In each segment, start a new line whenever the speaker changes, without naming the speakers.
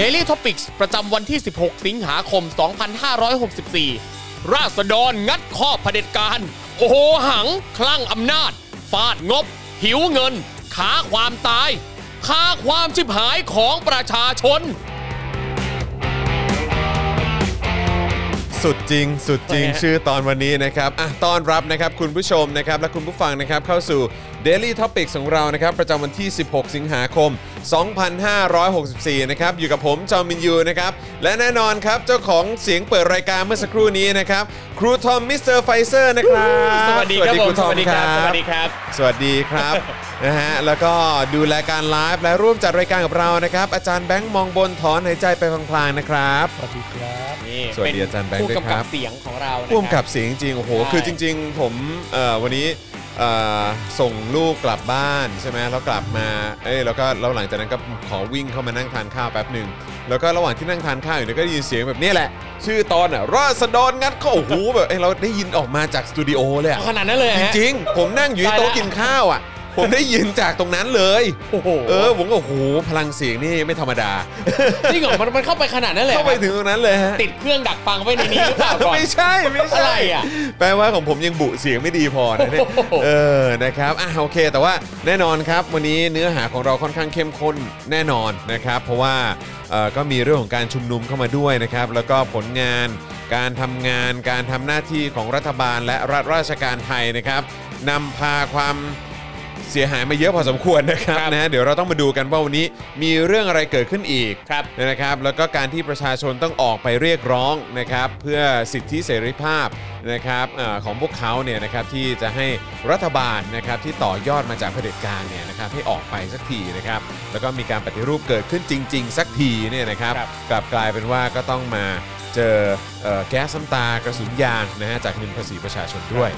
Daily Topics ประจำวันที่ 16 สิงหาคม 2564 ราษฎรงัดข้อเผด็จการ โอโหหัง คลั่งอำนาจ ฟาดงบ หิวเงินค้าความตายค้าความชิบหายของประชาชน
สุดจริง สุดจริง
โอเค
ชื่อตอนวันนี้นะครับอ่ะต้อนรับนะครับคุณผู้ชมนะครับและคุณผู้ฟังนะครับเข้าสู่ Daily t o p i c ของเรานะครับประจำวันที่ 16 สิงหาคม 2564 นะครับอยู่กับผมจอมินยูนะครับและแน่นอนครับเจ้าของเสียงเปิดรายการเมื่อสักครู่นี้นะครับครูทอมมิสเตอร์ไฟเซอร์นะครับ
สวัสดีครับ
ค
ผ
รู
ม
ท
ส
อม
วัสดีครับ
บ
สวัสดีครับ
สวัสดีครับ นะฮะแล้วก็ดูแลการไลฟ์และร่วมจัดรายการกับเรานะครับ อาจารย์แบงค์มองบนถอนหายใจไปพลางๆนะครับ
นี่
สวัสดีอาจารย์แบงค์
ผู้
ด้วย
กำ
ครั
กับบ เสียงของเรานะ
พ่วง
ค
กั
รับ
บเสียงจริงๆโอ้โห
ใช่
คือจริง ๆ ผมเอ่อวันนี้เอ่อส่งลูกกลับบ้านใช่ไหมแล้วกลับมาเอ้ยแล้วก็แล้วหลังจากนั้นก็ขอวิ่งเข้ามานั่งทานข้าวแป๊บหนึ่งแล้วก็ระหว่างที่นั่งทานข้าวอยู่เนี่ยก็ได้ยินเสียงแบบนี้แหละ ชื่อตอนอ่ะราษฎรงัดเข้าโอ้โหแบบเอ้ยเราได้ยินออกมาจากสตูดิโอเลยอะ
เอาขนาดนั้นเลยเหอฮะ
จริงๆ ผมนั่งอยู่ที่โต๊ะ
ตายละ
กินข้าวอ่ะ ผมได้ยินจากตรงนั้นเลย
โอ้โห
เออ ผมก็โอ้โห พลังเสียงนี่ไม่ธรรมดา
จริงเหรอมันมันเข้าไปขนาดนั้นเลยเหรอ
เข้าไปถึงตรงนั้นเลยฮะ
ติดเครื่องดักฟังไว้ในนี้หรือเปล่าก่อน
ไม่ใช่ไม่
อะไร
ใช่
อ่ะ
แปลว่าของผมยังบุเสียงไม่ดีพอนะเนี่ย
โอ้โห
เออนะครับอ่ะโอเค แต่ว่าแน่นอนครับ วันนี้เนื้อหาของเราค่อนข้างเข้มข้นแน่นอนนะครับ เพราะว่าเอ่อก็มีเรื่องของการชุมนุมเข้ามาด้วยนะครับ แล้วก็ผลงาน การทำงาน การทำหน้าที่ของรัฐบาลและรัฐราชการไทยนะครับนำพาความ เสียหายมาเยอะพอสมควรนะครับ
ครับ
นะฮะเดี๋ยวเราต้องมาดูกันว่าวันนี้มีเรื่องอะไรเกิดขึ้นอีก
ครับ
นะครับ แล้วก็การที่ประชาชนต้องออกไปเรียกร้องนะครับ เพื่อสิทธิเสรีภาพนะครับเออของพวกเขาเนี่ยนะครับที่จะให้รัฐบาลนะครับที่ต่อยอดมาจากเผด็จการเนี่ยนะครับให้ออกไปสักทีนะครับ แล้วก็มีการปฏิรูปเกิดขึ้นจริง ๆ สักทีเนี่ยนะครับ
ครับ
กลับกลายเป็นว่าก็ต้องมาเจอเอ่อแก๊สซ้ำตากระสุนยางนะฮะจากเงินภาษีประชาชนด้วย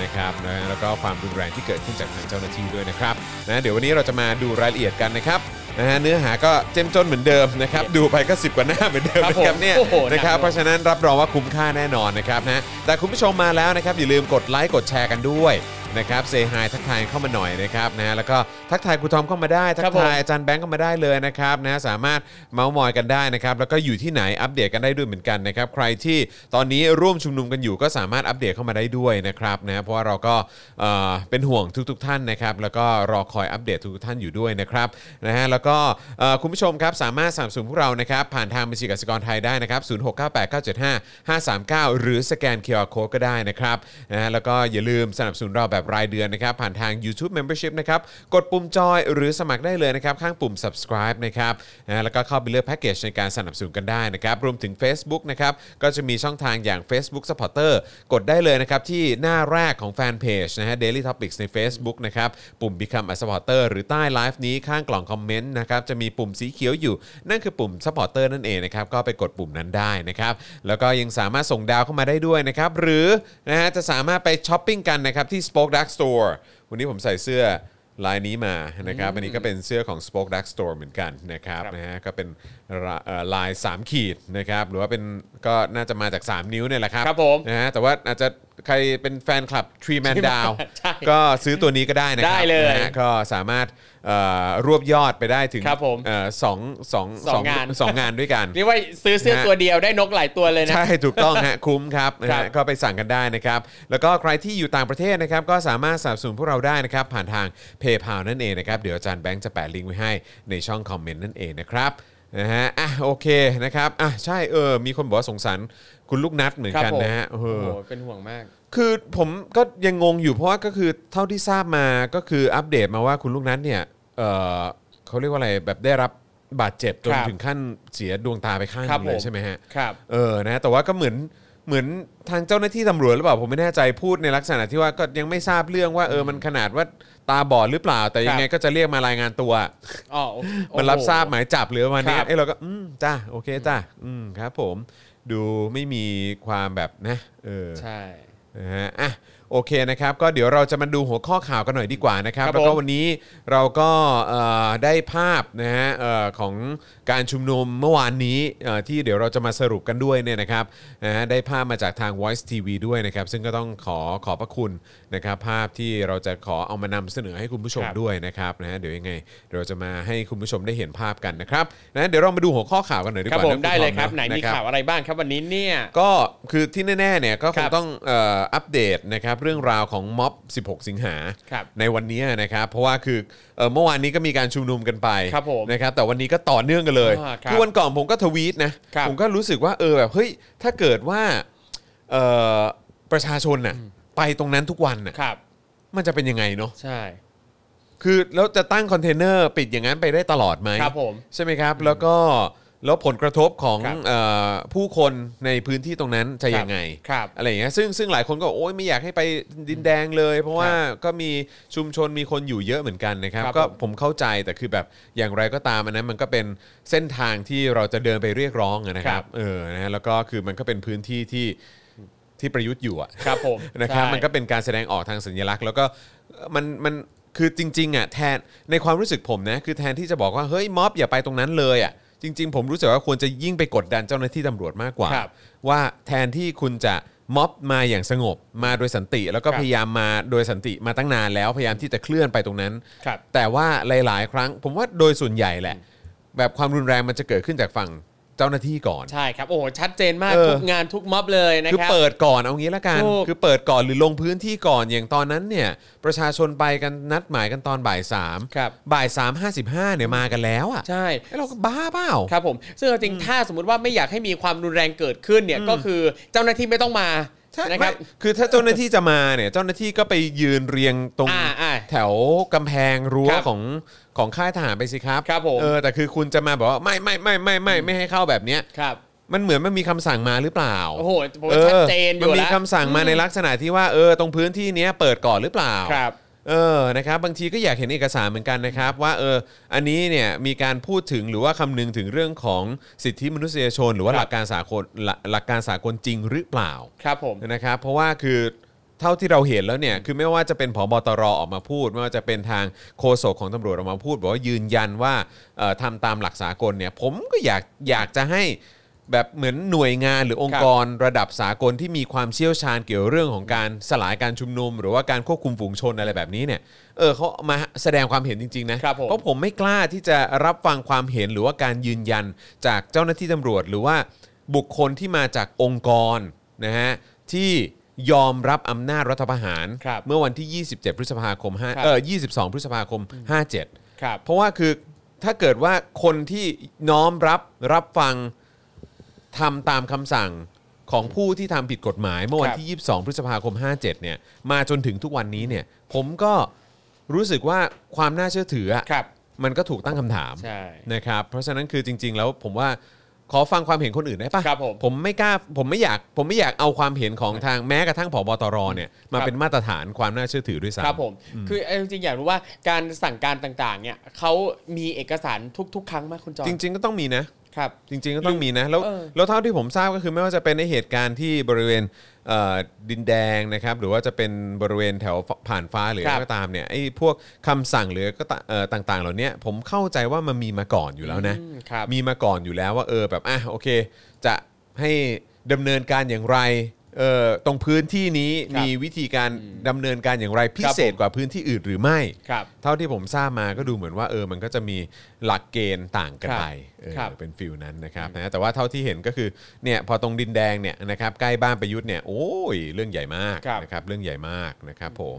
นะครับนะแล้วก็ความรุนแรงที่เกิดขึ้นจากทางเจ้าหน้าที่ด้วยนะครับนะเดี๋ยววันนี้เราจะมาดูรายละเอียดกันนะครับนะฮะเนื้อหาก็เจ้มจนเหมือนเดิมนะครับ ดูไปก็ 10 กว่าหน้าเหมือนเดิม
ครับ
นะครับ
ผม
เนี่ย
โอ้โหหนัก
นะครับ
หน่วง
เพราะฉะนั้นรับรองว่าคุ้มค่าแน่นอนนะครับนะแต่คุณผู้ชมมาแล้วนะครับอย่าลืมกดไลค์กดแชร์กันด้วยนะครับเซฮายทักทายเข้ามาหน่อยนะครับนะแล้วก็ทักทายครูทอมเข้ามาได้ทั
ครั
ก
บผม
ทาย อาจารย์แบงค์ก็มาได้เลยนะครับนะสามารถเมาส์มอยกันได้นะครับ แล้วก็อยู่ที่ไหนอัปเดตกันได้ด้วยเหมือนกันนะครับ ใครที่ตอนนี้ร่วมชุมนุมกันอยู่ก็สามารถอัปเดตเข้ามาได้ด้วยนะครับนะเพราะว่าเราก็เอ่อเป็นห่วงทุก ๆ ท่านนะครับ แล้วก็รอคอยอัปเดตทุกๆท่านอยู่ด้วยนะครับนะฮะแล้วก็เอ่อคุณผู้ชมครับสามารถสนับสนุนพวกเรานะครับ ผ่านทางบัญชีกสิกรไทยได้นะครับ0 6 9 8 9 7 5 5 3 9 หรือสแกน QR Code ก็ได้นะครับนะฮะแล้วก็อย่าลืมสนับสนุนเราแบบรายเดือนนะครับ ผ่านทาง YouTube Membership นะครับ กดปุ่มจอยหรือสมัครได้เลยนะครับ ข้างปุ่ม subscribe นะครับนะแล้วก็เข้าไปเลือกแพ็กเกจในการสนับสนุนกันได้นะครับ รวมถึง Facebook นะครับ ก็จะมีช่องทางอย่าง Facebook Supporter กดได้เลยนะครับ ที่หน้าแรกของแฟนเพจนะฮะ Daily Topics ใน Facebook นะครับ ปุ่ม Become a Supporter หรือใต้ไลฟ์นี้ข้างกล่องคอมเมนต์นะครับ จะมีปุ่มสีเขียวอยู่ นั่นคือปุ่ม Supporter นั่นเองนะครับ ก็ไปกดปุ่มนั้นได้นะครับ แล้วก็ยังสามารถส่งดาวเข้ามาได้ด้วยนะครับ หรือนะฮะจะสามารถไปช้อปปิ้งกันนะครับที่ Spoke Dark Store วันนี้ผมใส่เสื้อ ลายนี้มานะครับอันนี้ก็เป็นเสื้อของ Spoke Dark Store เหมือนกันนะครับ
ครับ
นะฮะก็เป็นละเอ่อลาย 3 ขีดนะครับหรือว่าเป็นก็น่าจะมาจาก 3 นิ้วเนี่ยแหละครับ
ครับผม
นะฮะแต่ว่าอาจจะใครเป็นแฟนคลับ Tree Man Down
ใช่
ก็ซื้อตัวนี้ก็ได้นะครั
ได้เลย
นะฮะก็สามารถเอ่อรวบยอดไปได้ถึง
ครับผม
เอ่อสองสอง
สองงาน
สองงานด้วยกัน
เรียกว่าซื้อเสื้อตัวเดียวได้นกหลายตัวเลยนะ
ใช่ ถูกต้องฮะ คุ้มครับนะ
ครั
ฮะ
บ
ก็ไปสั่งกันได้นะครับ แล้วก็ใครที่อยู่ต่างประเทศนะครับ ก็สามารถสนับสนุนพวกเราได้นะครับ ผ่านทาง p a y p a l นั่นเองนะครับ เดี๋ยวอาจารย์แบงค์จะแปะลิงก์ไว้ให้ในช่องคอมเมนต์นั่นเองนะครับนะฮะอ่ะโอเคนะครับอ่ะใช่เออมีคนบอกว่าสงสารคุณลูกนัดเหมือน
ค
กัน
รับผม
นะฮะเอ
โอ้
อ
โหเป็นห่วงมาก
คือผมก็ยังงงอยู่เพราะว่าก็คือเท่าที่ทราบมาก็คืออัปเดตมาว่าคุณลูกนั้นเนี่ยเออเขาเรียกว่าอะไรแบบได้รับบาดเจ็บจน
ครับ
ถึงขั้นเสียดวงตาไปข้างห
ครับ
นึงเลย
ผม
ใช่ไหมฮะ
ครับ
เออ นะ แต่ว่าก็เหมือน เหมือนทางเจ้าหน้าที่ตำรวจหรือเปล่า ผมไม่แน่ใจ พูดในลักษณะที่ว่าก็ยังไม่ทราบเรื่องว่า เออ มันขนาดว่าตาบอดหรือเปล่า แต่ยังไงก็จะเรียกมารายงานตัว
อ๋อโอ้โห
มันรับทราบหมายจับหรือประมาณเนี้
ค
ย
รับ
เอ้ยเราก็ อืม จ้า โอเค จ้า อืม ครับผม ดูไม่มีความแบบนะ เออ
ใช่
นะฮะอ่ะ โอเคนะครับ ก็เดี๋ยวเราจะมาดูหัวข้อข่าวกันหน่อยดีกว่านะครับ
ครับ
แล้วก็
ผม
วันนี้เราก็เอ่อได้ภาพนะฮะเอ่อของการชุมนุมเมื่อวานนี้เอ่อที่เดี๋ยวเราจะมาสรุปกันด้วยเนี่ยนะครับนะฮะได้ภาพมาจากทาง Voice TV ด้วยนะครับ ซึ่งก็ต้องขอขอบพระคุณนะครับภาพที่เราจะขอเอามานำเสนอให้คุณผู้ชม
ครับ
ด้วยนะครับนะฮะเดี๋ยวยังไงเดี๋ยวเราจะมาให้คุณผู้ชมได้เห็นภาพกันนะครับนะเดี๋ยวเรามาดูหัวข้อข่าวกันหน่อยดี
ค
ก
รับ
ว่า
ผม
นะณ
ได้เลย
ทอม
ครับ
นะ
ไหนมี
ะครับ
ข่าวอะไรบ้างครับวันนี้เนี่ย
ก็คือที่แน่ๆเนี่ยก็
ค
คง
รับ
ต้องเอออัปเดตนะครับเรื่องราวของม็อบ 16 สิงหา
ครับ
ในวันนี้นะครับเพราะว่าคือเอ่อเมื่อวานนี้ก็มีการชุมนุมกันไป
ครับผม
นะครับแต่วันนี้ก็ต่อเนื่องกันเลย
อ่าครับ
อวันก่อนผมก็ทวีตนะครับผมก็รู้สึกว่าเออแบบเฮ้ยถ้าเกิดว่าเอ่อประชาชนน่ะไปตรงนั้นทุกวันน่ะ
ครับ
มันจะเป็นยังไงเนาะ
ใช่
คือแล้วจะตั้งคอนเทนเนอร์ปิดอย่างนั้นไปได้ตลอดไหม
ครับผม
ใช่ไหมครับ แล้วก็แล้วผลกระทบของ
ครับ
เออผู้คนในพื้นที่ตรงนั้นจะ
ครับ
ยังไง
ครับ
อะไรอย่างเงี้ยซึ่งซึ่งหลายคนก็โอ๊ยไม่อยากให้ไปดินแดงเลย เพราะว่าก็มีชุมชนมีคนอยู่เยอะเหมือนกันนะครับ
ครับ
ก็
ผม
ผมเข้าใจแต่คือแบบอย่างไรก็ตามอันนั้นมันก็เป็นเส้นทางที่เราจะเดินไปเรียกร้องอะนะค
ครั
รับบ เออนะฮะแล้วก็คือมันก็เป็นพื้นที่ที่ที่ประยุทธ์อยู่อะ
ครับผม
นะครับ
ใช่
มันก็เป็นการแสดงออกทางสัญลักษณ์ แล้วก็มันมันคือจริงๆอ่ะแทนในความรู้สึกผมนะคือแทนที่จะบอกว่าเฮ้ยม็อบอย่าไปตรงนั้นเลยอ่ะจริง ๆ ผมรู้สึกว่าควรจะยิ่งไปกดดันเจ้าหน้าที่ตำรวจมากกว่า
ครับ
ว่าแทนที่คุณจะม็อบมาอย่างสงบมาโดยสันติ แล้วก็
ครับ
พยายามมาโดยสันติมาตั้งนานแล้วพยายามที่จะเคลื่อนไปตรงนั้น
ครับ
แต่ว่าหลาย ๆ ครั้ง ผมว่าโดยส่วนใหญ่แหละ แบบความรุนแรงมันจะเกิดขึ้นจากฝั่งเจ้าหน้าที่ก่อน
ใช่ครับโอ้โหชัดเจนมาก
เออ
ทุกงานทุกม็อบเลยนะ
คือ
ครับ
เปิดก่อนเอางี้ละกัน
ถูก
คือเปิดก่อนหรือลงพื้นที่ก่อนอย่างตอนนั้นเนี่ยประชาชนไปกันนัดหมายกันตอนบ่ายสาม
ครับ
บ่ายสามห้าสิบห้าเนี่ยมากันแล้วอ่ะ
ใช่
เอ้ยเราก็บ้าเปล่า
ครับผมซึ่งเอาจริงถ้าสมมติว่าไม่อยากให้มีความรุนแรงเกิดขึ้นเนี่ยก็คือเจ้าหน้าที่ไม่ต้องมา
ใช่
นะค
ไม่
รับ
คือถ้าเจ้าหน้าที่จะมาเนี่ยเจ้าหน้าที่ก็ไปยืนเรียงตรง
อ่าอ่า
แถวกำแพงรั้ว
ครับ
ของของค่ายทหารไปสิครับ
ครับผม
เออแต่คือคุณจะมาบอกว่าไม่ไม่ไม่ไม่ไม่ไม่ให้เข้าแบบเนี้ย
ครับ
มันเหมือนมันมีคำสั่งมาหรือเปล่า
โอ้โหผม
เอ
ว่า
อ
ชัดเจนอยู่
มันมี
แล้ว
คำสั่งมาในลักษณะที่ว่าเออตรงพื้นที่เนี้ยเปิดก่อนหรือเปล่า
ครับ
เออนะครับบางทีก็อยากเห็นเอกสารเหมือนกันนะครับ ว่าเอออันนี้เนี่ยมีการพูดถึงหรือว่าคำนึงถึงเรื่องของสิทธิมนุษยชน หรือว่า
ครับ
หลักการสากลหลักหลักการสากลจริงหรือเปล่า
ครับผม
นะครับเพราะว่าคือเท่าที่เราเห็นแล้วเนี่ยคือไม่ว่าจะเป็นผบตรออกมาพูด ไม่ว่าจะเป็นทางโฆษกของตำรวจออกมาพูดบอกว่ายืนยันว่าเอ่อทำตามหลักสากลเนี่ยผมก็อยากอยากจะให้ แบบเหมือนหน่วยงานหรือองค์กรระดับสากลที่มีความเชี่ยวชาญเกี่ยวเรื่องของการสลายการชุมนุม หรือว่าการควบคุมฝูงชนอะไรแบบนี้เนี่ยเออเขามาแสดงความเห็นจริงๆนะครับ
ผม
เพราะผมไม่กล้าที่จะรับฟังความเห็นหรือว่าการยืนยันจากเจ้าหน้าที่ตำรวจ หรือว่าบุคคลที่มาจากองค์กรนะฮะที่ยอมรับอำนาจรัฐประหาร
ครับ
เมื่อวันที่ 27 พฤษภาคม
ครับ
5เออ22 พฤษภาคม 57
ครับ
เพราะว่าคือถ้าเกิดว่าคนที่น้อมรับรับฟังทำตามคำสั่งของผู้ที่ทำผิดกฎหมาย เมื่อวัน
ครับ
ที่ 22 พฤษภาคม 57 เนี่ย มาจนถึงทุกวันนี้เนี่ย ผมก็รู้สึกว่าความน่าเชื่อถืออะ
ครับ
มันก็ถูกตั้งคำถาม
ใช่
นะครับ เพราะฉะนั้นคือจริง ๆ แล้วผมว่าขอฟังความเห็นคนอื่นได้ปะ
ครับผม
ผมไม่กล้าผมไม่อยากผมไม่อยากเอาความเห็นของทางแม้กระทั่งผบตรเนี่ยมา
ครับ
เป็นมาตรฐานความน่าเชื่อถือด้วยซ้ำ
ครับผม คือเอาจริงๆอยากรู้ว่าการสั่งการต่างๆ เนี่ยเขามีเอกสารทุก ๆ ครั้งไหมคุณจอน
จริง ๆ ก็ต้องมีนะ
ครับ
จริงๆก็ต้องมีนะแล้ว
เออ
แล้วเท่าที่ผมทราบก็คือไม่ว่าจะเป็นในเหตุการณ์ที่บริเวณเอ่อดินแดงนะครับหรือว่าจะเป็นบริเวณแถวผ่านฟ้าหรือ
ครั
อะ
บ
ไรก็ตามเนี่ยไอ้พวกคำสั่งหรือก็ตะเอ่อต่างๆ เหล่าเนี้ยผมเข้าใจว่ามันมีมาก่อนอยู่แล้วนะ
อืมครับ
มีมาก่อนอยู่แล้วว่าเออแบบอ่ะโอเค จะให้ดำเนินการอย่างไรเอ่อตรงพื้นที่นี้
ครับ
มีวิธีการดำเนินการอย่างไรพิ
ครับ
เศษกว่าพื้นที่อื่นหรือไม่
ครับ
เท่าที่ผมทราบมาก็ดูเหมือนว่าเออมันก็จะมีหลักเกณฑ์ต่างกัน
ครับ
ไปเออ
ครับ
เป็นฟิลนั้นนะครับนะแต่ว่าเท่าที่เห็นก็คือเนี่ยพอตรงดินแดงเนี่ยนะครับใกล้บ้านประยุทธ์เนี่ยโอ้ยเรื่องใหญ่มาก
ครับ
นะครับเรื่องใหญ่มากนะครับผม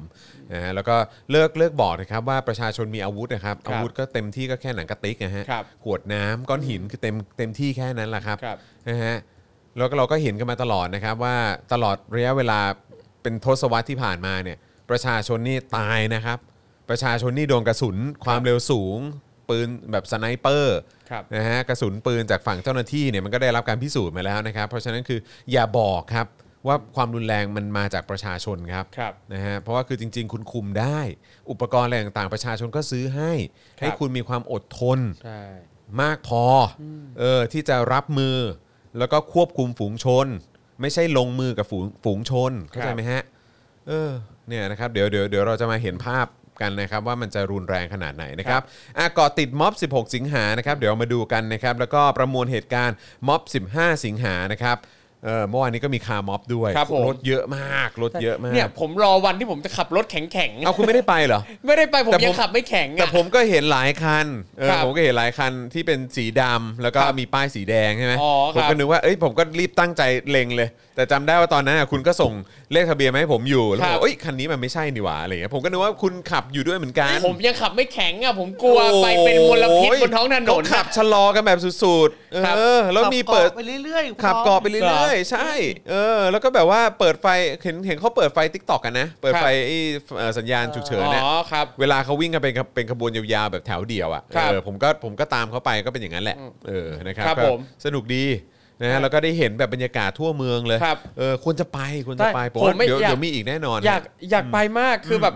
นะฮะแล้วก็เลิกเลิกบอกนะครับว่าประชาชนมีอาวุธนะครับ
ครับ
อาวุธก็เต็มที่ก็แค่หนังกระติกนะฮะ
ครับ
ขวดน้ำก้อนหินคือเต็มเต็มที่แค่นั้นแหละครับ
ครับ
นะฮะแล้วก็เราก็เห็นกันมาตลอดนะครับว่าตลอดระยะเวลาเป็นทศวรรษที่ผ่านมาเนี่ยประชาชนนี่ตายนะครับ ประชาชนนี่โดนกระสุนความเร็วสูง ปืนแบบสไนเปอร์
ครับ
นะฮะกระสุนปืนจากฝั่งเจ้าหน้าที่เนี่ยมันก็ได้รับการพิสูจน์มาแล้วนะครับ เพราะฉะนั้นคืออย่าบอกครับว่าความรุนแรงมันมาจากประชาชนครับ
ครับ
นะฮะเพราะว่าคือจริง ๆ คุณคุมได้ อุปกรณ์อะไรต่างๆประชาชนก็ซื้อให้
ครับ
ให้คุณมีความอดทน
ใช่
มากพออเออที่จะรับมือ แล้วก็ควบคุมฝูงชน ไม่ใช่ลงมือกับฝูงฝูงชนเข้าใจไหมฮะ เออเนี่ยนะครับเดี๋ยวเดี๋ยวเดี๋ยวเราจะมาเห็นภาพกันนะครับว่ามันจะรุนแรงขนาดไหนนะครับอ่ะเกาะติดม็อบ 16 สิงหานะครับเดี๋ยวมาดูกันนะครับแล้วก็ประมวลเหตุการณ์ม็อบ 15 สิงหานะครับเออเมื่อวานนี้ก็มีคาร์ม็อบด้วย
ครับผม
รถเยอะมากรถเยอะมาก
เนี่ยผมรอวันที่ผมจะขับรถแข็ง
เอาคุณไม่ได้ไปเหรอ
ๆ ไม่ได้ไปผม
แต่
ยั
ผ
ง
ม
ขับไม่แข็ง
แต่
อะ
ผมก็เห็นหลายคันเออ
ครับ
ผมก็เห็นหลายคันที่เป็นสีดำแล้วก็
ครับ
มีป้ายสีแดงใช่ไหม
อ๋อค
ผ
รั
ม
บ
ก็นึกว่าเอ้ยผมก็รีบตั้งใจเล็งเลย แต่จำได้ว่าตอนนั้นน่ะคุณก็ส่งเลขทะเบียนมาให้ผมอยู่แล้ว
ครับ
ผมบอกเอ้ยคันนี้มันไม่ใช่นี่หว่าอะไรเงี้ยผมก็นึกว่าคุณขับอยู่ด้วยเหมือนกัน
ผมยังขับไม่แข็งอ่ะผมกลัว
โอ้โห
ไปเป็นมลพิษบนท้องถนน
เขาขับชะลอกันแบบสุดๆ
ครับ
เออแล้วมีเปิด
ขับกาะไปเรื่อยๆ
ขับ
คุณ
กร
ผู้ชม
อบไปเรื่อยๆ ใช่ เออ แล้วก็แบบว่าเปิดไฟเห็นเห็นเขาเปิดไฟติ๊กตอกกันนะ เปิดไฟไอ้เอ่อสัญญาณฉุกเฉิน
อ๋
เนี่ย
อครับ
เวลาเขาวิ่งกันเป็นขบเป็นขบวนยาวๆแบบแถวเดียวอ่ะ
ครับ
เออผมก็ผมก็ตามเขาไปก็เป็นอย่างนั้นแหละเออนะครับ
ครับ
ก็
ผม
สนุกดีนะฮะแล้วก็ได้เห็นแบบบรรยากาศทั่วเมืองเลย
ครับ
เออควรจะไปควรจะไป
ได้
ผมว่า
ผมไม่
เดี๋ยว
อยาก
เดี๋ยวมีอีกแน่นอน
อยากอยากไปมากคือแบบ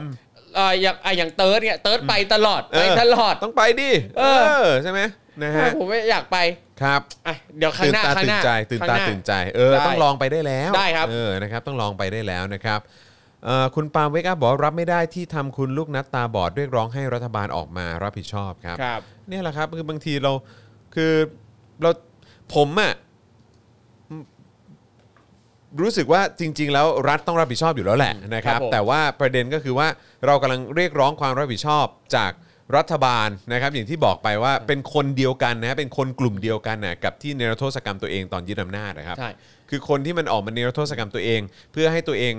เอ่ออย่างอ่ะอย่างเติร์ดเนี่ยเติร์ดไปตลอด
เอ
ไป
อ
ตลอด
ต้องไปดิ
เออ
ใช่ไหมนะ
ใช่
ฮะ
ผมไม่อยากไป
ครับ
อ่ะเดี๋ยวข้าง
ตื่น
หน้า
ตา
ข้าง
ตื่
ห
น
น้า
ใจตื่น
ข้ง
ตา
หน้
ตื่นใจเออ
ได้
ต้องลองไปได้แล้ว
ได้ครับ
เออนะครับต้องลองไปได้แล้วนะครับเอ่อคุณปาล์มเวกับบอกว่ารับไม่ได้ที่ทำคุณลูกนัดตาบอดเรียกร้องให้รัฐบาลออกมารับผิดชอบครับ
ครับ
เนี่ยแหละครับคือบางทีเราคือเราผมอะ่ะรู้สึกว่าจริง ๆ แล้วรัฐต้องรับผิดชอบอยู่แล้วแหละนะครั
ครั
บ
บผม
แต่ว่าประเด็นก็คือว่าเรากำลังเรียกร้องความรับผิดชอบจากรัฐบาลนะครับ อย่างที่บอกไปว่าเป็นคนเดียวกันนะเป็นคนกลุ่มเดียวกันนะกับที่เนรโทษกรรมตัวเองตอนยึดอำนาจนะครับ
ใช่
คือคนที่มันออกมาเนรโทษกรรมตัวเอง เพื่อให้ตัวเอง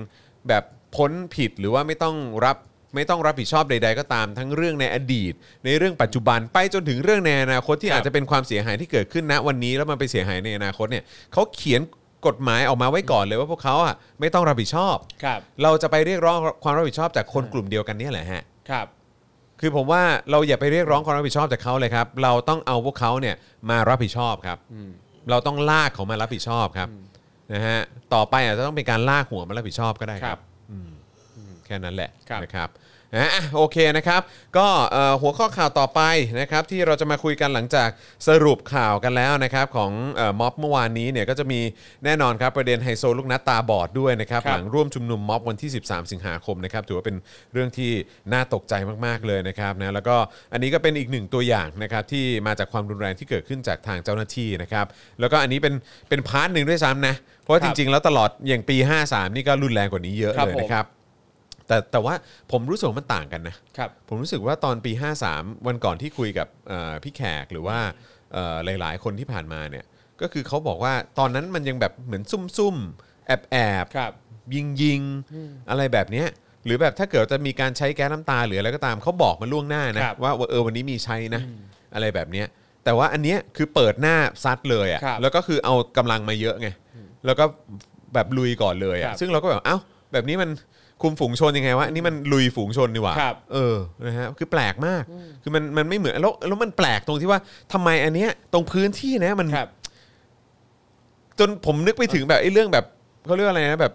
แบบพ้นผิดหรือว่าไม่ต้องรับไม่ต้องรับผิดชอบใด ๆ ก็ตามทั้งเรื่องในอดีต ในเรื่องปัจจุบันไปจนถึงเรื่องในอนาคต
ค
ที่
รับ
อาจจะเป็นความเสียหายที่เกิดขึ้นณวันนี้แล้วมันไปเสียหายในอนาคตเนี่ยเขาเขียนกฎหมายออกมาไว้ก่อนเลยว่าพวกเขาอ่ะไม่ต้องรับผิดชอบ
ครับ
เราจะไปเรียกร้องความรับผิดชอบจากคนกลุ่มเดียวกันเนี่ยแหละฮะ
ครับ
คือผมว่าเราอย่าไปเรียกร้องความรับผิดชอบจากเขาเลยครับ เราต้องเอาพวกเขาเนี่ยมารับผิดชอบครับ เราต้องลากเขามารับผิดชอบครับนะฮะต่อไปอาจจะต้องเป็นการลากหัวมารับผิดชอบก็ได้ค
ครั
รับบอืมแค่นั้นแหละ
ครับ
นะครับนะอ่ะโอเคนะครับ ก็เอ่อหัวข้อข่าวต่อไปนะครับที่เราจะมาคุยกันหลังจากสรุปข่าวกันแล้วนะครับของเอ่อม็อบเมื่อวานนี้เนี่ยก็จะมีแน่นอนครับประเด็นไฮโซลูกนัดตาบอดด้วยนะครับ
ครับ
หลัง ร่วมชุมนุมม็อบวันที่ 13 สิงหาคมนะครับถือว่าเป็นเรื่องที่น่าตกใจมากๆเลยนะครับนะแล้วก็อันนี้ก็เป็นอีกหนึ่งตัวอย่างนะครับที่มาจากความรุนแรงที่เกิดขึ้นจากทางเจ้าหน้าที่นะครับแล้วก็อันนี้เป็นเป็นพาร์ทหนึ่งด้วยซ้ำนะเพราะว่า
ค
จ
รับ
ริง ๆ แล้วตลอดอย่างปี 53 นี่ก็รุนแรงกว่านี้เยอะ
ครับ
เลย
ผม
นะครับแต่แต่ว่าผมรู้สึกว่ามันต่างกันนะครับ ผมรู้สึกว่าตอนปี 53 วันก่อนที่คุยกับเอ่อพี่แขกหรือว่าเอ่อหลายๆ คนที่ผ่านมาเนี่ยก็คือเขาบอกว่าตอนนั้นมันยังแบบเหมือนซุ่มๆแอบแอบๆ
ครับ
ยิงยิงอะไรแบบเนี้ยหรือแบบถ้าเกิดจะมีการใช้แก๊สน้ำตาหรืออะไรก็ตามเขาบอกมาล่วงหน้านะครับ ว่าว่าเออวันนี้มีใช้นะ อะไรแบบเนี้ยแต่ว่าอันเนี้ยคือเปิดหน้าซัดเลย
ครั
อะ่ะ
บ
แล้วก็คือเอากำลังมาเยอะไงแล้วก็แบบลุยก่อนเลย
ครั
อะ่ะ
บ
ซึ่งเราก็แบบเอ้าแบบนี้มันคุมฝูงชนยังไงวะอันนี้มันลุยฝูงชนดีกว่า
ครับ
เออนะฮะคือแปลกมากคือมันมันไม่เหมือนแล้วแล้วมันแปลกตรงที่ว่าทำไมอันเนี้ยตรงพื้นที่นะมัน
ครับ
จนผมนึกไปถึงแบบไอ้เรื่องแบบเขาเรียกอะไรนะแบบ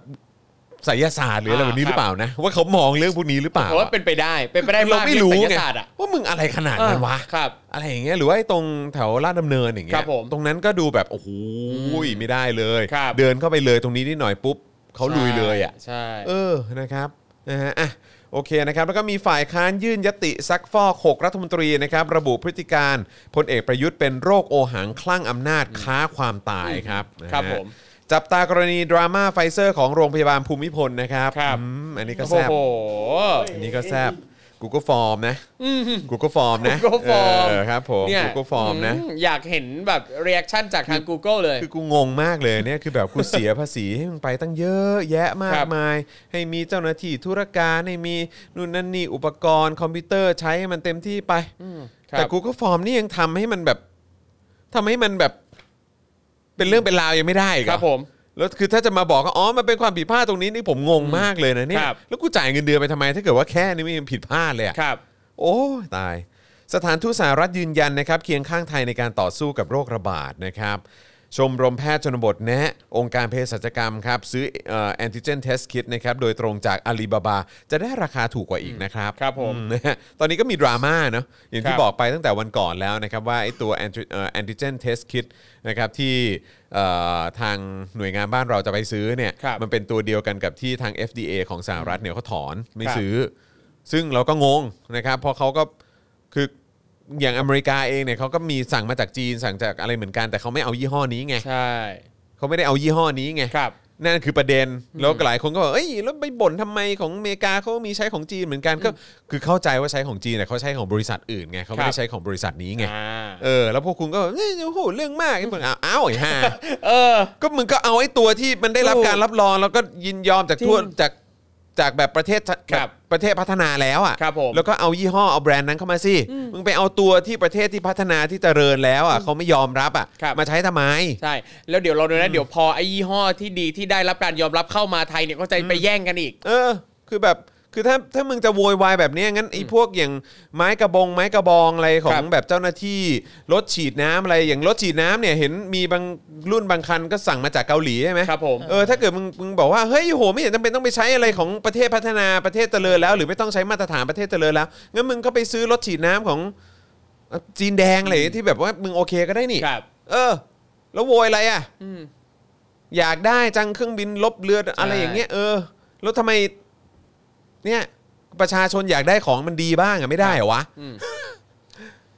ไสยศาสตร์หรืออะไร
อ่า
แบบนี้ห
ครั
รื
บ
อเปล่านะ ว่าเขามองเรื่องพวกนี้หรือเปล่า
ผมว่าเป็นไปได้เป็นไปได้
เรา
ก
ไม่รู้
ใน
ไง
ศาสตร์อ่ะ
ว่ามึงอะไรขนาดนั้นวะ
เออครับ
อะไรอย่างเงี้ยหรือว่าไอ้ตรงแถวลาดดำเนินอย่างเงี้
ครั
ย
บผม
ตรงนั้นก็ดูแบบโอ้โหไม่ได้เลย
ครับ
เดินเข้าไปเลยตรงนี้นิดหน่อยปุ๊บเขาลุยเลยอ่ะ
ใช่
เออ นะครับนะฮะอ่ะโอเคนะครับ แล้วก็มีฝ่ายค้านยื่นยติซักฟอก6รัฐมนตรีนะครับ ระบุพฤติการพลเอกประยุทธ์เป็นโรคโอหังคลั่งอำนาจค้าความตายครับนะฮะ
ครับผม
จับตากรณีดราม่าไฟเซอร์ของโรงพยาบาลภูมิพลนะครับ
ครับ
อืมอันนี้ก็
โอ้
แซ่บ
โห
อันนี้ก็แซบกูก็ฟอร์มนะกูก็ฟอร์มนะ
Google Form
เออครับผม
เนี่ย
กูก็ฟอร์มนะ
อือยากเห็นแบบเรีแอคชั่นจากทาง Google เลย
คือกูงงมากเลยเนี่ยคือแบบกูเสียภาษีให้มึงไปตั้งเยอะแยะมา
ค
ก
รับ
มาย ให้มีเจ้าหน้าที่ธุรการให้มีนู่นนั่นนี่อุปกรณ์คอมพิวเตอร์ใช้ให้มันเต็มที่ไป
ครับ
แต่กูก็ฟอร์มนี่ยังทำให้มันแบบทำให้มันแบบ เป็นเรื่องเป็นราวยังไม่ได้อีก
ค
เหอ
รับผม
แล้วคือถ้าจะมาบอกว่าอ๋อมันเป็นความผิดพลาดตรงนี้นี่ผมงงมากเลยนะเนี่ย
ครับ
แล้วกูจ่ายเงินเดือนไปทำไม ถ้าเกิดว่าแค่นี้ไม่ผิดพลาดเลยอะ
ครับ
โอ้ยตาย สถานทูตสหรัฐยืนยันนะครับ เคียงข้างไทยในการต่อสู้กับโรคระบาดนะครับ ช ชมรมแพทย์ชนบทแนะ องค์การเภสัชกรรมครับ ซื้อแอนติเจนเทสคิดนะครับโดยตรงจากอาลีบาบาจะได้ราคาถูกกว่าอีกนะครับ
ครับผม
อืนะฮะตอนนี้ก็มีดราม่าเนาะอย่างที่
ครับ
บอกไปตั้งแต่วันก่อนแล้วนะครับ ว่าไอ้ตัวแอนติเจนเทสคิดนะครับที่เอ่อทางหน่วยงานบ้านเราจะไปซื้อเนี่ย
ครับ
มันเป็นตัวเดียวกันกับที่ทาง FDA ของสหรัฐเนี่ยเขาถอนไม่ซื้อ ซึ่งเราก็งงนะครับเพราะเขาก็คืออย่างอเมริกาเองเนี่ยเขาก็มีสั่งมาจากจีนสั่งจากอะไรเหมือนกันแต่เขาไม่เอายี่ห้อนี้ไง
ใช่
เขาไม่ได้เอายี่ห้อนี้ไง
ครับ
นั่นคือประเด็นแล้วหลายคนก็บอกเอ้ยแล้วไปบ่นทำไมของอเมริกาเขามีใช้ของจีนเหมือนกันก็คือเข้าใจว่าใช้ของจีนแต่เขาใช้ของบริษัทอื่นไงเขาไม่
ครั
ได้
บ
ใช้ของบริษัทนี้ไง
อ่า
เออแล้วพวกคุณก็แบบเอ้ยโอ้โหเรื่องมากไอ้พวกอ้าวอ้าวไอ้ห่า
เออ
ก็มึงก็เอาไอ้ตัวที่มันได้รับ
ถูก
การรับรองแล้วก็ยินยอมจากทั่ว
จริง
จากจากแบบประเทศ
ครับ
แประเทศพัฒนาแล้วอ่ะ
ครับผม
แล้วก็เอายี่ห้อเอาแบรนด์นั้นเข้ามาสิมึงไปเอาตัวที่ประเทศที่พัฒนาที่เจริญแล้วอ่ะเขาไม่ยอมรับอ่ะ
ครับ
มาใช้ทำไม
ใช่ แล้วเดี๋ยวเราดูนะเดี๋ยวพอไอ้ยี่ห้อที่ดีที่ได้รับการยอมรับเข้ามาไทยเนี่ยก็จะไปแย่งกันอีก
เออ คือแบบ คือถ้า ถ้ามึงจะโวยวายแบบเนี้ยงั้นไอ้พวกอย่างไม้กระบง ไม้กระบองอะไรขอ
ครั
ง
บ
แบบเจ้าหน้าที่ รถฉีดน้ำอะไร อย่างรถฉีดน้ำเนี่ย เห็นมีบางรุ่นบางคันก็สั่งมาจากเกาหลีใช่ไหม
ครับผม
เออ ถ้าเกิดมึง มึงบอกว่า เฮ้ย โห ไม่เห็นจำเป็นต้องไปใช้อะไรของประเทศพัฒนา ประเทศเจริญแล้ว หรือไม่ต้องใช้มาตรฐานประเทศเจริญแล้ว งั้นมึงก็ไปซื้อรถฉีดน้ำของจีนแดงอะไรอย่างเงี้ยที่แบบว่า มึงโอเคก็ได้นี่
ครับ
เออ แล้วโวยอะไรอ่ะ
อืม
อยากได้จังเครื่องบินลบเรืออะไรอย่างเงี้ยเออ แล้วทำไม เนี่ย ประชาชนอยากได้ของมันดีบ้างอะไม่ได้เหรอวะ
อืม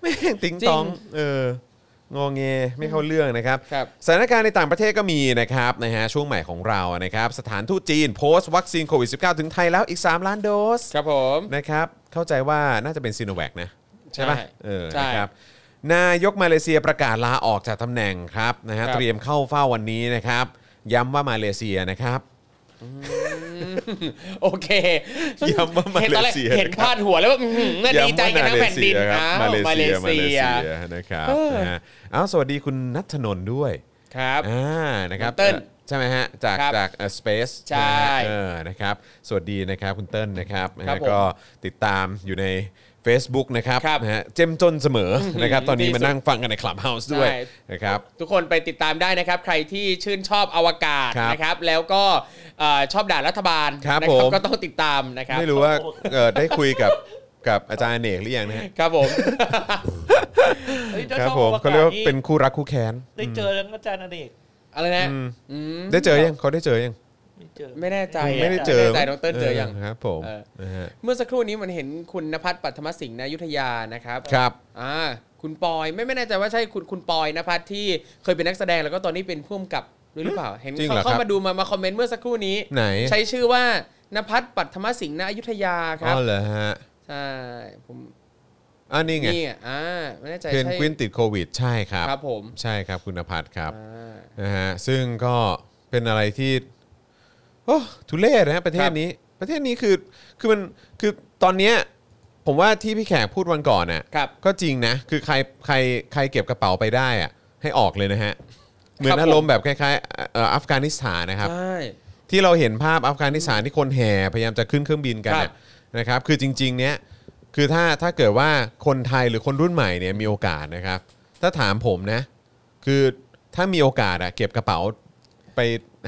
แม่งติง
จริง
ตอง เอององเงไม่เข้าเรื่องนะครับ
ครับ
สถานการณ์ในต่างประเทศก็มีนะครับนะฮะช่วงใหม่ของเรานะครับ สถานทูตจีนโพสต์วัคซีนโควิด -19 ถึงไทยแล้วอีก 3 ล้านโดส
ครับผม
นะครับ เข้าใจว่าน่าจะเป็นซีโนแวคนะ ใช่ปะ
ใช่
เออ
ใช่
นะครับนายกมาเลเซียประกาศลาออกจากตำแหน่งครับนะฮะ
ครับ
เตรียมเข้าเฝ้าวันนี้นะครับ ย้ำว่ามาเลเซียนะครับ
โอเค
ย้ำว่ามาเลเซีย
เห็นพาดหัวแล้วว่าอื้อหือน่าดีใจกันทั้งแผ่นดิน
ย้
อ้าว
ำว่ามา
มาเล
เลเซียครับ
เซี
มาเลเซียมาเลย เซียนะครับ
เออ
นะฮะเอ้าสวัสดีคุณนัทนนท์ด้วย
ครับ
อ่านะครับ
คุณเติ้ล
อ่อใช่ไหมฮะจาก
ครับ
จากเอ่อ space
ใช่
ไหมฮะเออนะครับสวัสดีนะครับคุณเติ้ลนะครับนะ
ครั
ฮะ
บผม
ก็ติดตามอยู่ใน Facebook นะครับ
ครับ
นะฮะเจ้มจนเสมอนะครับตอนนี้
ที่สุด
มานั่งฟังกันใน Clubhouse ด้วย
ใช่
นะครับ
ทุกคนไปติดตามได้นะครับ ใครที่ชื่นชอบอวกาศ
ครับ
นะครับ แล้วก็เอ่อชอบด่ารัฐบาล
ครับ
นะ
ผม
ก็ต้องติดตามนะครับ
ไม่รู้ว่าเอ่อได้คุยกับกับอาจารย์อเนกหรือยังนะฮะ
ครับผม
เฮ้ยถ้า
ครับ
ชอบ
ผม
อ
เขาเรียกว่า
นี่
เป็นคู่รักคู่แค้น
ได้เจออาจารย์อเนก
อะไรนะ
อืม
อืม
ได้เจอยังเขาได้เจอยัง
ไม่เจอ
ไม่แน่ใจ
ไม่
ไม่ได้เจอ
ใจน้องเติ้ลเจอยัง
ครับผม
เออ
นะฮะ
เมื่อสักครู่นี้มันเห็นคุณนภัสปัทมสิงห์นายุทธยานะครับ
ครับ
อ่าคุณปอยไม่ไม่แน่ใจว่าใช่คุณคุณปอยนภัสที่เคยเป็นนักแสดงแล้วก็ตอนนี้เป็นผู้กำกับด้วยหรือเปล่า เห็น
จริง
เขา
เหรอครับ
เข้ามาดูมามาคอมเมนต์เมื่อสักครู่นี้
ไหน
ใช้ชื่อว่านภัสปัทมสิงห์นายุทธยาค
อ๋
รับ
อเหรอฮะ
ใช่ผม
อ่านี่ไง
นี่อ่าไม่แน่ใจ
เพน
ใช่
กวินติดโควิดใช่ครับ
ครับผม
ใช่ครับคุณนภัทรครับ
อ่า
นะฮะซึ่งก็เป็นอะไรที่โอ้ทุเรศนะฮะประเทศนี้ประเทศนี้คือคือมันคือตอนเนี้ยผมว่าที่พี่แขกพูดวันก่อนน่ะ
ครับ
ก็จริงนะ คือใครใครใครเก็บกระเป๋าไปได้อะให้ออกเลยนะฮะ เหมือ
ครับผม
นอารมณ์แบบคล้ายๆเอ่ออัฟกานิสถานนะครับ
ใช่
ที่เราเห็นภาพอัฟกานิสถานที่คนแห่พยายามจะขึ้นเครื่องบินกัน
ครั
น่ะ
บ
นะครับ คือจริง ๆ เนี้ยคือถ้าถ้าเกิดว่าคนไทยหรือคนรุ่นใหม่เนี่ยมีโอกาสนะครับ ถ้าถามผมนะ คือถ้ามีโอกาสอะเก็บกระเป๋าไป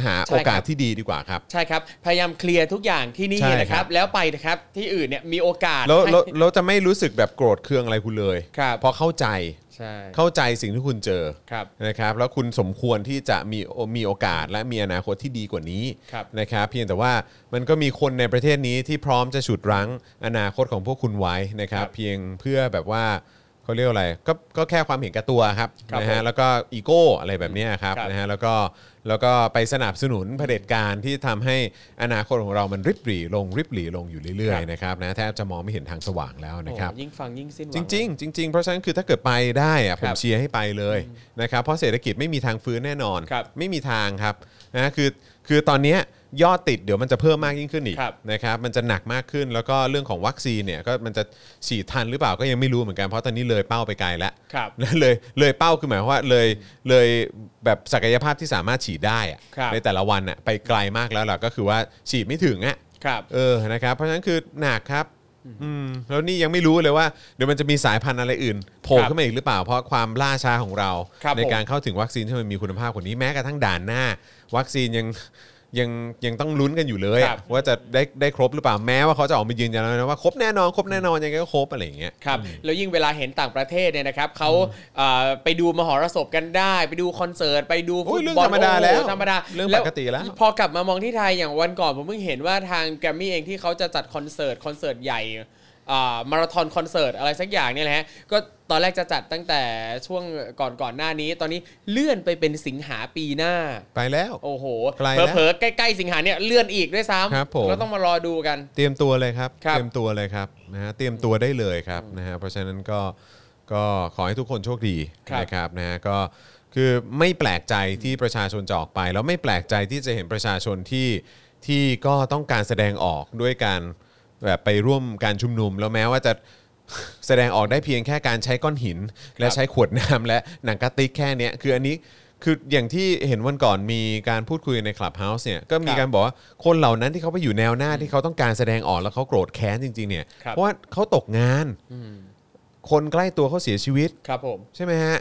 หา
ใช่ครับ
โอกาสที่ดีดีกว่าครับ
ใช่ครับ พยายามเคลียร์ทุกอย่างที่นี่
ใช่ครับ
นะครับ แล้วไปนะครับที่อื่นเนี่ยมีโอกาส
แล้วแล้ว
ให้
แล้วจะไม่รู้สึกแบบโกรธเคืองอะไรคุณเลย
ครับ
เพราะเข้าใจ
ใช่
เข้าใจสิ่งที่คุณเจอ
ครับ
นะครับแล้วคุณสมควรที่จะมีมีโอกาสและมีอนาคตที่ดีกว่านี้
ครับ
นะครับเพียงแต่ว่ามันก็มีคนในประเทศนี้ที่พร้อมจะฉุดรั้งอนาคตของพวกคุณไว้นะครับ
ครับ
เพียงเพื่อแบบว่าเขาเรียกว่าอะไรก็ก็แค่ความเห็นแก่ตัวครับ
ครับ
นะ
ผ
ฮะ
ม
แล้วก็อีโก้อะไรแบบเนี้ยครับ
ครับ
นะฮะแล้วก็แล้วก็ไปสนับสนุนเผด็จการที่ทำให้อนาคตของเรามันริบหรี่ลงริบหรี่ลงอยู่เรื่อ
ค
ย
รับ
ๆนะครับนะแทบจะมองไม่เห็นทางสว่างแล้วนะครับ
โอ้ยิ่งฟังยิ่งสิ้นหวั
จริงๆจริงๆเพราะฉะนั้นคือถ้าเกิดไปได้อะผ
ค
ม
รับ
เชียร์ให้ไปเลยนะครับเพราะเศรษฐกิจไม่มีทางฟื้นแน่นอน
ครับ
ไม่มีทางครับนะคือคือตอนเนี้ยยอดติดเดี๋ยวมันจะเพิ่มมากยิ่งขึ้นอีก
ครับ
นะครับมันจะหนักมากขึ้นแล้วก็เรื่องของวัคซีนเนี่ยก็มันจะฉีดทันหรือเปล่าก็ยังไม่รู้เหมือนกันเพราะตอนนี้เลยเป้าไปไกลแล้ว
ครับ
นะเลยเลยเป้าคือหมายความว่าเลยเลยแบบศักยภาพที่สามารถฉีดได้อะ
ครับ
ในแต่ละวันอะไปไกลมากแล้วล่ะก็คือว่าฉีดไม่ถึงอะ
ครับ
เออ นะครับ เพราะฉะนั้นคือหนักครับ อืมแล้วนี่ยังไม่รู้เลยว่าเดี๋ยวมันจะมีสายพันธุ์อะไรอื่นโผล่
ครับ
ขึ้นมาอีกหรือเปล่า เพราะความล่าช้าของเรา
ครับ
ในการเข้าถึงวัคซีนที่มันมีคุณภาพกว่านี้แม้กระทั่งด่านหน้า วัคซีนยังยังยังต้องลุ้นกันอยู่เลยอะ
ครับ
ว่าจะได้ได้ครบหรือเปล่าแม้ว่าเขาจะออกมายืนยันแล้วนะว่าครบแน่นอนครบแน่นอนยังไงก็ครบอะไรอย่างเงี้ย
ครับแล้วยิ่งเวลาเห็นต่างประเทศเนี่ยนะครับเขาเอ่อไปดูมหรสพกันได้ ไปดูคอนเสิร์ตไปดู
โอ้
ฟุ
ย
ต
เรื่อง
บอล
ธรรมดาแล้ว
โอ้โหธรรมดา
เรื่องปกติแล้ว
พอกลับมามองที่ไทยอย่างวันก่อนผมเพิ่งเห็นว่าทางแกรมมี่เองที่เขาจะจัดคอนเสิร์ตคอนเสิร์ตใหญ่มาราธอนคอนเสิร์ตอะไรสักอย่างเนี่ยแหละฮะก็ตอนแรกจะจัดตั้งแต่ช่วงก่อนก่อนหน้านี้ ตอนนี้เลื่อนไปเป็นสิงหาปีหน้า
ไปแล้ว
โอ้โห
ไกลแล้ว
เผลอๆใกล้ๆสิงหาเนี่ยเลื่อนอีกด้วย
ครับ
ซ้ำ
ผม
ก็ต้องมารอดูกัน
เตรียมตัวเลยครับ
ครับ
เตรียมตัวเลยครับนะฮะเตรียมตัวได้เลยครับนะฮะเพราะฉะนั้นก็ก็ขอให้ทุกคนโชคดี
ครับ
นะครับนะฮะก็คือไม่แปลกใจที่ประชาชนจะออกไป แล้วไม่แปลกใจที่จะเห็นประชาชนที่ที่ก็ต้องการแสดงออกด้วยการแบบไปร่วมการชุมนุม แล้วแม้ว่าจะ แสดงออกได้เพียงแค่การใช้ก้อนหิน และใช้ขวดน้ำและหนังกระติกแค่เนี้ยคืออันนี้คืออย่างที่เห็นวันก่อนมีการพูดคุยในคลับเฮาส์เนี่ยก็มี
ครับ
การบอกว่าคนเหล่านั้นที่เขาไปอยู่แนวหน้าที่เขาต้องการแสดงออกแล้วเขาโกรธแค้นจริงๆเนี่ย
ครับ
เพราะว่าเขาตกงาน คนใกล้ตัวเขาเสียชีวิต
ครับผม
ใช่ไหมฮะ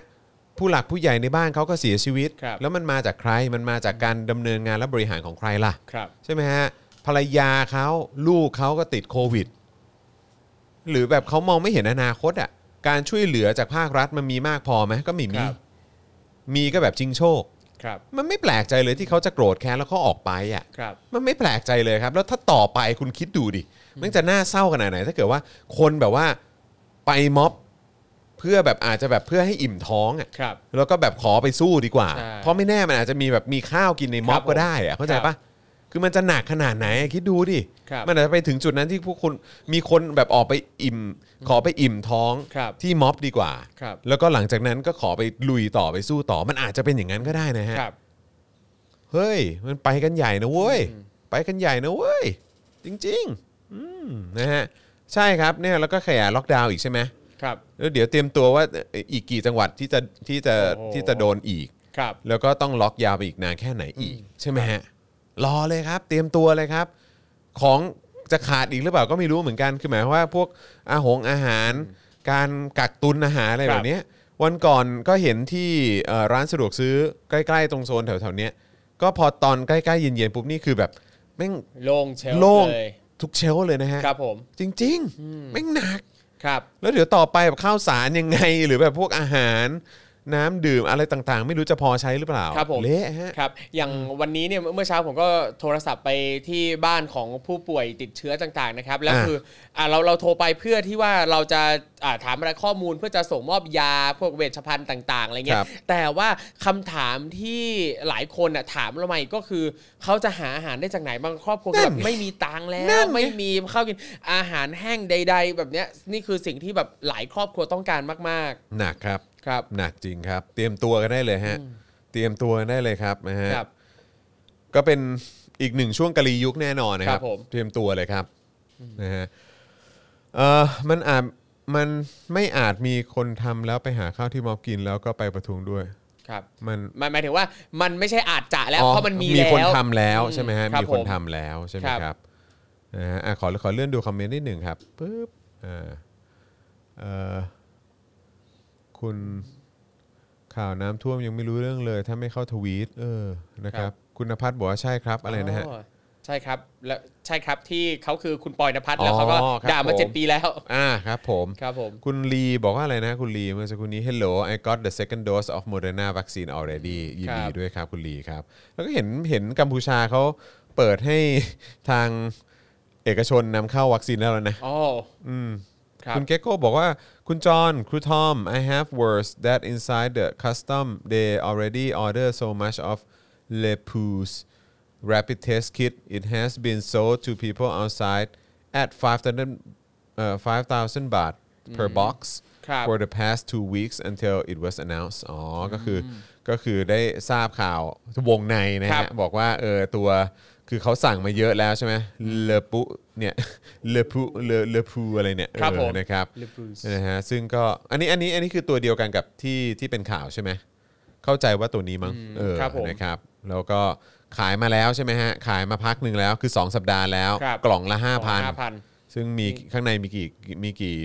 ผู้หลักผู้ใหญ่ในบ้านเขาก็เสียชีวิต
ครับ
แล้วมันมาจากใครมันมาจากการดำเนินงานและบริหารของใครล่ะ
ครับ
ใช่ไหมฮะภรรยาเขาลูกเขาก็ติดโควิด หรือแบบเขามองไม่เห็นอนาคตอ่ะการช่วยเหลือจากภาครัฐมันมีมากพอไหมก็ไม่มี
ครับ
มีก็แบบชิงโชค
ครับ
มันไม่แปลกใจเลยที่เขาจะโกรธแค้นแล้วเขาออกไปอ่ะ
ครับ
มันไม่แปลกใจเลยครับ แล้วถ้าต่อไปคุณคิดดูดิมันจะน่าเศร้าขนาดไหน ถ้าเกิดว่าคนแบบว่าไปม็อบเพื่อแบบอาจจะแบบเพื่อให้อิ่มท้องอ่ะ
ครับ
แล้วก็แบบขอไปสู้ดีกว่า
ใช่
เพราะไม่แน่มันอาจจะมีแบบมีข้าวกินในม็อบ
ครับผม
ก็ได้อะเข้าใจปะคือมันจะหนักขนาดไหนอะคิดดูดิ
ครับ
มันอาจจะไปถึงจุดนั้นที่พวกคุณมีคนแบบออกไปอิ่ม ขอไปอิ่มท้อง
ครับ
ที่ม็อบดีกว่า
ครับ
แล้วก็หลังจากนั้นก็ขอไปลุยต่อไปสู้ต่อ มันอาจจะเป็นอย่างนั้นก็ได้นะฮะ
ครับ
เฮ้ย มันไปกันใหญ่นะเว้ย ไปกันใหญ่นะเว้ย จริงๆอืมนะฮะ ใช่ครับเนี่ยแล้วก็ขยายล็อกดาวน์อีกใช่ไหม
ครับ
แล้วเดี๋ยวเตรียมตัวว่าเอ่ออีกกี่จังหวัดที่จะที่จะ
โอ้โห
ที่จะโดนอีก
ครับ
แล้วก็ต้องล็อกยาวไปอีกนานแค่ไหนอีก ใช่ไหมฮะรอเลยครับ เตรียมตัวเลยครับ ของจะขาดอีกหรือเปล่าก็ไม่รู้เหมือนกันคือหมายความว่าพวกอาหงอาหาร การกักตุนอาหารอะไร
ค
แบ
รับบ
เนี้ยวันก่อนก็เห็นที่เอ่อร้านสะดวกซื้อใกล้ๆตรงโซนแถวๆเนี้ยก็พอตอนใกล้ๆเย็นๆปุ๊บนี่คือแบบแม่ง
โล่งเชลฟ์
โล่ง
เลย
ทุกเชลฟ์เลยนะฮะ
ครับผม
จริงๆแม่งหนัก
ครับ
แล้วเดี๋ยวต่อไปแบบข้าวสารยังไง หรือแบบพวกอาหาร น้ำดื่มอะไรต่างๆ ไม่รู้จะพอใช้หรือเปล่า
ครับผม
เละฮะ
ครับ อย่างวันนี้เนี่ยเมื่อเช้าผมก็โทรศัพท์ไปที่บ้านของผู้ป่วยติดเชื้อต่างๆนะครับ แล้ว
อ่า
คืออ่าเราเราโทรไปเพื่อที่ว่าเราจะอ่าถามรายข้อมูลเพื่อจะส่งมอบยาพวกเวชภัณฑ์ต่างๆอะไรเงี้
ค
ย
รับ
แต่ว่าคำถามที่หลายคนน่ะถามเราใหม่ก็คือเขาจะหาอาหารได้จากไหนบางครอบครัวคือ
นั่
แบบ
นไง
ไม่มีตังค์แล้
นั่
วน
ไง
ไม่มีข้าวกินอาหารแห้งใด ๆ แบบเนี้ยนี่คือสิ่งที่แบบหลายครอบครัวต้องการมาก
หนักครับ
ๆ ครับ
หนักจริงครับ เตรียมตัวกันได้เลยฮะ เตรียมตัวกันได้เลยครับนะฮะ
ครับ
ก็เป็นอีกหนึ่งช่วงกะลียุคแน่นอนนะครั
ค
บ
รับผม
เตรียมตัวเลยครับนะฮะเอ่อมันอาจมันไม่อาจมีคนทำแล้วไปหาข้าวที่ม็อบกินแล้วก็ไปประท้วงด้วย
ครับ
มัน
หมายหมายถึงว่ามันไม่ใช่อาจจะแล้ว
อ๋อ
เพราะมันมีแล้ว
คนทำแล้วใช่ไหมฮะ
ครับ
มีคน
ผม
ทำแล้วใช่ไหม
ครับ
ครับนะฮะอ่ะขอขอเลื่อนดูคอมเมนต์นิดหนึ่งครับปึ๊บอ่าเอ่อคุณข่าวน้ำท่วมยังไม่รู้เรื่องเลย ถ้าไม่เข้าทวีตเออนะค
ครั
รับ
บ
คุณนภัสบอกว่าใช่ครับอะไรนะฮะ
ใช่ครับและใช่ครับที่เขาคือคุณปอยนภัทรแล้ว
อ๋อ
เขาก็
ครับผม
ด่าาม เจ็ดปีแล้ว
อ่าครับผม
ครับผม
คุณลีบอกว่าอะไรนะ คุณลีเมื่อสักครู่นี้ hello I got the second dose of Moderna vaccine already ยินดี
ครับ
ด้วยครับคุณลีครับ แล้วก็เห็นเห็นกัมพูชาเขาเปิดให้ทางเอกชนนำเข้าวัคซีนแล้วนะ
อ๋ออืมครับ
คุณเกโก้บอกว่า คุณจอห์นครูทอม I have words that inside the custom they already order so much of Le Pou's rapid test kit it has been sold to people outside at 5,000 uh, 5,000 บาท per box
ครับ
for the past two weeks until it was announced อ๋ออก็คือก็คือได้ทราบข่าววงในนะ
ครั
ฮะ
บ
บอกว่าเออตัวคือเขาสั่งมาเยอะแล้วใช่ไหมเลปุเนี่ย เลปุเลเลปูอะไรเนี่ย
ครับ
เออ
ผม
นะครับ
Le Pouce
นะฮะซึ่งก็อันนี้อันนี้อันนี้คือตัวเดียวกันกับที่ที่เป็นข่าวใช่ไหมเข้าใจว่าตัวนี้มั้งเออ
ครับผม
นะครับแล้วก็ขายมาแล้วใช่ไหมฮะขายมาพักหนึ่งแล้วคือ 2 สัปดาห์แล้ว
ครับ
กล่องละ 5,000
5,000
ซึ่งมีข้างในมีกี่มีกี่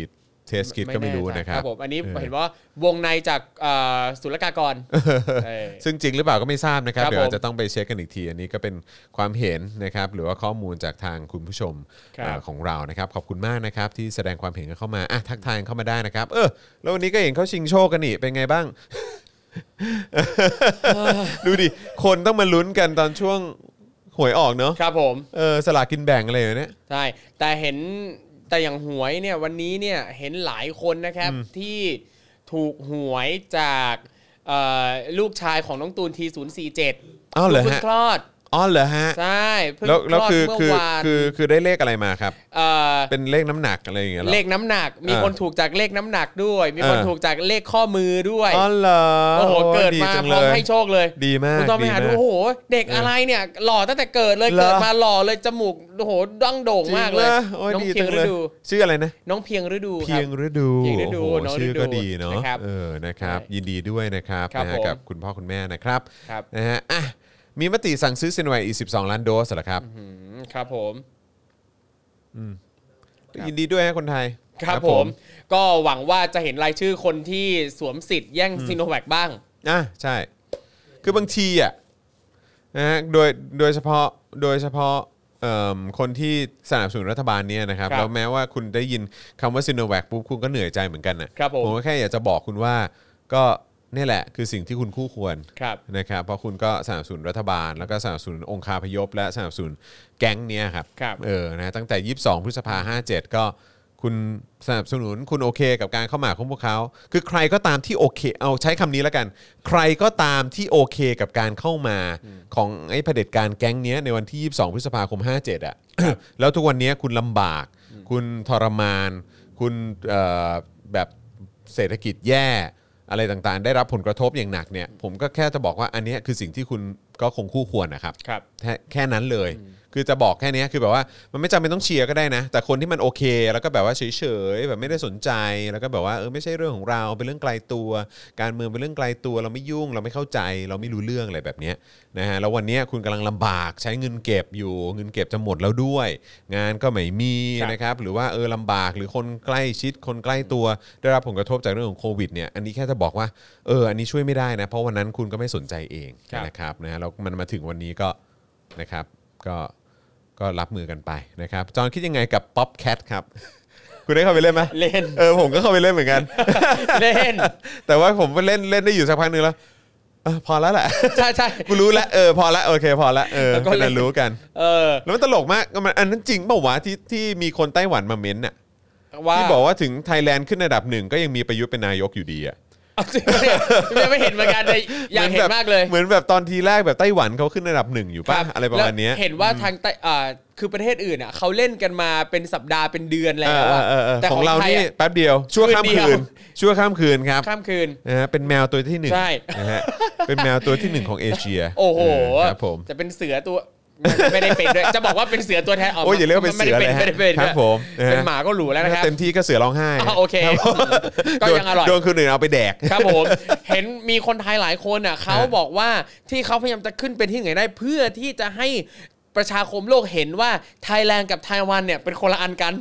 เทสคิดก็ไม่รู้
แใจ
นะครับ
ผมอันนี้
เ
เห็นว่าวงในจากเอ่อศุลกากรเออ
ซึ่งจริงหรือเปล่าก็ไม่ทราบนะครับ
ครับ
เดี๋ยวอา
ผ
จ
ม
จะต้องไปเช็คกันอีกที อันนี้ก็เป็นความเห็นนะครับหรือว่าข้อมูลจากทางคุณผู้ชม
ครับ
อ่าของเรานะครับขอบคุณมากนะครับที่แสดงความเห็นกันเข้ามาอ่ะทักทายกันเข้ามาได้นะครับ เออแล้ววันนี้ก็เห็นเขาชิงโชคกันนี่เป็นไงบ้าง ดูดิคนต้องมาลุ้นกันตอนช่วงหวยออกเนาะ
ครับผม
เออสลากกินแบ่งอะไรอย่างเนี้ย
ใช่แต่เห็นแต่อย่างหวยเนี่ยวันนี้เนี่ยเห็นหลายคนนะครับที่ถูกหวยจากเอ่อลูกชายของน้องตูนทีศูนย์สี่เจ็ด
อ้าวเหรอฮะ
งคลอด
อ๋อเหรอฮะ
ใช่เพิ่ง
แล้วแล้ว
คลอด
คือ
เมื่
คือ อ
วาน
คือคือได้เลขอะไรมาครับ
เอ่อ
เป็นเลขน้ำหนักอะไรอย่างเงี้ยหรอ
เลขน้ำหนัก มี
เออ
คนถูกจากเลขน้ำหนักด้วย มีคน
เออ
ถูกจากเลขข้อมือด้วย
อ๋อเหรอ
โอ้โหเกิดมา
จัง
พร้อมให้โชคเลย
ดีมาก
คุณต้องไปหาดู
มก
โอ้โห เด็กอะไรเนี่ย หล่อตั้งแต่เกิดเลย
เหรอ
เกิดมาหล่อเลยจมูกโอ้โหดั้งโด่ง
จริง
มากเลย
นะโอ้ย
น้อง
ดี
เพี
จั
ยง
ง
ฤ
เลย
ดู
ชื่ออะไรนะ
น้องเพียงฤดูค
เพี
รั
ย
บ
งฤดู
เพียงฤดู
โอ้โห
น้อง
ชื่อ
ฤดู
ก็ดีเนาะ
นะครับ
เออนะครับ
ใช่
ยินดีด้วยนะครับ
ครับ
นะฮะ
ผม
กับคุณพ่อคุณแม่นะครับ
ครับ
นะฮะอ่ะมีมติสั่งซื้อเซนไวอีก12 ล้านโดสเหรอครับ
อืมครับผม
ยินดีด้วยฮะคนไทย
ครับผมก็หวังว่าจะเห็นรายชื่อคนที่สวมสิทธิ์แย่งซีโนแวคบ้าง
อ่ะใช่ คือบางทีอ่ะนะฮะโดยโดยเฉพาะโดยเฉพาะเอิ่มคนที่สนับสนุนรัฐบาลเนี่ยนะครับ
ครับ
แล้วแม้ว่าคุณได้ยินคำว่าซิโนแวคปุ๊บคุณก็เหนื่อยใจเหมือนกันนะครับ
ผม
ผมก็แค่อยากจะบอกคุณว่าก็เนี่ยแหละคือสิ่งที่คุณคู่ควร
ครับ
นะครับเพราะคุณก็สนับสนุนรัฐบาล แล้วก็สนับสนุนองคาพยพ และสนับสนุนแก๊งเนี้ยครับ
ครับ
เออนะตั้งแต่ 22 พฤษภา57 ก็คุณสนับสนุนคุณโอเคกับการเข้ามาของพวกเขา คือใครก็ตามที่โอเค เอาใช้คำนี้แล้วกัน ใครก็ตามที่โอเคกับการเข้ามาของไอ้เผด็จการแก๊งเนี้ยในวันที่ 22 พฤษภาคม 57 อ่ะ แล้วทุกวันเนี้ยคุณลำบาก คุณทรมาน คุณเอ่อแบบเศรษฐกิจแย่ อะไรต่างๆ ได้รับผลกระทบอย่างหนักเนี่ย ผมก็แค่จะบอกว่าอันเนี้ยคือสิ่งที่คุณก็คงคู่ควรนะครับ
ครับ
แค่แค่นั้นเลย คือจะบอกแค่เนี้ยคือแบบว่ามันไม่จำเป็นต้องเชียร์ก็ได้นะ แต่คนที่มันโอเค แล้วก็แบบว่าเฉยๆแบบไม่ได้สนใจ แล้วก็แบบว่าเออไม่ใช่เรื่องของเรา เป็นเรื่องไกลตัว การเมืองเป็นเรื่องไกลตัว เราไม่ยุ่ง เราไม่เข้าใจ เราไม่รู้เรื่องอะไรแบบเนี้ยนะฮะ แล้ววันเนี้ยคุณกำลังลำบากใช้เงินเก็บอยู่ เงินเก็บจะหมดแล้วด้วย งานก็ไม่มี
ครับ
นะครับ หรือว่าเออลำบาก หรือคนใกล้ชิด คนใกล้ตัว ได้รับผลกระทบจากเรื่องของโควิดเนี่ย อันนี้แค่จะบอกว่า เออ อันนี้ช่วยไม่ได้นะ เพราะวันนั้นคุณก็ไม่สนใจเอง
ครับ
นะครับ นะฮะแล้วมันมาถึงวันนี้ก็ นะครับก็ก็รับมือกันไปนะครับ จอห์นคิดยังไงกับป๊อปแคทครับ คุณได้เข้าไปเล่นไหม
เล่น
เออผมก็เข้าไปเล่นเหมือนกัน
เล่ น
แต่ว่าผมก็เล่นเล่นได้อยู่สักพักหนึ่งแล้วเออพอแล้วแหละ
ใช่ใช่
กูรู้แล้วเออพอละโอเคพอละเออ
แล้วก็
ก็
เล่น
รู้กัน
เออ
แล้วมันตลกมากมันอันนั้นจริงเปล่าวะที่ที่มีคนไต้หวันมาเม้นต์น่ะ
ว่า
ที่บอกว่าถึงไทยแลนด์ขึ้นอันดับหนึ่งก็ยังมีประยุทธ์เป็นนายกอยู่ดีอ่ะ
เอาจริงปะเนี่ยยังไม่เห็นเหมือนกันเลยอยากเห็นมากเลย
เหมือนแบบตอนทีแรกแบบไต้หวันเขาขึ้นอันดับหนึ่งอยู่ป่ะ
คบ
อะไรประมาณเนี้ย
แล้วเห็นว่าทางใต้อ่าคือประเทศอื่นอ่ะเขาเล่นกันมาเป็นสัปดาห์เป็นเดือนแล้วอะ
เออเออเออ
แต่
ของเรา
ไทย
นี่
อะ
แป๊บเดียว ชั่วข้าม
คืนเดีย
คื
ว
น ชั่วข้ามคืนครับ
ข้ามคืน
นะฮะเป็นแมวตัวที่หนึ่ง
ใช่
นะฮะเป็นแมวตัวที่หนึ่งของเอเชีย
โอ้โห
เออครับผม
จะเป็นเสือตัวไม่ได้เป็นด้วยจะบอกว่าเป็นเสือตัวแทน
โอ้ยอย่าเรียกว่าเป็นเสือเลยฮะ
ไม่ได้เป็น
ค
ไม่
รั
ได้เป็นด้
บ
วย
ผมะฮะ
เป็นหมาก็หรูแล้วนะครับ
เต็มที่ก็เสือร้องไห้
อ่ะโอเคก็
โดน
ยังอร่อย
โดนคนอื่นเอาไปแดก
ครับผม เห็นมีคนไทยหลายคนอ่ะเขาบอกว่าที่เขาพยายามจะขึ้นเป็นที่ไหนงให้ได้ เพื่อที่จะให้ประชาคมโลกเห็นว่าไทยแลนด์กับไต้หวันเนี่ยเป็นคนละอันกัน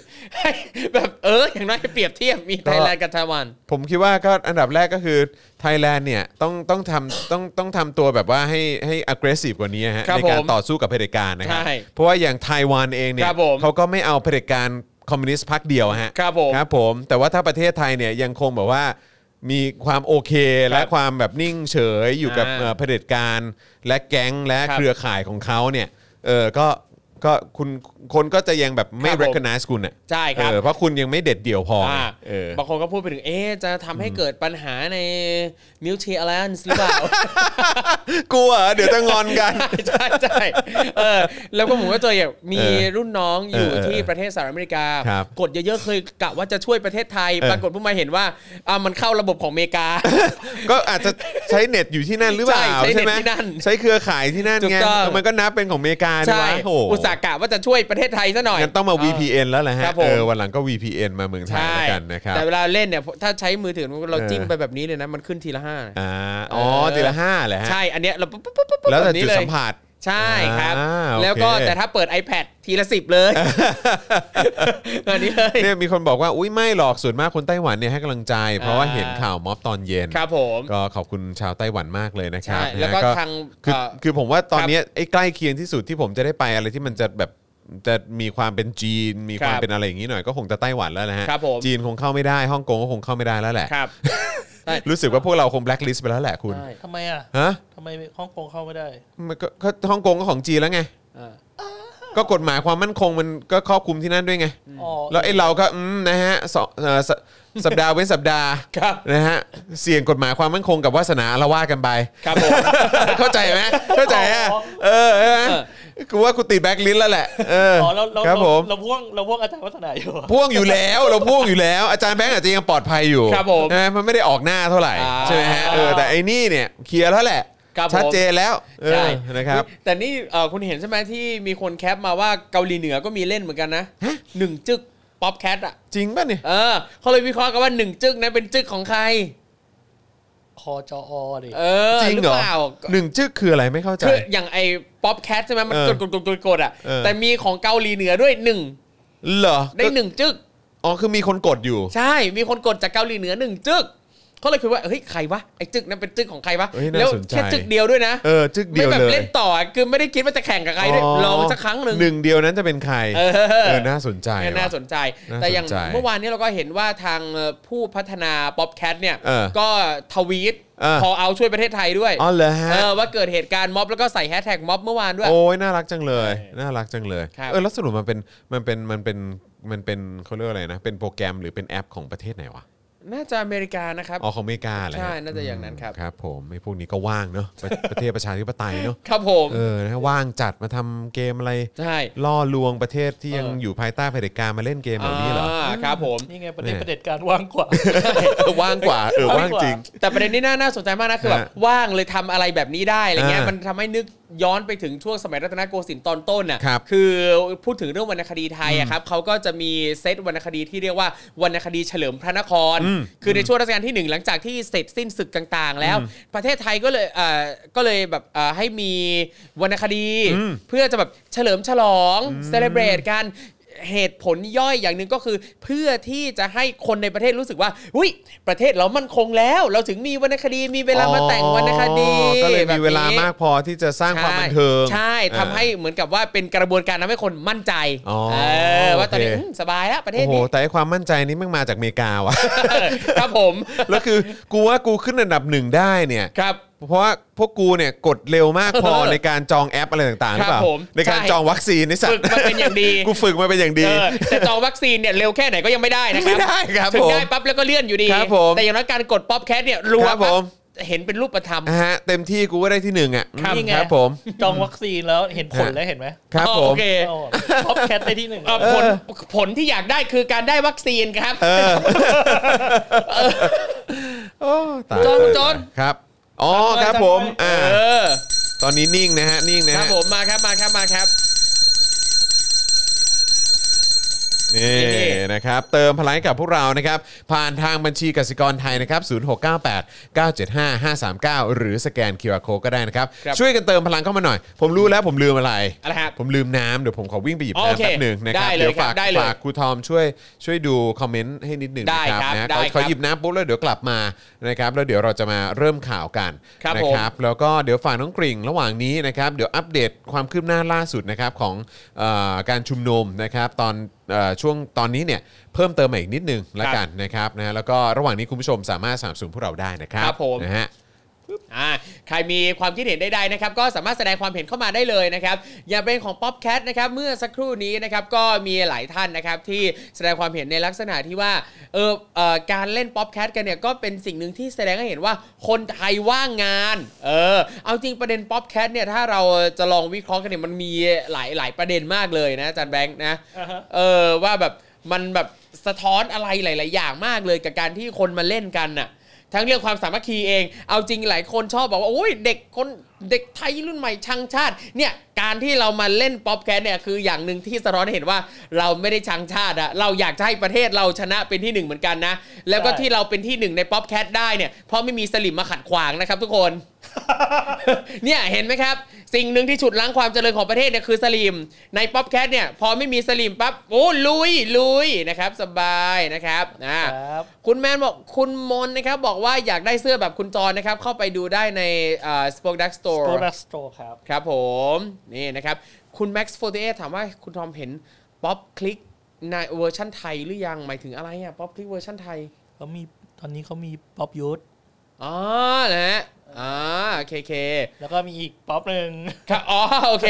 ให้แบบเออ อย่างน้อยเปรียบเทียบมีไทยแลนด์กับไต้หวัน
ผมคิดว่าก็อันดับแรกก็คือไทยแลนด์เนี่ยต้องต้องทำต้องต้องทำตัวแบบว่าให้ให้ aggressive กว่านี้ฮะ
ครับ
ในกา
ผ
ร
ม
ต่อสู้กับเผด็จการนะครับ
ใช่
เพราะว่าอย่างไต้หวันเองเนี่
ค
ย
รับผม
เขาก็ไม่เอาเผด็จการคอมมิวนิสต์พรรคเดียวฮะ
ครับผม
ครับผมแต่ว่าถ้าประเทศไทยเนี่ยยังคงแบบว่ามีความโอเค
ค
และ
รับ
ความแบบนิ่งเฉยอยู่กับ
อ่า
เอ่อเผด็จการและแก๊งและ
ครับ
เครือข่ายของเขาเนี่ยเออก็ก็คุณคนก็จะยังแบบไม่
ครับผม
recognize คุณอ่ะ
ใช่ครับ
เออเพราะคุณยังไม่เด็ดเดี่ยวพอไง
อ่า
เออ
บางคนก็พูดไปถึงเอ๊ะจะทำให้เกิดปัญหาใน mutual alliance หรือเปล่า
กลัวเดี๋ยวจะงอน กัน
ใช่ใช่เออแล้วก็ผมก็เจออย่างมี
เออ
รุ่นน้องอยู่
เออเออ
ที่ประเทศสหรัฐอเมริกา
ครับ
กดเยอะๆเคยกะว่าจะช่วยประเทศไทย
เออ
ปรากฏเพิ่งมาเห็นว่าอ่ามันเข้าระบบของอเมริกา
ก็อาจจะใช้เน็ตอยู่ที่นั่นหรือเปล่า
ใช่ใช้เน็ต
ใช่ไหม
ที่นั่น
ใช้เครือข่ายที่นั่น
ถูก
ไง
ต้อง
เออมันก็นับเป็นของอเมริกา
ใช่
วะโอ้
อุตสาหกะว่าจะช่วยประเทศไทยซะหน่อย
งั้นต้องมา VPN แล้วแหละฮะ
ครับผม
เออวันหลังก็ VPN มาเมืองไทย
ใช่
แล้วกันนะครับ
แต่เวลาเล่นเนี่ยถ้าใช้มือถือเรา
เออ
จิ้มไปแบบนี้เลยนะมันขึ้นทีละห้า
อ่าอ๋อ
เออ
ตีละห้าแหละฮะ
ใช่อันเนี้ยเราปุ๊บปุ๊บปุ๊บปุ๊บ
แล้ว
บ
แต่
บนี้
จุด
เย
สัมผัส
ใช่ครับ
อ่าโอเค
แล้วก็แต่ถ้าเปิด iPad ทีละสิบเลย อันนี้เลย
เนี่ยมีคนบอกว่าอุ้ยไม่หรอกส่วนมากคนไต้หวันเนี่ยให้กำลังใจ เพราะว่า
อ่า
เห็นข่าวม็อบตอนเย็น
ครับผม
ก็ขอบคุณชาวไต้หวันมากเลยนะครับ
ใช่
นะฮะ
แล้วก็ทาง
คือ
เอ่อ
คือผมว่าตอนเนี้ยไอ้ใกล้เคียงที่สุดที่ผมจะได้ไปอะไรที่มันจะแบบจะมีความเป็นจีน มีควา
ค
ม
รับ
เป็นอะไรอย่างนี้หน่อยก็คงจะไต้หวันแล้วนะฮะ
ครับผม
จีนคงเข้าไม่ได้ฮ่องกงก็คงเข้าไม่ได้แล้วแหละ
ครับ ใช่
รู้สึกว่าพวกเราคงแบล็คลิสต์ไปแล้วแหละคุณ
ใช่
ทำไมอ่ะ
ฮะ
ทำไมฮ่องกงเข้าไม่ได้
มันก็ก็ฮ่องกงก็ของจีนแล้วไง
อ่า
ก็กฎหมายความมั่นคงมันก็ครอบคลุมที่นั่นด้วยไง
อ๋อ
แล้วไอ้เราก็อืมนะฮะสองเอ่อสสัปดาห์เว้นสัปดาห์
ครับ
นะฮะเสี่ยงกฎหมายความมั่นคงกับวาสนาละว่ากันไป
ครับผม
เข้าใจ ไหมเข้าใจอ่ะเออเออกูว่ากูติดแบ็คลิสต์แล้วแหละเออ
อ๋อเราเรา
ครับ
เรา
ผม
เราพ่วงเราพ่วงอาจารย์วัฒนาอยู่อะ
พ่วงอยู่แล้วเราพ่วงอยู่แล้ว อาจารย์แบงค์อาจจะยังปลอดภัยอยู่
ครับผม
ใช่ไหมันไม่ได้ออกหน้าเท่าไหร่
อ่า
ใช่ไหมฮะเออแต่ไอ้นี่เนี่ยเคลียร์แล้วแหละ
ครับผม
ชัดเจนแล้วเออ
ใช่
นะครับ
แต่นี่เอ่อคุณเห็นใช่ไหมที่มีคนแคปมาว่าเกาหลีเหนือก็มีเล่นเหมือนกันนะหนึ่งจึกป๊อปแคทอ่ะ
จริงป่ะเนี่ย
เออเขาเลยวิเคราะห์กันว่าหนึ่งจึกนั้นเป็นจึกของใคร
คอจออดิ
เออ
จริงเหรอ
เปล่า
หนึ่งจึ๊กคืออะไรไม่เข้าใจ
คืออย่างไอ้ป๊อปแคทใช่ไหมมัน
เออก
ดกดกดกดกดอ่ะ
เออ
แต่มีของเกาหลีเหนือด้วยหนึ่ง
เหรอ
ได้หนึ่งจึก
อ๋อคือมีคนกดอยู่
ใช่ มีคนกดจากเกาหลีเหนือหนึ่งจึกเขาเลยคิดว่า เฮ้ย ใครวะ ไอ้จึกนั้นเป็นจึกของใครวะ
เฮ้ยน่า
แล้ว
สนใจ
แค่จึกเดียวด้วยนะ
เออจึ๊ก
ไม่
เดียว
แบบ
เลย
เล่นต่ออะคือไม่ได้คิดว่าจะแข่งกับใครด้วย ลองสักครั้งหนึ่ง
หนึ่งเดียวนั้นจะเป็นใคร
เออ
น่าสนใจ
เนี่ยน่า
ว่ะ
สนใจ
น่า
แต่อย่าง
สนใจ
เมื่อวานนี้เราก็เห็นว่าทางเอ่อผู้พัฒนาป๊อปแคทเนี่ย
เออ
ก็ทวีต
เออ
ขอเอาช่วยประเทศไทยด้วย
อ๋อเหรอฮะ
เออว่าเกิดเหตุการณ์ม็อบแล้วก็ใส่แฮชแท็กม็อบเมื่อวานด้วย
โอ้ยน่ารักจังเลย น่ารักจังเลย
ครับ
เออแล้วสรุปมันเป็นมันเป็นมันเป็นมันเป็นเขาเรียกว่าอะไรนะ เป็นโปรแกรมหรือเป็นแอปของประเทศไหนวะ
น่าจะอเมริกานะครับ
อ๋อของอเมริกาเหรอฮ
ใช่น่าจะอย่างนั้นครับ
ครับ ผมไอ้พวกนี้ก็ว่างเนาะ ประประเทศประชาธิปไตยเนาะ
ครับผม
เออนะว่างจัดมาทำเกมอะไร
ใช่
ล่อลวงประเทศที่ยัง
เออ
อ
อ
ยู่ภายใต้เผด็จการมาเล่นเกมแบบนี้เหรอ
าครับผม
นี่ไงประเด็น
เนี่ย
ประเด็นการว่างก ว่า
ว่างกว่าเออว่างจริง
แต่ประเด็นนี้น่าน่าสนใจมากนะคือแบบ
ฮะ
ว่างเลยทำอะไรแบบนี้ได้อะไรเงี้ย
อ่ามั
มันทำให้นึกย้อนไปถึงช่วงสมัยรัตนโกสินทร์ตอนต้นน่ะ
ครับ
คือพูดถึงเรื่องวรรณคดีไทยอะครับเขาก็จะมีเซตวรรณคดีที่เรียกว่าวรรณคดีเฉลิมพระนคร
อืม
คือในช่วงรัชกาลที่หนึ่งหลังจากที่เสร็จสิ้นศึกต่างๆ แล้ว ประเทศไทยก็เลยเอ่อก็เลยแบบเอ่อให้มีวรรณคดี
อืม
เพื่อจะแบบเฉลิมฉลองเซเลบรตกันเหตุผลย่อยอย่างหนึ่งก็คือ เพื่อที่จะให้คนในประเทศรู้สึกว่าอุ้ยประเทศเรามั่นคงแล้ว เราถึงมีวรรณคดีมีเวลามาแต่งวรรณคดี
อ๋อก็เลยมีเวลา
แบบนี้
มากพอที่จะสร้างความบันเทิง
ใช่
อ่า
ทำให้เหมือนกับว่าเป็นกระบวนการทำให้คนมั่นใจ
อ๋อ
เออว่าตอนนี้
โอเค
อืมสบายแล้วประเทศ
โอ้โห
นี้
แต่ไอ้ความมั่นใจนี้แมันมาจากอเมริกาว่ะ
ครับผม
แล้วคือกูว่ากูขึ้นอันดับหนึ่งได้เนี่ย
ครับ
เพราะว่าพวกกูเนี่ยกดเร็วมากพอ
เออ
ในการจองแอปอะไรต่างๆหรือเปล่า
ครับผม
ในการ
ใช่
จองวัคซีนนี่สัต
ฝึก
ว์
มาเป็นอย่างดี
กูฝึกมาเป็นอย่างดี
เออแต่จองวัคซีนเนี่ยเร็วแค่ไหนก็ยังไม่ได้นะค
ไม่
รับ
ได้ครับ
ถึ
ผ
ง
ม
ได้ปั๊บแล้วก็เลื่อนอยู่ดี
ครับผม
แต่อย่างน้อยการกดป๊อปแคสเนี่ยรัว
ครับผม
เห็นเป็นรูปธรรม
นะฮะเต็มที่กูก็ได้ที่หนึ่งอ่ะ
ครับ
อืมครับผม
จองวัคซีนแล้วเห็นผลแล้วเห็นไหม
ครับผ
โอ
ม
เค
เอาอะท็อปแคทได้ที่หนึ่ง
เอ่อผลผลที่อยากได้คือการได้วัคซีนครับ
เออโอ้ตาย
จอน
ตาย
จอน
ครับอ๋อครับผมอ่า
เออ
ตอนนี้นิ่งนะฮะนิ่งนะครับ ฮะ
ผมมาครับมาครับมาครับ
นี่นะครับ เติมพลังให้กับพวกเรานะครับ ผ่านทางบัญชีกสิกรไทยนะครับ0698 975 539 หรือสแกน QR Code ก็ได้นะครับ
ครับ
ช่วยกันเติมพลังเข้ามาหน่อย ผมรู้แล้วผมลืมอะไร
อะไรครับ
ผมลืมน้ำเดี๋ยวผมขอวิ่งไปหยิบ
โอ
น้ำ
เค
แป๊บหนึ่งนะครั
ได้
บ
เลย
เดี๋ยว
ครับ
ฝาก
ได้เลย
ฝากครูทอมช่วยช่วยดูคอมเมนต์ให้นิดหนึ่ง
ได้
นะครับ
ครับ
นะ
ได้
ขอ
ครับ
ขอหยิบน้ำปุ๊บแล้วเดี๋ยวกลับมานะครับแล้วเดี๋ยวเราจะมาเริ่มข่าวกัน
ครับ
นะ
ผม
แล้วก็เดี๋ยวฝากน้องกริ่งระหว่างนี้นะครับเดี๋ยวอัปเดตความคืบหน้าล่าสุดนะครับของเออการชุมนุมนะครับตอนเอ่อช่วงตอนนี้เนี่ยเพิ่มเติมมาอีกนิดหนึงละกันนะครับนะแล้วก็ระหว่างนี้คุณผู้ชมสามารถสามสูนพวกเราได้นะครับ
ครับผม
นะฮะ
อ่าใครมีความคิดเห็นใดๆนะครับ ก็สามารถแสดงความเห็นเข้ามาได้เลยนะครับ อย่างเป็นของ Pop Cat นะครับ เมื่อสักครู่นี้นะครับ ก็มีหลายท่านนะครับ ที่แสดงความเห็นในลักษณะที่ว่า เออเอ่อการเล่น Pop Cat กันเนี่ย ก็เป็นสิ่งหนึ่งที่แสดงให้เห็นว่าคนไทยว่างงาน เออ เอาจริงประเด็น Pop Cat เนี่ย ถ้าเราจะลองวิเคราะห์กันเนี่ย มันมีหลายหลายประเด็นมากเลยนะอาจารย์แบงค์นะ
อ่าฮะ
เออว่าแบบมันแบบสะท้อนอะไรหลาย ๆ อย่างมากเลยกับการที่คนมาเล่นกันน่ะ ทั้งเรื่องความสามัคคีเอง เอาจริงหลายคนชอบบอกว่าโอ้ยเด็กคนเด็กไทยรุ่นใหม่ชังชาติ เนี่ยการที่เรามาเล่นป๊อปแคสเนี่ยคืออย่างหนึ่งที่สะท้อนให้เห็นว่าเราไม่ได้ชังชาติอะเราอยากจะให้ประเทศเราชนะเป็นที่หนึ่งเหมือนกันนะ แล้วก็
ใช่
ที่เราเป็นที่หนึ่งในป๊อปแคสได้เนี่ยเพราะไม่มีสลิมมาขัดขวางนะครับทุกคน เนี่ยเห็นไหมครับ สิ่งหนึ่งที่ฉุดล้างความเจริญของประเทศเนี่ยคือสลิมในป๊อปแคทเนี่ยพอไม่มีสลิมปั๊บโอ้ลุยลุยนะครับสบายนะครับอ่า
ครับ
คุณแมนบอกคุณมนนะครับ บอกว่าอยากได้เสื้อแบบคุณจรนะครับ เข้าไปดูได้ในสปอคดักสโตร์
Product Store ครับ
ครับผมนี่นะครับ คุณ Max 48ถามว่าคุณทอมเห็นป๊อปคลิกในเวอร์ชั่นไทยหรือยัง หมายถึงอะไรอ่ะป๊อปคลิกเวอร์ชั่นไทย
เขามีตอนนี้เขามีป๊อปยูท
อ๋อนะฮะอ่าเคเค
แล้วก็มีอีกป๊อปหนึ่ง
ครับอ๋อโอเค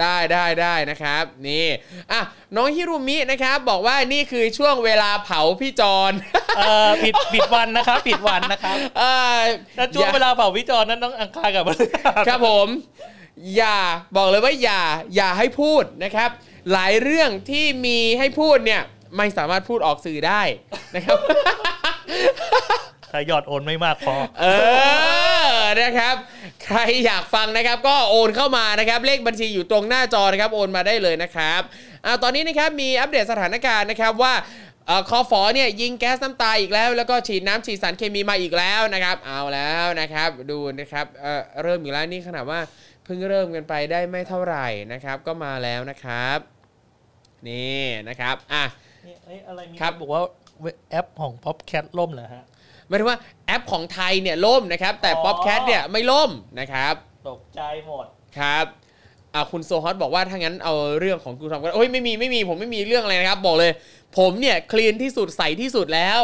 ได้ได้ได้นะครับ นี่อ่ะน้องฮิรุมินะครับ บอกว่านี่คือช่วงเวลาเผาพี่จ ร
เออผิดผิดวันนะครับ ผิดวันนะครับ
เอ่อ
แล้วช่วงเวลาเป่าวิจารณ์นั้นต้องอังคารกับมัน
ครับผม อย่าบอกเลยว่าอย่าอย่าให้พูดนะครับ หลายเรื่องที่มีให้พูดเนี่ยไม่สามารถพูดออกสื่อได้นะครับ
ถ้ายอดโอนไม่มากพอ
เออนะครับ ใครอยากฟังนะครับ ก็โอนเข้ามานะครับ เลขบัญชีอยู่ตรงหน้าจอนะครับ โอนมาได้เลยนะครับเอาตอนนี้นะครับมีอัปเดตสถานการณ์นะครับว่าเอ่อคอฟอเนี่ยยิงแก๊สน้ำตาอีกแล้ว แล้วก็ฉีดน้ำฉีดสารเคมีมาอีกแล้วนะครับ เอาแล้วนะครับ ดูนะครับเอ่อเริ่มอยู่แล้วนี่ขนาดว่าเพิ่งเริ่มกันไปได้ไม่เท่าไหร่นะครับ ก็มาแล้วนะครับ นี่นะครับอ่ะ
นี่เอ้ยอะไรมี
ครับ
นบอกว่าเว็บแอปของ p o p c a t ล่มเหรอฮะ
หมายถึงว่าแอปของไทยเนี่ยล่มนะครับ แต่ป๊อปแคทเนี่ยไม่ล่มนะครับ
ตกใจหมด
ครับอ่าคุณโซฮอตบอกว่าถ้างั้นเอาเรื่องของคุณทอมก็โอ้ยไม่มีไม่มีผมไม่มีเรื่องอะไรนะครับ บอกเลย ผมเนี่ยคลีนที่สุดใสที่สุดแล้ว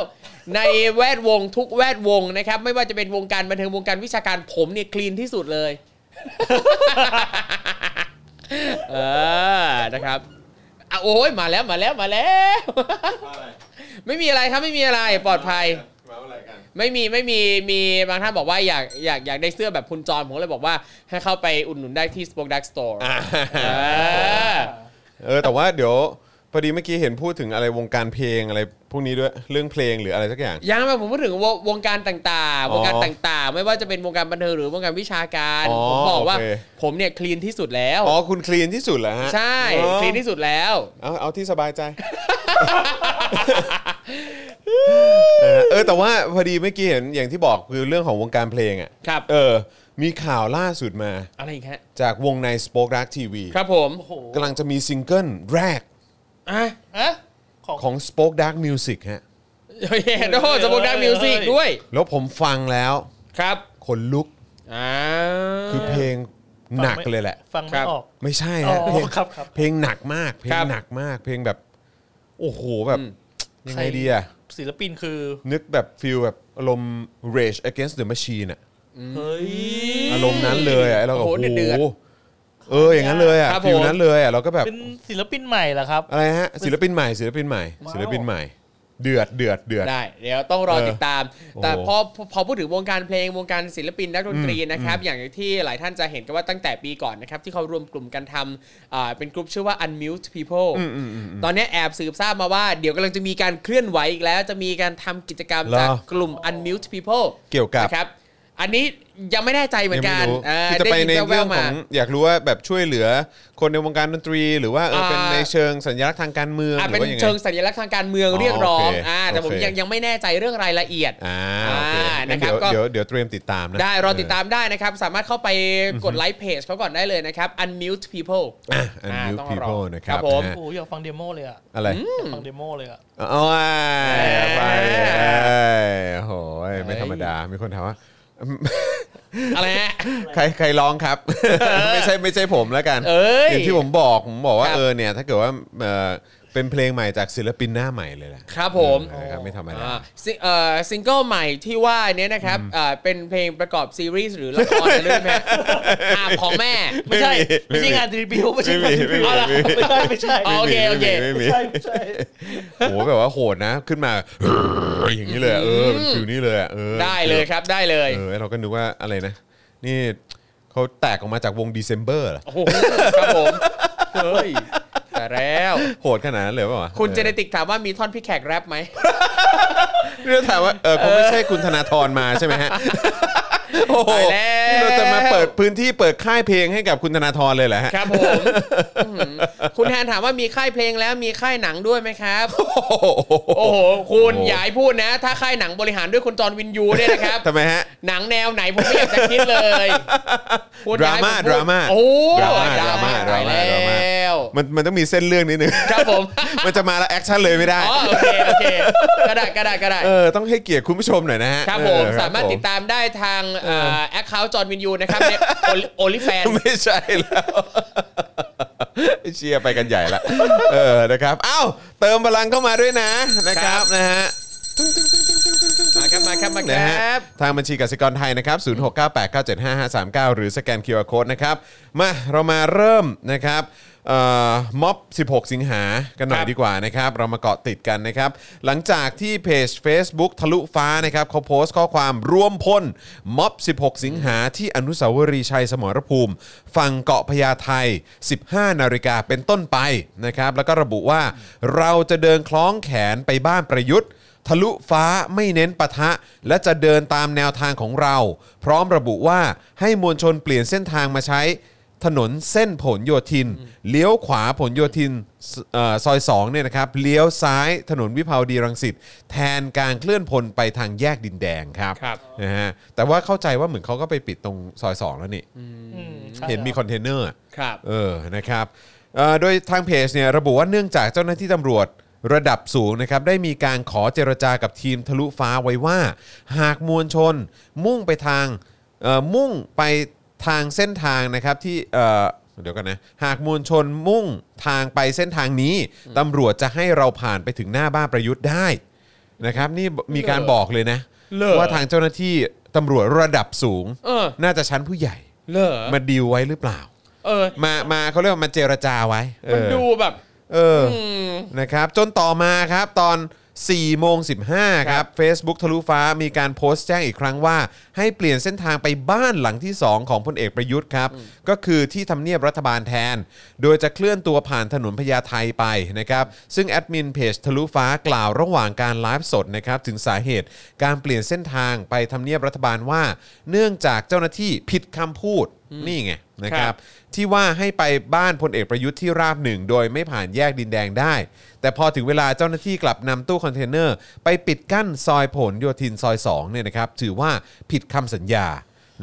ในแวดวงทุกแวดวงนะครับ ไม่ว่าจะเป็นวงการบันเทิงวงการวิชาการผมเนี่ยคลีนที่สุดเลย เออนะครับอ่ะโอ้ยมาแล้วมาแล้วมาแล้ว ไม่มีอะไรครับไม่มีอะไรปลอดภัย
เมาอะไรกัน
ไม่มีไม่มีมีบางท่านบอกว่าอยากอยากอยากได้เสื้อแบบคุณจอนผมก็เลยบอกว่าให้เข้าไปอุดหนุนได้ที่ Spoke Dark Store เออ
เออแต่ว่าเดี๋ยวพอดีเมื่อกี้เห็นพูดถึงอะไรวงการเพลงอะไรพวกนี้ด้วยเรื่องเพลงหรืออะไรสักอย่าง
ยังไม่ผมพูดถึงวงวงการต่างๆ
อ๋อ
วงการต่างๆ ไม่ว่าจะเป็นวงการบันเทิงหรือวงการวิชาการ
อ๋อ
ผมบอกว่า
โอเค
ผมเนี่ยคลีนที่สุดแล้ว
อ๋อคุณคลีนที่สุดเหรอฮะ
ใช่
อ๋อ
คลีนที่สุดแล้ว
เอาเอาที่สบาย ใจ เออแต่ว่าพอดีเมื่อกี้เห็นอย่างที่บอกคือเรื่องของวงการเพลงอ่ะ
ครับ
เออ มีข่าวล่าสุดมา
อะไรอีกฮะ
จากวงใน Spoke Dark TV
ครับผม
โอ้โห
กำลังจะมีซิงเกิลแรก
อ่ะ
อะของ
ของ Spoke Dark Music ฮะ
โอ้ยโอ้สมุดดังมิวสิกด้วย
แล้วผมฟังแล้ว
ครับ
ขนลุก
อ่า
คือเพลงหนักเลยแหละ
ฟัง
ค
ไม่
รับ
ออก
ไม่ใช่
อ๋
ฮะ
อ
เพลง
ครับครับ
เพลงหนักมาก เพล
ค
ง
รับ
หนักมาก เพลงแบบ โอ้โหแบบ
อืม
ยังไงดีอะ
ศิลปินคือ
นึกแบบฟิลแบบอารมณ์ Rage Against the Machine อะ
เฮ้ย
อารมณ์นั้นเลยอะไอ้เราก็
โอ้
โอ้
โห
โห
เดือด
เอออย่างนั้นเลยอะ
ครับผม
ฟิลนั้นเลยอะเราก็แบบ
เป็นศิลปินใหม่เหรอครับ
อะไรฮะ ศิลปินใหม่ ศิลปินใหม่
ว้าว
ศิลปินใหม่ เดือดเดือดเดือด
ได้ เดี๋ยวต้องรอติดตาม
เออ
แต่
โอ้โห
พอพอพูดถึงวงการเพลงวงการศิลปินนักดนตรีนะครับ อย่างที่หลายท่านจะเห็นกันว่าตั้งแต่ปีก่อนนะครับ ที่เขารวมกลุ่มกันทำอ่าเป็นกลุ่มชื่อว่า Unmute People ตอนนี้แอบสืบทราบมาว่า เดี๋ยวกำลังจะมีการเคลื่อนไหวอีกแล้ว จะมีการทำกิจกรรม
เหรอ
จากกลุ่ม Unmute People
เกี่ยวกับ
นะครับ อันนี้ยังไม่แน่ใจเหมื
ยั
อง น
ไม่
กัน
รู้
เออ
ที่จะ
ได้
ไป
ยิน
ใน
แว่
เรื่อ
ว
ง
ๆ
ข
มา
องอยากรู้ว่าแบบช่วยเหลือคนในวงการดนตรี หรือว่าเออเป็น
อ่า
ในเชิงสัญลักษณ์ทางการเมืองห
อ่ะ
รื
เป็
อน ว่ายังไง
เชิงสัญลักษณ์ทางการเมือง
อ๋อ
เรียกร้อง
โอเค
อ่าแต่ผม
โอเค
ยังยังไม่แน่ใจเรื่องรายละเอียด
อ่าโอเค
อ่า
งั้นเดี๋ยว
นะครับก็
เดี๋ยวเดี๋ยวเตรียมติดตามนะ
ได้รอติดตามได้นะครับ สามารถเข้าไปกดไลค์เพจเขาก่อนได้เลยนะครับ unmute people
อันนิว
ต้อง
พี
รอ
โพนะครับ
ครับผม
นะ
โอ้ยอยากฟังเดโมเลยอะ
อะไร
อยากฟังเดโมเลยอะ
เอ๋อาไป
เอ
โอ้โหไม่ธรรมดา มีคนถามว่า
อะไรฮะ
ใครใครร้องครับ ไม่ใช่ไม่ใช่ผมแล้วกัน
เอ้ย
อย่างที่ผมบอกผมบอกว่า
ครับ
เออเนี่ย ถ้าเกิดว่าเออเป็นเพลงใหม่จากศิลปินหน้าใหม่เลยแหละ
ครับผม
เออนะครับไม่ธรรมดา
อ่าซิเอ่อซิงเกิลใหม่ที่ว่าเนี้ยนะครับอ่าเป็นเพลงประกอบซีรีส์หรือละครเรื่อง แม่อาบของแม่
ไม่ใช่
ไม่มี
ไม่ใช่งานดีบิวไม่ใช่
ไม่
งาน
มี
ดีบิว
ไม่มี
อะไรไม่ใช่ไม่ใช่
อ๋อ เคโเค
ไม่มี
ไม่
ไม่
ใช่
มี
ไม่ใช่
โอ้โหแบบว่าโหดนะ ขึ้นมา อย่างนี้เลยอะเออเป็นฟิลนี้เลยอะเออ
ได้เลยครับได้เลย
เออเราก็นึกว่าอะไรนะ นี่เขาแตกออกมาจากวง December เหรอ
โอ้โหครับผมเฮ้ยแต่แล้ว
โหดขนาดนั้นเลยเปล่าวะ
คุณเจเน
เน
ติกถามว่ามีท่อนพี่แขกแรปไหม
เรื่องถามว่าเออคงไม่ใช่คุณธนาธรมาใช่ไหมฮะ โอ้โห
ตายแล้ว
เราจะมาเปิดพื้นที่เปิดค่ายเพลงให้กับคุณธนาธรเลยเหรอฮะ
ครับผมอื้อหือคุณแทนถามว่ามีค่ายเพลงแล้วมีค่ายหนังด้วยไหมครับ โอ้โห คุณ
โอ้โห
อย่าให้พูดนะ ถ้าค่ายหนังบริหารด้วยคุณจอร์นวินยูเนี่ย นะครับ
ทำไมฮะ
หนังแนวไหนผมไม่อยากจะคิดเลยคุณอย่ให้ผพู
ดราม่า
โอ้
ดราม่า
ได้
ดราม่า
ได้
ดราม่าดราม่า
แล้ว
มันมันต้องมีเส้นเรื่องนิด นึง
ครับ ผม
มันจะมาแล้วแอคชั่นเลยไม่ได้
อ๋อโอเคโอเคก็ได้ก็ได้ก็ได้
เออ ต้องให้เกียรติคุณผู้ชมหน่อยนะฮะ
ครับผม
เออ
สามารถติดตามได้ทางแอคเคาท์จอร์นวินยูนะครับในโอลิแฟน
ไม่ใช่แล้ว เชียร์ไปกันใหญ่ละ เออ นะครับ อ้าว เติมพลังเข้ามาด้วยนะ นะครับ นะฮะ
มาครับมาครับมาค
นะฮะ
รับ
ทางบัญชีกสิกรไทยนะครับ 0698975539 หรือสแกน QR Code นะครับ มา เรามาเริ่มนะครับเอ่อม็อบ 16 สิงหากันหน่
ค
อย
รับ
ดีกว่านะครับ เรามาเกาะติดกันนะครับ หลังจากที่เพจ Facebook ทะลุฟ้านะครับเขาโพสต์ข้อความรวมพลม็อบ 16 สิงหาที่อนุสาวรีย์ชัยสมรภูมิ ฝั่งเกาะพญาไท 15 นาฬิกาเป็นต้นไปนะครับ แล้วก็ระบุว่าเราจะเดินคล้องแขนไปบ้านประยุทธ์ ทะลุฟ้าไม่เน้นปะทะ และจะเดินตามแนวทางของเรา พร้อมระบุว่าให้มวลชนเปลี่ยนเส้นทางมาใช้ ถนนเส้นผลโยธิน เลี้ยวขวาผลโยธินซเอ่อซอย2เนี่ยนะครับเลี้ยวซ้ายถนนวิภาวดีรังสิตแทนการเคลื่อนพลไปทางแยกดินแดงครับ
ครับ
นะฮะแต่ว่าเข้าใจว่าเหมือนเขาก็ไปปิดตรงซอย 2 แล้วนี่
อืมใช่
เห็นมีคอนเทนเนอร์อะ
ครับ
เออ นะครับเอ่อโดยทางเพจเนี่ยระบุว่าเนื่องจากเจ้าหน้าที่ตำรวจระดับสูงนะครับได้มีการขอเจรจากับทีมทะลุฟ้าไว้ว่า หากมวลชนมุ่งไปทางเอ่อมุ่งไปทางเส้นทางนะครับที่เอ่อเดี๋ยวกันนะ หากมวลชนมุ่งทางไปเส้นทางนี้ตำรวจจะให้เราผ่านไปถึงหน้าบ้านประยุทธ์ได้นะครับนี่มีการบอกเลยนะ
เหรอ
ว่าทางเจ้าหน้าที่ตำรวจระดับสูง
เออ
น่าจะชั้นผู้ใหญ่
เลอ
มาดีลไว้หรือเปล่า
เออ
มา มาเขาเรียกว่ามาเจรจาไว้ เอ
มัน
อ
ดูแบบ
เอออ
อืม
นะครับ จนต่อมาครับ ตอน4โมง15 ครับ Facebook ทะลุฟ้ามีการโพสต์แจ้งอีกครั้งว่า ให้เปลี่ยนเส้นทางไปบ้านหลังที่ 2 ของพลเอกประยุทธ์ครับ ก็คือที่ทำเนียบรัฐบาลแทน โดยจะเคลื่อนตัวผ่านถนนพญาไทไปนะครับ ซึ่งแอดมินเพจทะลุฟ้ากล่าวระหว่างการไลฟ์สดนะครับถึงสาเหตุการเปลี่ยนเส้นทางไปทำเนียบรัฐบาลว่า เนื่องจากเจ้าหน้าที่ผิดคำพูดนี่ไงนะค
ครั
รับ
บ
ที่ว่าให้ไปบ้านพลเอกประยุทธ์ที่ราบหนึ่ง โดยไม่ผ่านแยกดินแดงได้ แต่พอถึงเวลาเจ้าหน้าที่กลับนำตู้คอนเทนเนอร์ ไปปิดกั้นซอยผลโยธินซอย2เนี่ยนะครับถือว่าผิดคำสัญญา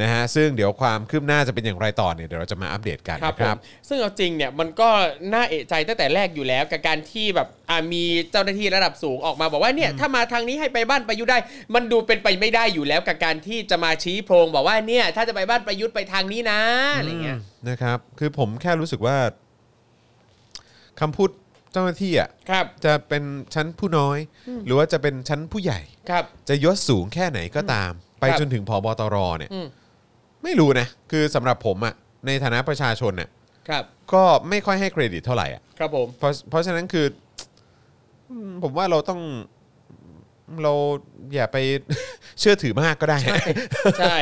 นะฮะซึ่งเดี๋ยวความคืบหน้าจะเป็นอย่างไรต่อเนี่ยเดี๋ยวเราจะมาอัปเดตกัน
ครับ
นะ
ผ
ครั
ม
บ
ซึ่งเอาจริงเนี่ยมันก็น่าเอะใจตั้งแต่แรกอยู่แล้วกับการที่แบบอ่ะมีเจ้าหน้าที่ระดับสูงออกมาบอกว่าเนี่ยถ้ามาทางนี้ให้ไปบ้านประยุทธ์ได้ มันดูเป็นไปไม่ได้อยู่แล้วกับการที่จะมาชี้โพรงบอกว่าเนี่ยถ้าจะไปบ้านประยุทธ์ไปทางนี้นะอะไรเงี้ย
นะครับ คือผมแค่รู้สึกว่าคำพูดเจ้าหน้าที่อ่ะ
ครับ
จะเป็นชั้นผู้น้อย หรือว่าจะเป็นชั้นผู้ใหญ่
ครับ
จะยศสูงแค่ไหนก็ตาม ไป
ครับ
จนถึงผบตรเนี่ย
อืม
ไม่รู้นะ คือสำหรับผมอะในฐานะประชาชนเนี่ย
ครับ
ก็ไม่ค่อยให้เครดิตเท่าไหร่อะ
ครับ ผม
เพราะเพราะฉะนั้นคืออืมผมว่าเราต้องเราอย่าไป เชื่อถือมากก็ได้
ใช่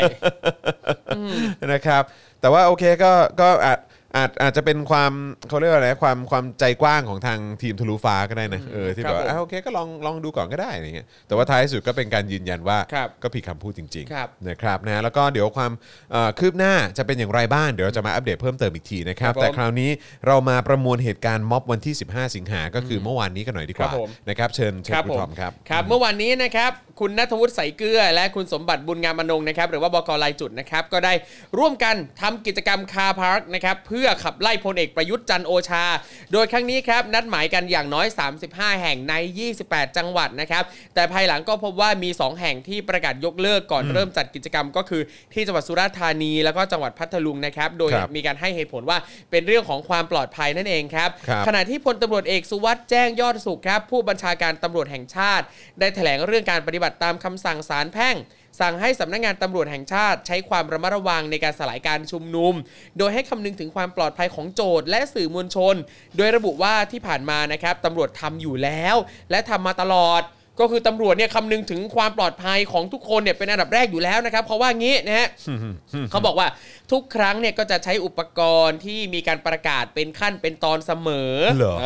นะครับ แต่ว่าโอเคก็ก็อาจอาจอาจจะเป็นความเขาเรียกว่าอะไรความความใจกว้างของทางทีมทะลุฟ้าก็ได้นะเออที่แบบว่า
ครับผม
อ่ะโอเคก็ลองลองดูก่อนก็ได้อะไรเงี้ยแต่ว่าท้ายสุดก็เป็นการยืนยันว่า
ครับ
ก็ผิดคำพูดจริง
ครับ
ๆนะครับนะแล้วก็เดี๋ยวความเอ่อคืบหน้าจะเป็นอย่างไรบ้างเดี๋ยวเราจะมาอัปเดตเพิ่มเติมอีกทีนะครับแต่คราวนี้เรามาประมวลเหตุการณ์ม็อบวันที่ 15 สิงหาก็คือเมื่อวานนี้กันหน่อยดีกว่านะครับเชิญเชิญคุณทอมครับ
ครับ เมื่อวานนี้นะครับคุณนัทวุฒิใสเกลือ และคุณสมบัติบุญงามอนงค์นะครับหรือว่าบกลายจุดนะครับก็ได้ร่วมกันทำกิจกรรมคาพาร์คนะครับเพื่อขับไล่พลเอกประยุทธ์จันทร์โอชา โดยครั้งนี้ครับนัดหมายกันอย่างน้อย 35 แห่งใน 28 จังหวัดนะครับแต่ภายหลังก็พบว่ามี 2 แห่งที่ประกาศยกเลิกก่อนเริ่มจัดกิจกรรมก็คือที่จังหวัดสุราษฎร์ธานีแล้วก็จังหวัดพัทลุงนะครับโดย
ครับ
มีการให้เหตุผลว่าเป็นเรื่องของความปลอดภัยนั่นเองครับ
ครับ
ขณะที่พลตำรวจเอกสุวัสด์แจ้งยอดสุขครับ ผู้บัญชาการตำรวจแห่งชาติ ได้แถลงเรื่องการปฏิบัติตามคำสั่งศาลแพ่ง สั่งให้สำนักงานตำรวจแห่งชาติ ใช้ความระมัดระวังในการสลายการชุมนุม โดยให้คำนึงถึงความปลอดภัยของโจทย์และสื่อมวลชน โดยระบุว่าที่ผ่านมานะครับตำรวจทำอยู่แล้ว และทำมาตลอด ก็คือตำรวจเนี่ยคำนึงถึงความปลอดภัยของทุกคนเนี่ยเป็นอันดับแรกอยู่แล้วนะครับเพราะว่างี้นะฮะ เขาบอกว่าทุกครั้งเนี่ยก็จะใช้อุปกรณ์ที่มีการประกาศเป็นขั้นเป็นตอนเสมอ
เหรอ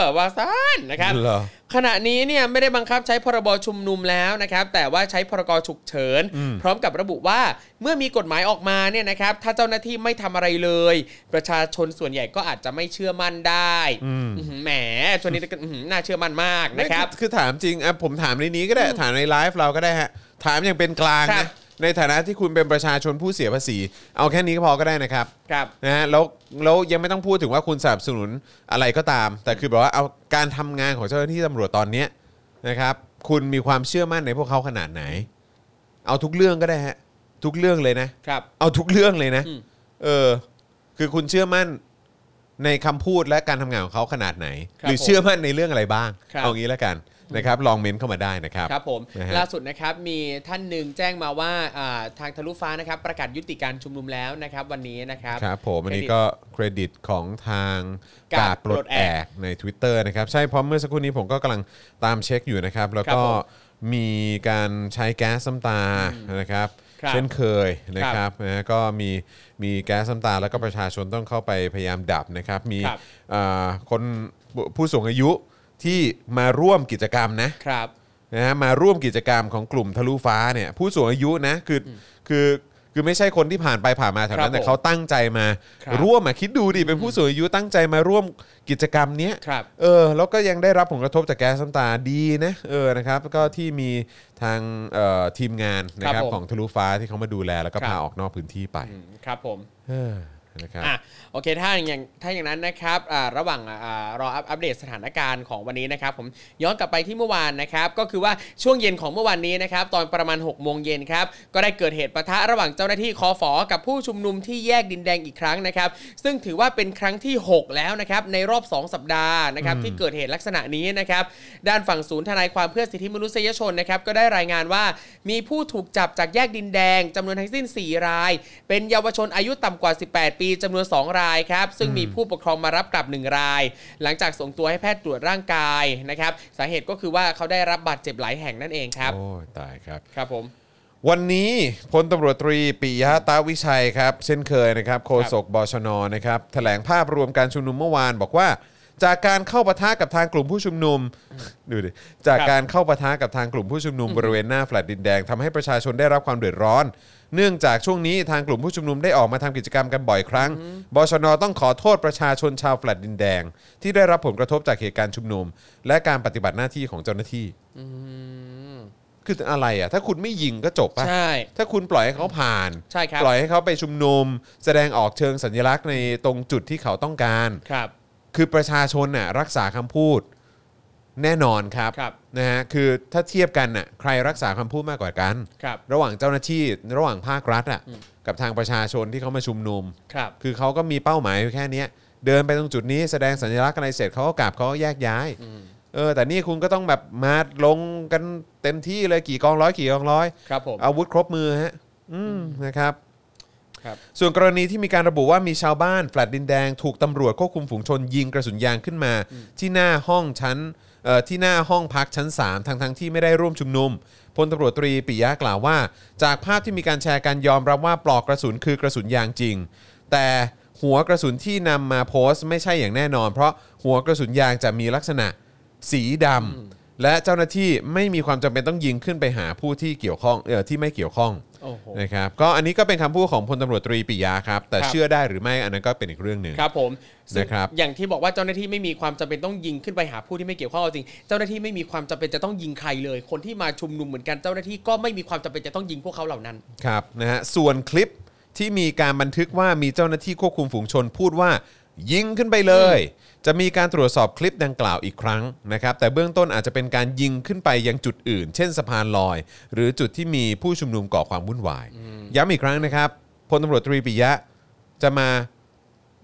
อว่าสั้นนะครับ
เหรอ
ขณะนี้เนี่ยไม่ได้บังคับใช้พรบชุมนุมแล้วนะครับ แต่ว่าใช้พรกฉุกเฉิน พร้อมกับระบุว่าเมื่อมีกฎหมายออกมาเนี่ยนะครับ ถ้าเจ้าหน้าที่ไม่ทำอะไรเลย ประชาชนส่วนใหญ่ก็อาจจะไม่เชื่อมั่นได้อื้อหือแหมช่วงนี้ก็อื้อหือน่าเชื่อมั่นมากนะครับ
ไม่อคือถามจริงอ่ะผมถามในนี้ก็ได้ถามในไลฟ์เราก็ได้ฮะถามอย่างเป็นกลาง
ครั
นะ
บ
ในฐานะที่คุณเป็นประชาชนผู้เสียภาษี เอาแค่นี้ก็พอก็ได้นะครับ
ครับ
นะฮะแล้วแล้วยังไม่ต้องพูดถึงว่าคุณสนับสนุนอะไรก็ตาม แต่คือแบบว่าเอาการทำงานของเจ้าหน้าที่ตำรวจตอนเนี้ยนะครับคุณมีความเชื่อมั่นในพวกเขาขนาดไหน เอาทุกเรื่องก็ได้ฮะทุกเรื่องเลยนะ
ครับ
เอาทุกเรื่องเลยนะ
อืม
เออคือคุณเชื่อมั่นในคำพูดและการทำงานของเขาขนาดไหน
ครับ
หรือเชื่อมั่นในเรื่องอะไรบ้าง
ครับ
เอางี้แล้วกันนะครับลองเม้นต์เข้ามาได้นะครับ
ครับผม
นะฮะ
ล่าสุดนะครับมีท่านหนึ่งแจ้งมาว่าอ่าทางทะลุฟ้านะครับประกาศยุติการชุมนุมแล้วนะครับวันนี้นะครับ
ครับผมอันนี้ก็เครดิตของทางกาดปลดแอก ใน Twitter นะครับ ใช่เพราะเมื่อสักครู่นี้ผมก็กำลังตามเช็คอยู่นะครับ แล้ว
ค
ก็
รับผม
มีการใช้แก๊สซ้ำตานะครับ
ครับ
เช่นเคยนะครับนะก็มีมีแก๊สซ้ำตา แล้วก็ประชาชนต้องเข้าไปพยายามดับนะครับ มี
ครับ
เอ่อคนผู้ผู้สูงอายุที่มาร่วมกิจกรรมนะ
ครับ
นะฮะมาร่วมกิจกรรมของกลุ่มทะลุฟ้าเนี่ยผู้สูงอายุนะคืออคือคือไม่ใช่คนที่ผ่านไปผ่านมาแถว
ครั
นั้น
บ
แต่เขาตั้งใจมา
ครับ
ร่วมมาคิดดูดิเป็นผู้สูงอายุตั้งใจมาร่วมกิจกรรมเนี้ย
ครับ
เออแล้วก็ยังได้รับผลกระทบจากแก๊สน้ำตาดีนะเออนะครับแล้วก็ที่มีทางเอ่อทีมงานนะค
ครั
รับบ
ผม
ของทะลุฟ้าที่เขามาดูแลแล้วก็
ครับ
พาออกนอกพื้นที่ไป
อืมครับผม
เออนะครับ
อ่ะโอเคถ้าอย่างถ้าอย่างนั้นนะครับอ่าระหว่างอ่ารออัปอัปเดตสถานการณ์ของวันนี้นะครับผมย้อนกลับไปที่เมื่อวานนะครับก็คือว่าช่วงเย็นของเมื่อวานนี้นะครับตอนประมาณ6กโมงเย็นครับก็ได้เกิดเหตุปะทะระหว่างเจ้าหน้าที่คอฟอกับผู้ชุมนุมที่แยกดินแดงอีกครั้งนะครับซึ่งถือว่าเป็นครั้งที่ 6 แล้วนะครับในรอบ 2 สัปดาห์นะครับที่เกิดเหตุลักษณะนี้นะครับด้านฝั่งศูนย์ทนายความเพื่อสิทธิมนุษยชนนะครับก็ได้รายงานว่ามีผู้ถูกจับจากแยกดินแดงจำนวนทั้งสิ้น 4 ราย เป็นเยาวชนอายุต่ำกว่า 18 ปีจำนวน 2 รายครับ ซึ่งมีผู้ปกครองมารับกลับ 1 ราย หลังจากส่งตัวให้แพทย์ตรวจร่างกายนะครับ สาเหตุก็คือว่าเขาได้รับบาดเจ็บหลายแห่งนั่นเองครับ
โอ้ยตายครับ
ครับผม
วันนี้พลตำรวจตรีปิยะตาวิชัยครับ เช่นเคยนะครับโฆษกบชนนะครับแถลงภาพรวมการชุมนุมเมื่อวานบอกว่า จากการเข้าปะทะกับทางกลุ่มผู้ชุมนุม ดูดิจากการเข้าปะทะกับทางกลุ่มผู้ชุมนุมบริเวณหน้าแฟลตดินแดงทำให้ประชาชนได้รับความเดือดร้อน เนื่องจากช่วงนี้ทางกลุ่มผู้ชุมนุมได้ออกมาทำกิจกรรมกันบ่อยครั้ง บชนต้องขอโทษประชาชนชาวแฟลตดินแดง ที่ได้รับผลกระทบจากเหตุการณ์ชุมนุม และการปฏิบัติหน้าที่ของเจ้าหน้าที่คืออะไรอ่ะถ้าคุณไม่ยิงก็จบปะ
ใช่
ถ้าคุณปล่อยให้เขาผ่าน
ใช่ครับ
ปล่อยให้เขาไปชุมนุม แสดงออกเชิงสัญลักษณ์ในตรงจุดที่เขาต้องการ
ครับ
คือประชาชนน่ะรักษาคำพูดแน่นอนครับ
ครับ
นะฮะคือถ้าเทียบกันน่ะใครรักษาคำพูดมากกว่ากัน
ครับ
ระหว่างเจ้าหน้าที่ระหว่างภาครัฐอ่ะกับทางประชาชนที่เขามาชุมนุม
ครับ
คือเขาก็มีเป้าหมายแค่เนี้ยเดินไปตรงจุดนี้แสดงสัญลักษณ์อะไรเสร็จเขาก็กลับเขาก็แยกย้ายเออแต่นี่คุณก็ต้องแบบมาลงกันเต็มที่เลยกี่กองร้อยกี่กองร้อย
ครับผม
อาวุธครบมือฮะอืมนะครับ
ครับ
ส่วนกรณีที่มีการระบุว่ามีชาวบ้านแฟลตดินแดง ถูกตำรวจควบคุมฝูงชนยิงกระสุนยางขึ้นมา ที่หน้าห้องชั้นเอ่อที่หน้าห้องพักชั้น 3 ทั้งทั้งๆที่ไม่ได้ร่วมชุมนุมพลตำรวจตรีปิยะกล่าวว่า จากภาพที่มีการแชร์การยอมรับว่าปลอกกระสุนคือกระสุนยางจริง แต่หัวกระสุนที่นำมาโพสต์ไม่ใช่อย่างแน่นอน เพราะหัวกระสุนยางจะมีลักษณะ สีดำและเจ้าหน้าที่ไม่มีความจำเป็นต้องยิงขึ้นไปหาผู้ที่เกี่ยวข้องเออที่ไม่เกี่ยวข้อง
โอ้โห
นะครับก็อันนี้ก็เป็นคำพูดของพลตำรวจตรีปิยะครับ แต่
ครับ
เชื่อได้หรือไม่อันนั้นก็เป็นอีกเรื่องหนึ่ง
ครับผมซึ่ง
นะครับ
อย่างที่บอกว่าเจ้าหน้าที่ไม่มีความจำเป็นต้องยิงขึ้นไปหาผู้ที่ไม่เกี่ยวข้องเอาจริง เจ้าหน้าที่ไม่มีความจำเป็นจะต้องยิงใครเลย คนที่มาชุมนุมเหมือนกันเจ้าหน้าที่ก็ไม่มีความจำเป็นจะต้องยิงพวกเขาเหล่านั้น
ครับนะฮะส่วนคลิปที่มีการบันทึกว่ามีเจ้าหน้าที่ควบคุมฝูงชนพูดว่า ยิงขึ้นไปเลย จะมีการตรวจสอบคลิปดังกล่าวอีกครั้งนะครับ แต่เบื้องต้นอาจจะเป็นการยิงขึ้นไปยังจุดอื่น เช่นสะพานลอย หรือจุดที่มีผู้ชุมนุมก่อความวุ่นวาย ย้ำอีกครั้งนะครับพลตำรวจตรีปิยะจะมา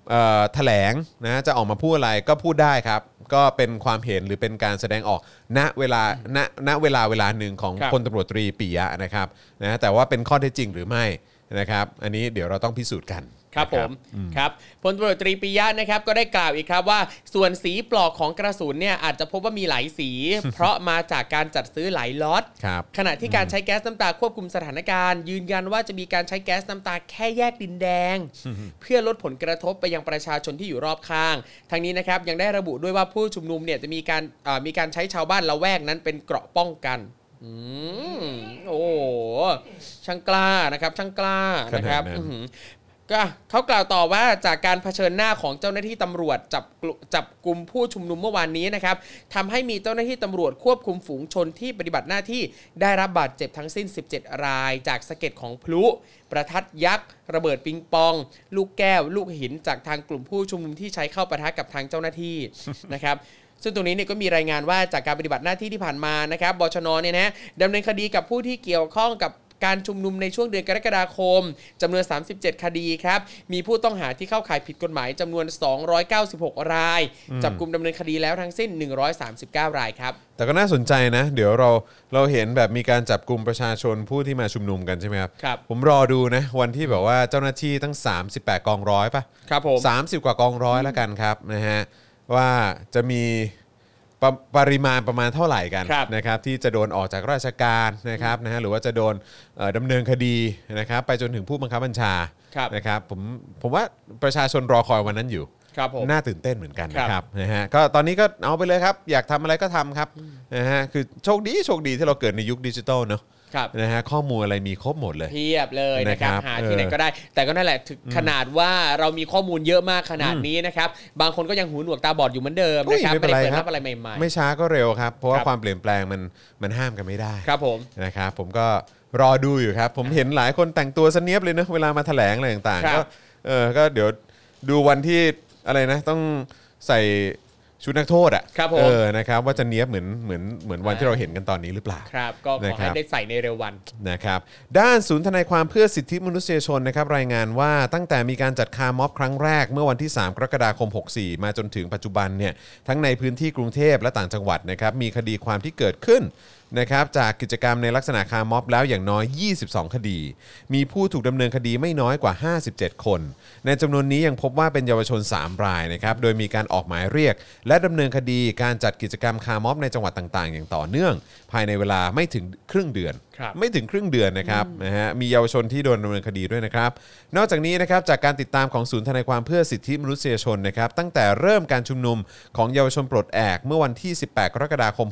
เอ่อแถลงนะจะออกมาพูดอะไรก็พูดได้ครับ ก็เป็นความเห็นหรือเป็นการแสดงออกณเวลาณณเวลาเวลาหนึ่งของ
ครับ
พลตำรวจตรีปิยะนะครับนะแต่ว่าเป็นข้อเท็จจริงหรือไม่นะครับ อันนี้เดี๋ยวเราต้องพิสูจน์กัน
ครับผมครับพลตำรวจตรีปิยะนะครับก็ได้กล่าวอีกครับว่า ส่วนสีปลอกของกระสุนเนี่ยอาจจะพบว่ามีหลายสี เพราะมาจากการจัดซื้อหลายล็อต
ครับ
ขณะที่การใช้แก๊สน้ำตาควบคุมสถานการณ์ ยืนยันว่าจะมีการใช้แก๊สน้ำตาแค่แยกดินแดง เพื่อลดผลกระทบไปยังประชาชนที่อยู่รอบข้าง ทางนี้นะครับยังได้ระบุด้วยว่าผู้ชุมนุมเนี่ยจะมีการเอ่อมีการใช้ชาวบ้านละแวกนั้นเป็นเกราะป้องกันอืมโอ้โหช่างกล้านะครับช่างกล้านะครับ
ขนาดนั้น
อื้อหือ ก็เขากล่าวต่อว่าจากการเผชิญหน้าของเจ้าหน้าที่ตำรวจจับกลุจับกลุ่มผู้ชุมนุมเมื่อวานนี้นะครับทำให้มีเจ้าหน้าที่ตำรวจควบคุมฝูงชนที่ปฏิบัติหน้าที่ได้รับบาดเจ็บทั้งสิ้น 17 ราย จากสะเก็ดของพลุ ประทัดยักษ์ ระเบิดปิงปอง ลูกแก้ว ลูกหินจากทางกลุ่มผู้ชุมนุมที่ใช้เข้าปะทะกับทางเจ้าหน้าที่ นะครับ ซึ่งตรงนี้เนี่ยก็มีรายงานว่าจากการปฏิบัติหน้าที่ที่ผ่านมานะครับบชนเนี่ยนะดำเนินคดีกับผู้ที่เกี่ยวข้องกับการชุมนุมในช่วงเดือนกรกฎาคมจำนวน 37 คดีครับ มีผู้ต้องหาที่เข้าข่ายผิดกฎหมายจำนวน 296 ราย จับกลุ่มดำเนินคดีแล้วทั้งสิ้น 139 รายครับ
แต่ก็น่าสนใจนะ เดี๋ยวเราเราเห็นแบบมีการจับกลุ่มประชาชนผู้ที่มาชุมนุมกันใช่ไหมครับ
ครับ
ผมรอดูนะ วันที่แบบว่าเจ้าหน้าที่ตั้ง 38 กองร้อยป่ะ
ครับผม
30 กว่ากองร้อยแล้วกันครับนะฮะว่าจะมีปรปริมาณประมาณเท่าไหร่กัน
ครับ
นะครับที่จะโดนออกจากราชการนะครับนะฮะหรือว่าจะโดนเอ่อดำเนินคดีนะครับไปจนถึงผู้บังคับบัญชา
ครับ
นะครับผมผมว่าประชาชนรอคอยวันนั้นอยู่
ครับผม
น่าตื่นเต้นเหมือนกันนะค
ครั
รับบ นะฮะก็ตอนนี้ก็เอาไปเลยครับ อยากทำอะไรก็ทำครับนะฮะคือโชคดีโชคดีที่เราเกิดในยุคดิจิตอลเนอะ
ครับ
นะฮะข้อมูลอะไรมีครบหมดเลย
เพียบเลยนะครับ
นะครับ
หาที่ไหน
เออ
ก็ได้ แต่ก็นั่นแหละถึงขนาดว่าเรามีข้อมูลเยอะมากขนาดนี้นะครับบางคนก็ยังหูหนวกตาบอดอยู่เหมือนเดิม
อุ้ย
นะครับ
ไม่เป็
ไม่
น
ได้
ไร
เปิด
ครั
รับ บอะไรใหม่
ไม่ช้าก็เร็วครับ เพราะว่า
ครับ
ความเปลี่ยนแปลงมันมันห้ามกันไม่ได้
ๆ ครับผม
นะครับผมก็รอดูอยู่ครับ ผมเห็นหลายคนแต่งตัวสเนียบเลยนะเวลามาแถลงอะไรต่าง
ครับ
ๆก็เออก็เดี๋ยวดูวันที่อะไรนะ ต้องใส่ชุดนักโทษอ่ะ
ครับผม
เออนะครับว่าจะเนียบเหมือนเหมือนเหมือนวันที่เราเห็นกันตอนนี้หรือเปล่า
ครับก็ขอ
นะครั
ให้
บ
ได้ใส่ในเร็ววัน
นะครับด้านศูนย์ทนายความเพื่อสิทธิมนุษยชนนะครับรายงานว่าตั้งแต่มีการจัดคาร์ม็อบครั้งแรกเมื่อวันที่ 3 กรกฎาคม 64 มาจนถึงปัจจุบันเนี่ยทั้งในพื้นที่กรุงเทพและต่างจังหวัดนะครับมีคดีความที่เกิดขึ้นนะครับจากกิจกรรมในลักษณะคาร์ม็อบแล้วอย่างน้อย 22 คดี มีผู้ถูกดำเนินคดีไม่น้อยกว่า 57 คน ในจำนวนนี้ยังพบว่าเป็นเยาวชน 3 รายนะครับโดยมีการออกหมายเรียก และดำเนินคดีการจัดกิจกรรมคาร์ม็อบในจังหวัดต่างๆ อย่างต่อเนื่อง ภายในเวลาไม่ถึงครึ่งเดือน
ครับ
ไม่ถึงครึ่งเดือนนะครับนะฮะมีเยาวชนที่โดนดำเนินคดีด้วยนะครับ นอกจากนี้นะครับจากการติดตามของศูนย์ทนายความเพื่อสิทธิมนุษยชนนะครับตั้งแต่เริ่มการชุมนุมของเยาวชนปลดแอกเมื่อวันที่ 18 กรกฎาคม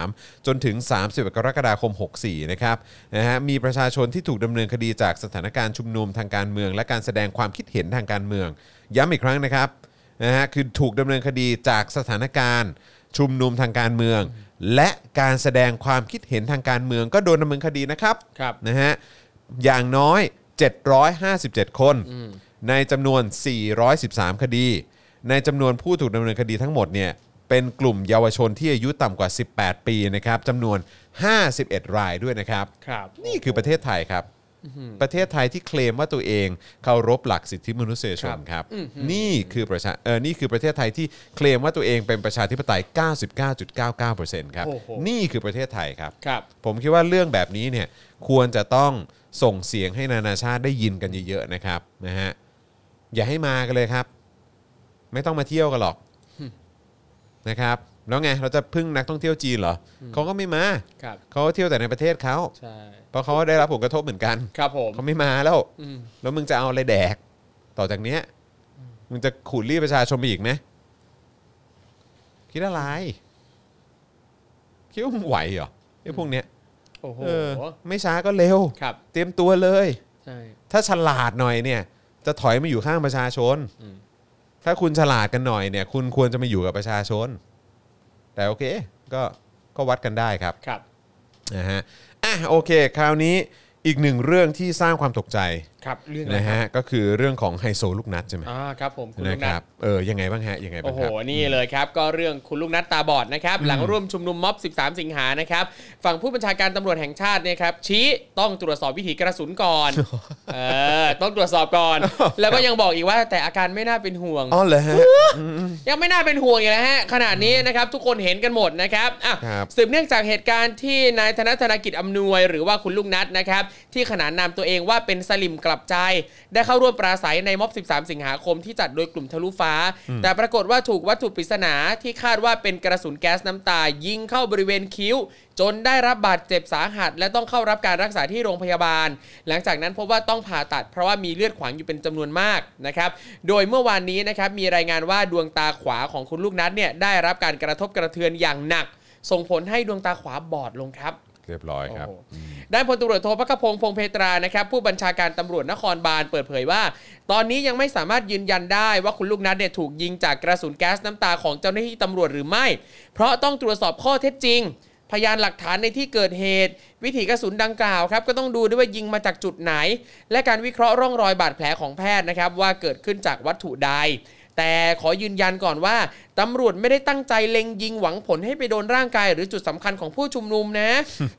63 จนถึง 30 กรกฎาคม 64 นะครับนะฮะมีประชาชนที่ถูกดำเนินคดีจากสถานการณ์ชุมนุมทางการเมือง และการแสดงความคิดเห็นทางการเมือง ย้ำอีกครั้งนะครับ นะฮะคือถูกดำเนินคดีจากสถานการณ์ ชุมนุมทางการเมือง และการแสดงความคิดเห็นทางการเมืองก็โดนดำเนินคดีนะครับ
ครับ
นะฮะอย่างน้อย 757 คน ในจำนวน 413 คดี ในจำนวนผู้ถูกดำเนินคดีทั้งหมดเนี่ยเป็นกลุ่มเยาวชนที่อายุต่ำกว่า 18 ปีนะครับจำนวน 51 รายด้วยนะครับ
ครับ
นี่คือประเทศไทยครับ ประเทศไทยที่เคลมว่าตัวเองเคารพหลักสิทธิมนุษยชนครับ นี่คือประชาเออนี่คือประเทศไทยที่เคลมว่าตัวเองเป็นประชาธิปไตย 99.99%ครับ
โอ้โห
นี่คือประเทศไทยครับ
ครับ
ผมคิดว่าเรื่องแบบนี้เนี่ยควรจะต้องส่งเสียงให้นานาชาติได้ยินกันเยอะๆนะครับนะฮะอย่าให้มากันเลยครับ ไม่ต้องมาเที่ยวกันหรอกนะครับแล้วไงเราจะพึ่งนักท่องเที่ยวจีนเหรอเขาก็ไม่มา
ครับ
เขาเที่ยวแต่ในประเทศเขา
ใช่
เพราะเขาได้รับผลกระทบเหมือนกัน
ครับผม
เขาไม่มาแล้ว
อืม
แล้วมึงจะเอาอะไรแดก ต่อจากเนี้ย มึงจะขูดรีดประชาชนไปอีกไหมคิดอะไร คิดว่ามึงไหวเหรอไอ้พวกเนี้ย
โอ้โห
เออ ไม่ช้าก็เร็ว
ครับ
เตรียมตัวเลย
ใช่
ถ้าฉลาดหน่อยเนี่ย จะถอยมาอยู่ข้างประชาชน
อืม
ถ้าคุณฉลาดกันหน่อยเนี่ย คุณควรจะมาอยู่กับประชาชน แต่โอเค ก็ก็วัดกันได้ครับ
ครับ
นะฮะ อ่ะโอเค คราวนี้อีกหนึ่งเรื่องที่สร้างความตกใจ
ครับ เรื่องอไร
นะ
ค
ฮะ
รับ
ก็คือเรื่องของไฮโซลูกนัดใช่ไหม
อ่า ครับผม คุณลู
นะ
ก
ค
นั
รั
ด
บ เออ ยังไงบ้างฮะ ยังไงบ้า
โอ้
ง
โห
ครับ
นี่เลยครับ ก็เรื่องคุณลูกนัดตาบอดนะครับ หลังร่วมชุมนุมม็อบ 13 สิงหานะครับ ฝั่งผู้บัญชาการตำรวจแห่งชาติเนี่ยครับ ชี้ต้องตรวจสอบวิถีกระสุนก่อน เออ ต้องตรวจสอบก่อน แล้วก็ยังบอกอีกว่าแต่อาการไม่น่าเป็น ห่วง
อ๋อเหรอ ฮะ
ยังไม่น่าเป็นห่วงอยู่แล้วฮะขนาดนี้นะครับทุกคนเห็นกันหมดนะครับอ่ะ
ครับ
สืบเนื่องจากเหตุการณ์ที่นายธนธนกิจอำนวย หรือว่าคุณลูกนัดนะครับที่ขนานนามตัวเองว่าเป็นสลิมก ลับใจ ได้เข้าร่วมปราศัยในม็อบ 13 สิงหาคมที่จัดโดยกลุ่มทะลุฟ้า แต่ปรากฏว่าถูกวัตถุปริศนาที่คาดว่าเป็นกระสุนแก๊สน้ำตา ยิงเข้าบริเวณคิ้ว จนได้รับบาดเจ็บสาหัส และต้องเข้ารับการรักษาที่โรงพยาบาล หลังจากนั้นพบว่าต้องผ่าตัดเพราะว่ามีเลือดขวางอยู่เป็นจำนวนมากนะครับ โดยเมื่อวานนี้นะครับมีรายงานว่าดวงตาขวาของคุณลูกนัดเนี่ยได้รับการกระทบกระเทือนอย่างหนัก ส่งผลให้ดวงตาขวาบอดลงครับ
เรียบร้อยครับ
โอ้โหด้านพลตำรวจโทพักขพงศ์พงเพตรานะครับผู้บัญชาการตำรวจนครบาลเปิดเผยว่า ตอนนี้ยังไม่สามารถยืนยันได้ว่าคุณลูกนัดเนี่ยถูกยิงจากกระสุนแก๊สน้ำตาของเจ้าหน้าที่ตำรวจหรือไม่ เพราะต้องตรวจสอบข้อเท็จจริง พยานหลักฐานในที่เกิดเหตุ วิถีกระสุนดังกล่าวครับก็ต้องดูด้วยว่ายิงมาจากจุดไหน และการวิเคราะห์ร่องรอยบาดแผลของแพทย์นะครับว่าเกิดขึ้นจากวัตถุใด แต่ขอยืนยันก่อนว่าตำรวจไม่ได้ตั้งใจเล็งยิงหวังผลให้ไปโดนร่างกาย หรือจุดสำคัญของผู้ชุมนุม นะ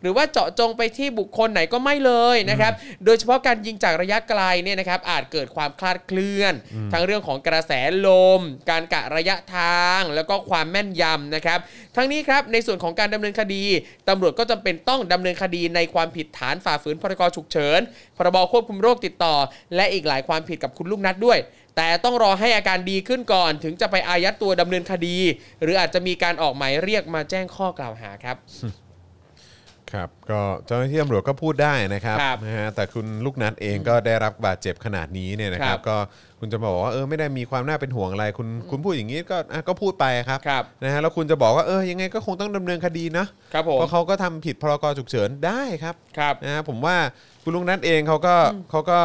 หรือว่าเจาะจงไปที่บุคคลไหนก็ไม่เลยนะครับ โดยเฉพาะการยิงจากระยะไกลเนี่ยนะครับอาจเกิดความคลาดเคลื่อน ทั้งเรื่องของกระแสลม การกะระยะทาง แล้วก็ความแม่นยำนะครับ ทั้งนี้ครับในส่วนของการดำเนินคดีตำรวจก็จำเป็นต้องดำเนินคดีในความผิดฐานฝ่าฝืนพรกฉุกเฉินพรบควบคุมโรคติดต่อ และอีกหลายความผิดกับคุณลูกนัดด้วย แต่ต้องรอให้อาการดีขึ้นก่อน ถึงจะไปอายัดตัวดำเนินคดี หรืออาจจะมีการออกหมายเรียกมาแจ้งข้อกล่าวหาครับ
ครับก็เจ้าหน้าที่ตำรวจก็พูดได้นะครับ
ครับ
นะฮะแต่คุณลูกนัดเองก็ได้รับบาดเจ็บขนาดนี้เนี่ยนะครั
ครับ บ
ก็คุณจะบอกว่าเออไม่ได้มีความน่าเป็นห่วงอะไร คุณคุณพูดอย่างนี้ก็อ่ะก็พูดไปครับ
ครับ
นะฮะแล้วคุณจะบอกว่าเออยังไงก็คงต้องดำเนินคดีนะครับ
ผม
เพราะเขาก็ทำผิดพรกฉุกเฉินได้ครับ
ครับ
นะฮะผมว่าคุณลูกนัดเองเขาก็เขาก็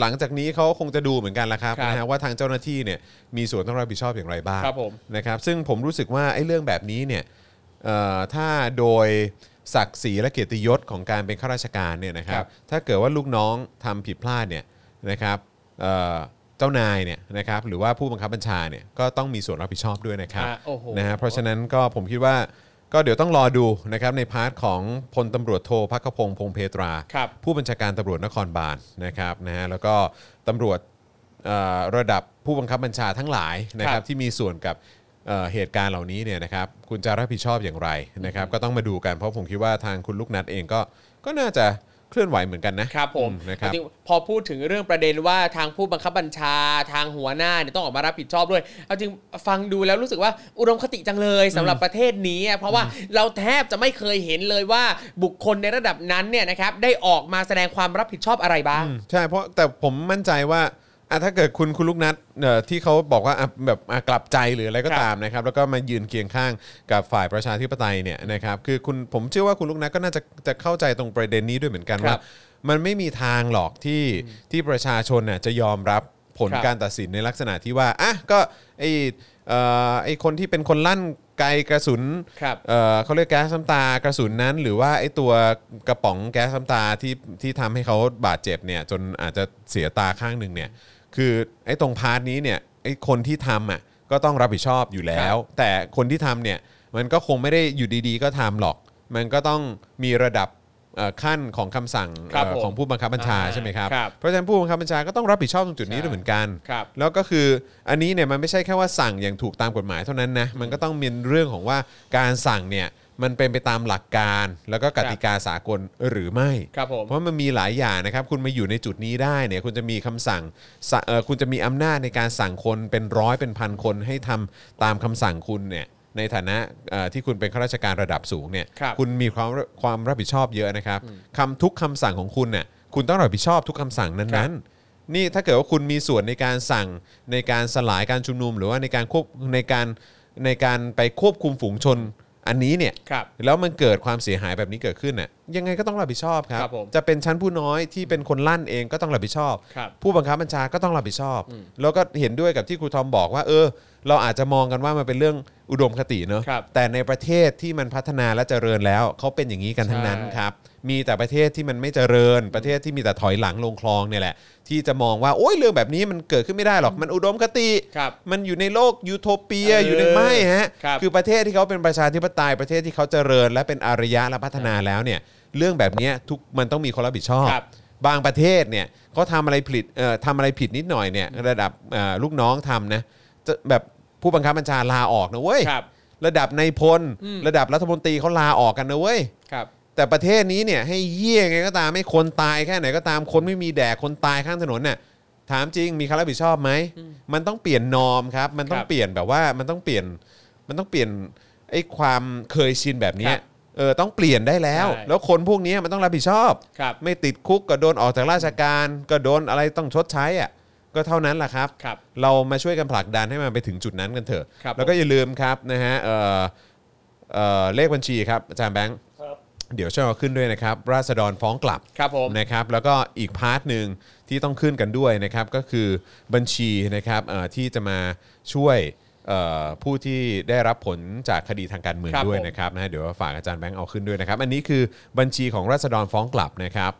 หลังจากนี้เขาคงจะดูเหมือนกันละครับ
ครับ
นะฮะว่าทางเจ้าหน้าที่เนี่ยมีส่วนต้องรับผิดชอบอย่างไรบ้าง
ครับผม
นะครับ ซึ่งผมรู้สึกว่าไอ้เรื่องแบบนี้เนี่ย เอ่อถ้าโดยศักดิ์ศรีและเกียรติยศของการเป็นข้าราชการเนี่ยนะครั
ครับ บ
ถ้าเกิดว่าลูกน้องทำผิดพลาดเนี่ยนะครับเอ่อเจ้านายเนี่ยนะครับหรือว่าผู้บังคับบัญชาเนี่ยก็ต้องมีส่วนรับผิดชอบด้วยนะครับ
อ่ะโอ้โห
นะฮะเพราะฉะนั้นก็ผมคิดว่าก็เดี๋ยวต้องรอดูนะครับในพาร์ทของพลตำรวจโทพักขพงศ์พงเพตรา
ครับ
ผู้บัญชาการตำรวจนครบาลนะครับนะฮะแล้วก็ตำรวจเอ่อระดับผู้บังคับบัญชาทั้งหลายนะค
ครั
รับบ ที่มีส่วนกับเอ่อเหตุการณ์เหล่านี้เนี่ยนะครับคุณจะรับผิดชอบอย่างไรนะครับก็ต้องมาดูกันเพราะผมคิดว่าทางคุณลูกนัดเองก็ก็น่าจะเคลื่อนไหวเหมือนกันนะครับ
ผม
อืนะครับ
จงๆพอพูดถึงเรื่องประเด็นว่าทางผู้บังคับบัญชาทางหัวหน้าเนี่ยต้องออกมารับผิดชอบด้วยเอาจริงฟังดูแล้วรู้สึกว่าอุดมคติจังเลยสำหรับประเทศนี้อะเพราะว่าเราแทบจะไม่เคยเห็นเลยว่าบุคคลในระดับนั้นเนี่ยนะครับได้ออกมาแสดงความรับผิดชอบอะไรบ้าง
ใช่เพราะแต่ผมมั่นใจว่าอ่ะถ้าเกิดคุณคุณลูกนัดเอ่อที่เขาบอกว่าอ่ะแบบอ่ะกลับใจหรืออะไรก็
ครับ
ตามนะครับ แล้วก็มายืนเคียงข้างกับฝ่ายประชาธิปไตยเนี่ยนะครับคือคุณผมเชื่อว่าคุณลูกนัดก็น่าจะจะเข้าใจตรงประเด็นนี้ด้วยเหมือนกัน
ครั
ว่า
บ
มันไม่มีทางหรอกที่ที่ประชาชนน่ะจะยอมรับผล
ครับ
การตัดสินในลักษณะที่ว่าอ่ะก็ไอเอ่อไอคนที่เป็นคนลั่นไกลกระสุน
ครับ
เอ่อเขาเรียกแก๊สน้ำตากระสุนนั้นหรือว่าไอ้ตัวกระป๋องแก๊สน้ำตาที่ที่ทำให้เขาบาดเจ็บเนี่ยจนอาจจะเสียตาข้างหนึ่งเนี่ยคือไอ้ตรงพาร์ทนี้เนี่ยไอ้คนที่ทำอ่ะก็ต้องรับผิดชอบอยู่แล้ว แต่คนที่ทำเนี่ยมันก็คงไม่ได้อยู่ดีๆ ก็ทำหรอก มันก็ต้องมีระดับเอ่อขั้นของคำสั่ง
ครับ
เอ่อ
ผม
ของผู้บังคับบัญชา
อ่า
ใช่ไหมครับ
ครับ
เพราะฉะนั้นผู้บังคับบัญชาก็ต้องรับผิดชอบตรงจุดนี้
ใช่
ด้วยเหมือนกัน
ครับ
แล้วก็คืออันนี้เนี่ยมันไม่ใช่แค่ว่าสั่งอย่างถูกตามกฎหมายเท่านั้นนะมันก็ต้องมีเรื่องของว่าการสั่งเนี่ยมันเป็นไปตามหลักการ แล้วก็กติกาสากลหรือไม่
ครับผม
เพราะมันมีหลายอย่างนะครับ คุณมาอยู่ในจุดนี้ได้เนี่ยคุณจะมีคำสั่งสะเอ่อคุณจะมีอำนาจในการสั่งคนเป็นร้อยเป็นพันคนให้ทำตามคำสั่งคุณเนี่ยในฐานะเอ่อที่คุณเป็นข้าราชการระดับสูงเนี่ย
ครับ
ณมีความความรับผิดชอบเยอะนะครับคำทุกคำสั่งของคุณเนี่ยคุณต้องรับผิดชอบทุกคำสั่งนั้นๆ นี่ถ้าเกิดว่าคุณมีส่วนในการสั่งในการสลายการชุมนุม หรือว่าในการควบในการในการไปควบคุมฝูงชนอันนี้เนี่ย
ครับ
แล้วมันเกิดความเสียหายแบบนี้เกิดขึ้นน่ะยังไงก็ต้องรับผิดชอบครับ
ครับผม
จะเป็นชั้นผู้น้อยที่เป็นคนลั่นเองก็ต้องรับผิดชอบ
ครับ
ผู้บังคับบัญชาก็ต้องรับผิดชอบ แล้วก็เห็นด้วยกับที่ครูทอมบอกว่า เออ เราอาจจะมองกันว่ามันเป็นเรื่องอุดมคติเนอะ
ครับ
แต่ในประเทศที่มันพัฒนาและเจริญแล้วเขาเป็นอย่างนี้กันทั้งนั้น
ใช่
ครับ มีแต่ประเทศที่มันไม่เจริญ ประเทศที่มีแต่ถอยหลังลงคลองเนี่ยแหละ ที่จะมองว่าโอ้ยเรื่องแบบนี้มันเกิดขึ้นไม่ได้หรอกมันอุดมคติ
ครับ
มันอยู่ในโลกยูโทเปีย
เออ
อยู่ในไม่ฮะ
ครับ
อประเทศที่เขาเป็นประชาธิปไตยประเทศที่เขาเจริญ และเป็นอารยะและพัฒนาแล้วเนี่ยเรื่องแบบเนี้ยทุกมันต้องมีคนรับผิดชอบ
ครับ
บางประเทศเนี่ยเขาทำอะไรผิดเอ่อทำอะไรผิดนิดหน่อยเนี่ยระดับเอ่อลูกน้องทำนะจะแบบผู้บังคับบัญชาลาออกนะเว้ย
ครับ
ดับในายพลระดับรัฐมนตรีเขาลาออกกันนะเว้ย
ครับ
แต่ประเทศนี้เนี่ยให้เยี่ยงไงก็ตามให้คนตายแค่ไหนก็ตามคนไม่มีแดกคนตายข้างถนนเนี่ยถามจริงมีใครรับผิดชอบไหมมันต้องเปลี่ยนนอมครับ มันต้อง
ครับ
เปลี่ยนแบบว่ามันต้องเปลี่ยนมันต้องเปลี่ยนไอ้ความเคยชินแบบเนี้
ค
ย
รับ
เออต้องเปลี่ยนได้แล้ว
ใช่
แล้วคนพวกเนี้ยมันต้องรับผิดชอบ
ครับ
ไม่ติดคุกก็โดนออกจากราชการ ก็โดนอะไรต้องชดใช้อ่ะก็เท่านั้นแหละครับ
ครับ
เรามาช่วยกันผลักดันให้มันไปถึงจุดนั้นกันเถอะ
ครับ
แล้วก็อย่าลืมครับนะฮะเอ่อเอ่อเลขบัญชีครับอาจารย์แบงค์
ครับ
เดี๋ยวช่วยเอาขึ้นด้วยนะครับ ราษฎรฟ้องกลับ
ครับผม
นะครับแล้วก็อีกพาร์ทหนึ่งที่ต้องขึ้นกันด้วยนะครับก็คือบัญชีนะครับเอ่อที่จะมาช่วยเอ่อผู้ที่ได้รับผลจากคดีทางการเมือง
ครับ
ด้วย
ผม
นะครับนะฮะเดี๋ยวฝากอาจารย์แบงค์เอาขึ้นด้วยนะครับ อันนี้คือบัญชีของราษฎรฟ้องกลับนะครับ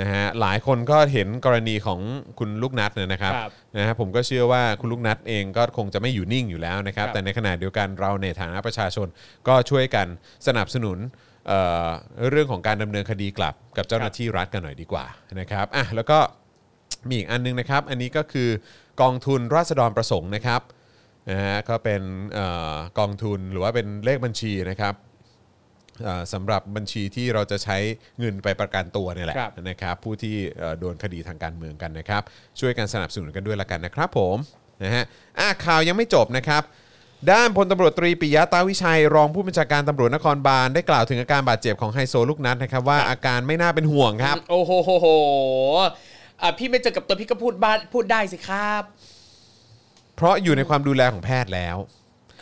นะฮะหลายคนก็เห็นกรณีของคุณลูกนัดเนี่ยนะครับ
ครับ
นะฮะผมก็เชื่อว่าคุณลูกนัดเองก็คงจะไม่อยู่นิ่งอยู่แล้วนะครับ
ครับ
แต่ในขณะเดียวกันเราในฐานะประชาชนก็ช่วยกันสนับสนุนเอ่อเรื่องของการดำเนินคดีกลับกับเจ้าหน้าที่รัฐกันหน่อยดีกว่านะครับอ่ะแล้วก็มีอีกอันนึงนะครับ อันนี้ก็คือกองทุนราษฎรประสงค์นะครับนะฮะก็เป็นเอ่อกองทุนหรือว่าเป็นเลขบัญชีนะครับเอ่อสำหรับบัญชีที่เราจะใช้เงินไปประกันตัวเนี่ยแหละ
ครับ
นะครับผู้ที่เอ่อโดนคดีทางการเมืองกันนะครับ ช่วยกันสนับสนุนกันด้วยละกันนะครับผมนะฮะอ่ะข่าวยังไม่จบนะครับ ด้านพลตำรวจตรีปิยะตาวิชัย รองผู้บัญชาการตำรวจนครบาลได้กล่าวถึงอาการบาดเจ็บของไฮโซลูกนัดนะครับว่าอาการไม่น่าเป็นห่วงครับ
โอ้โหโหโหอ่ะพี่ไม่เจอกับตัวพี่ก็พูดบ้านพูดได้สิครับ
เพราะอยู่ในความดูแลของแพทย์แล้ว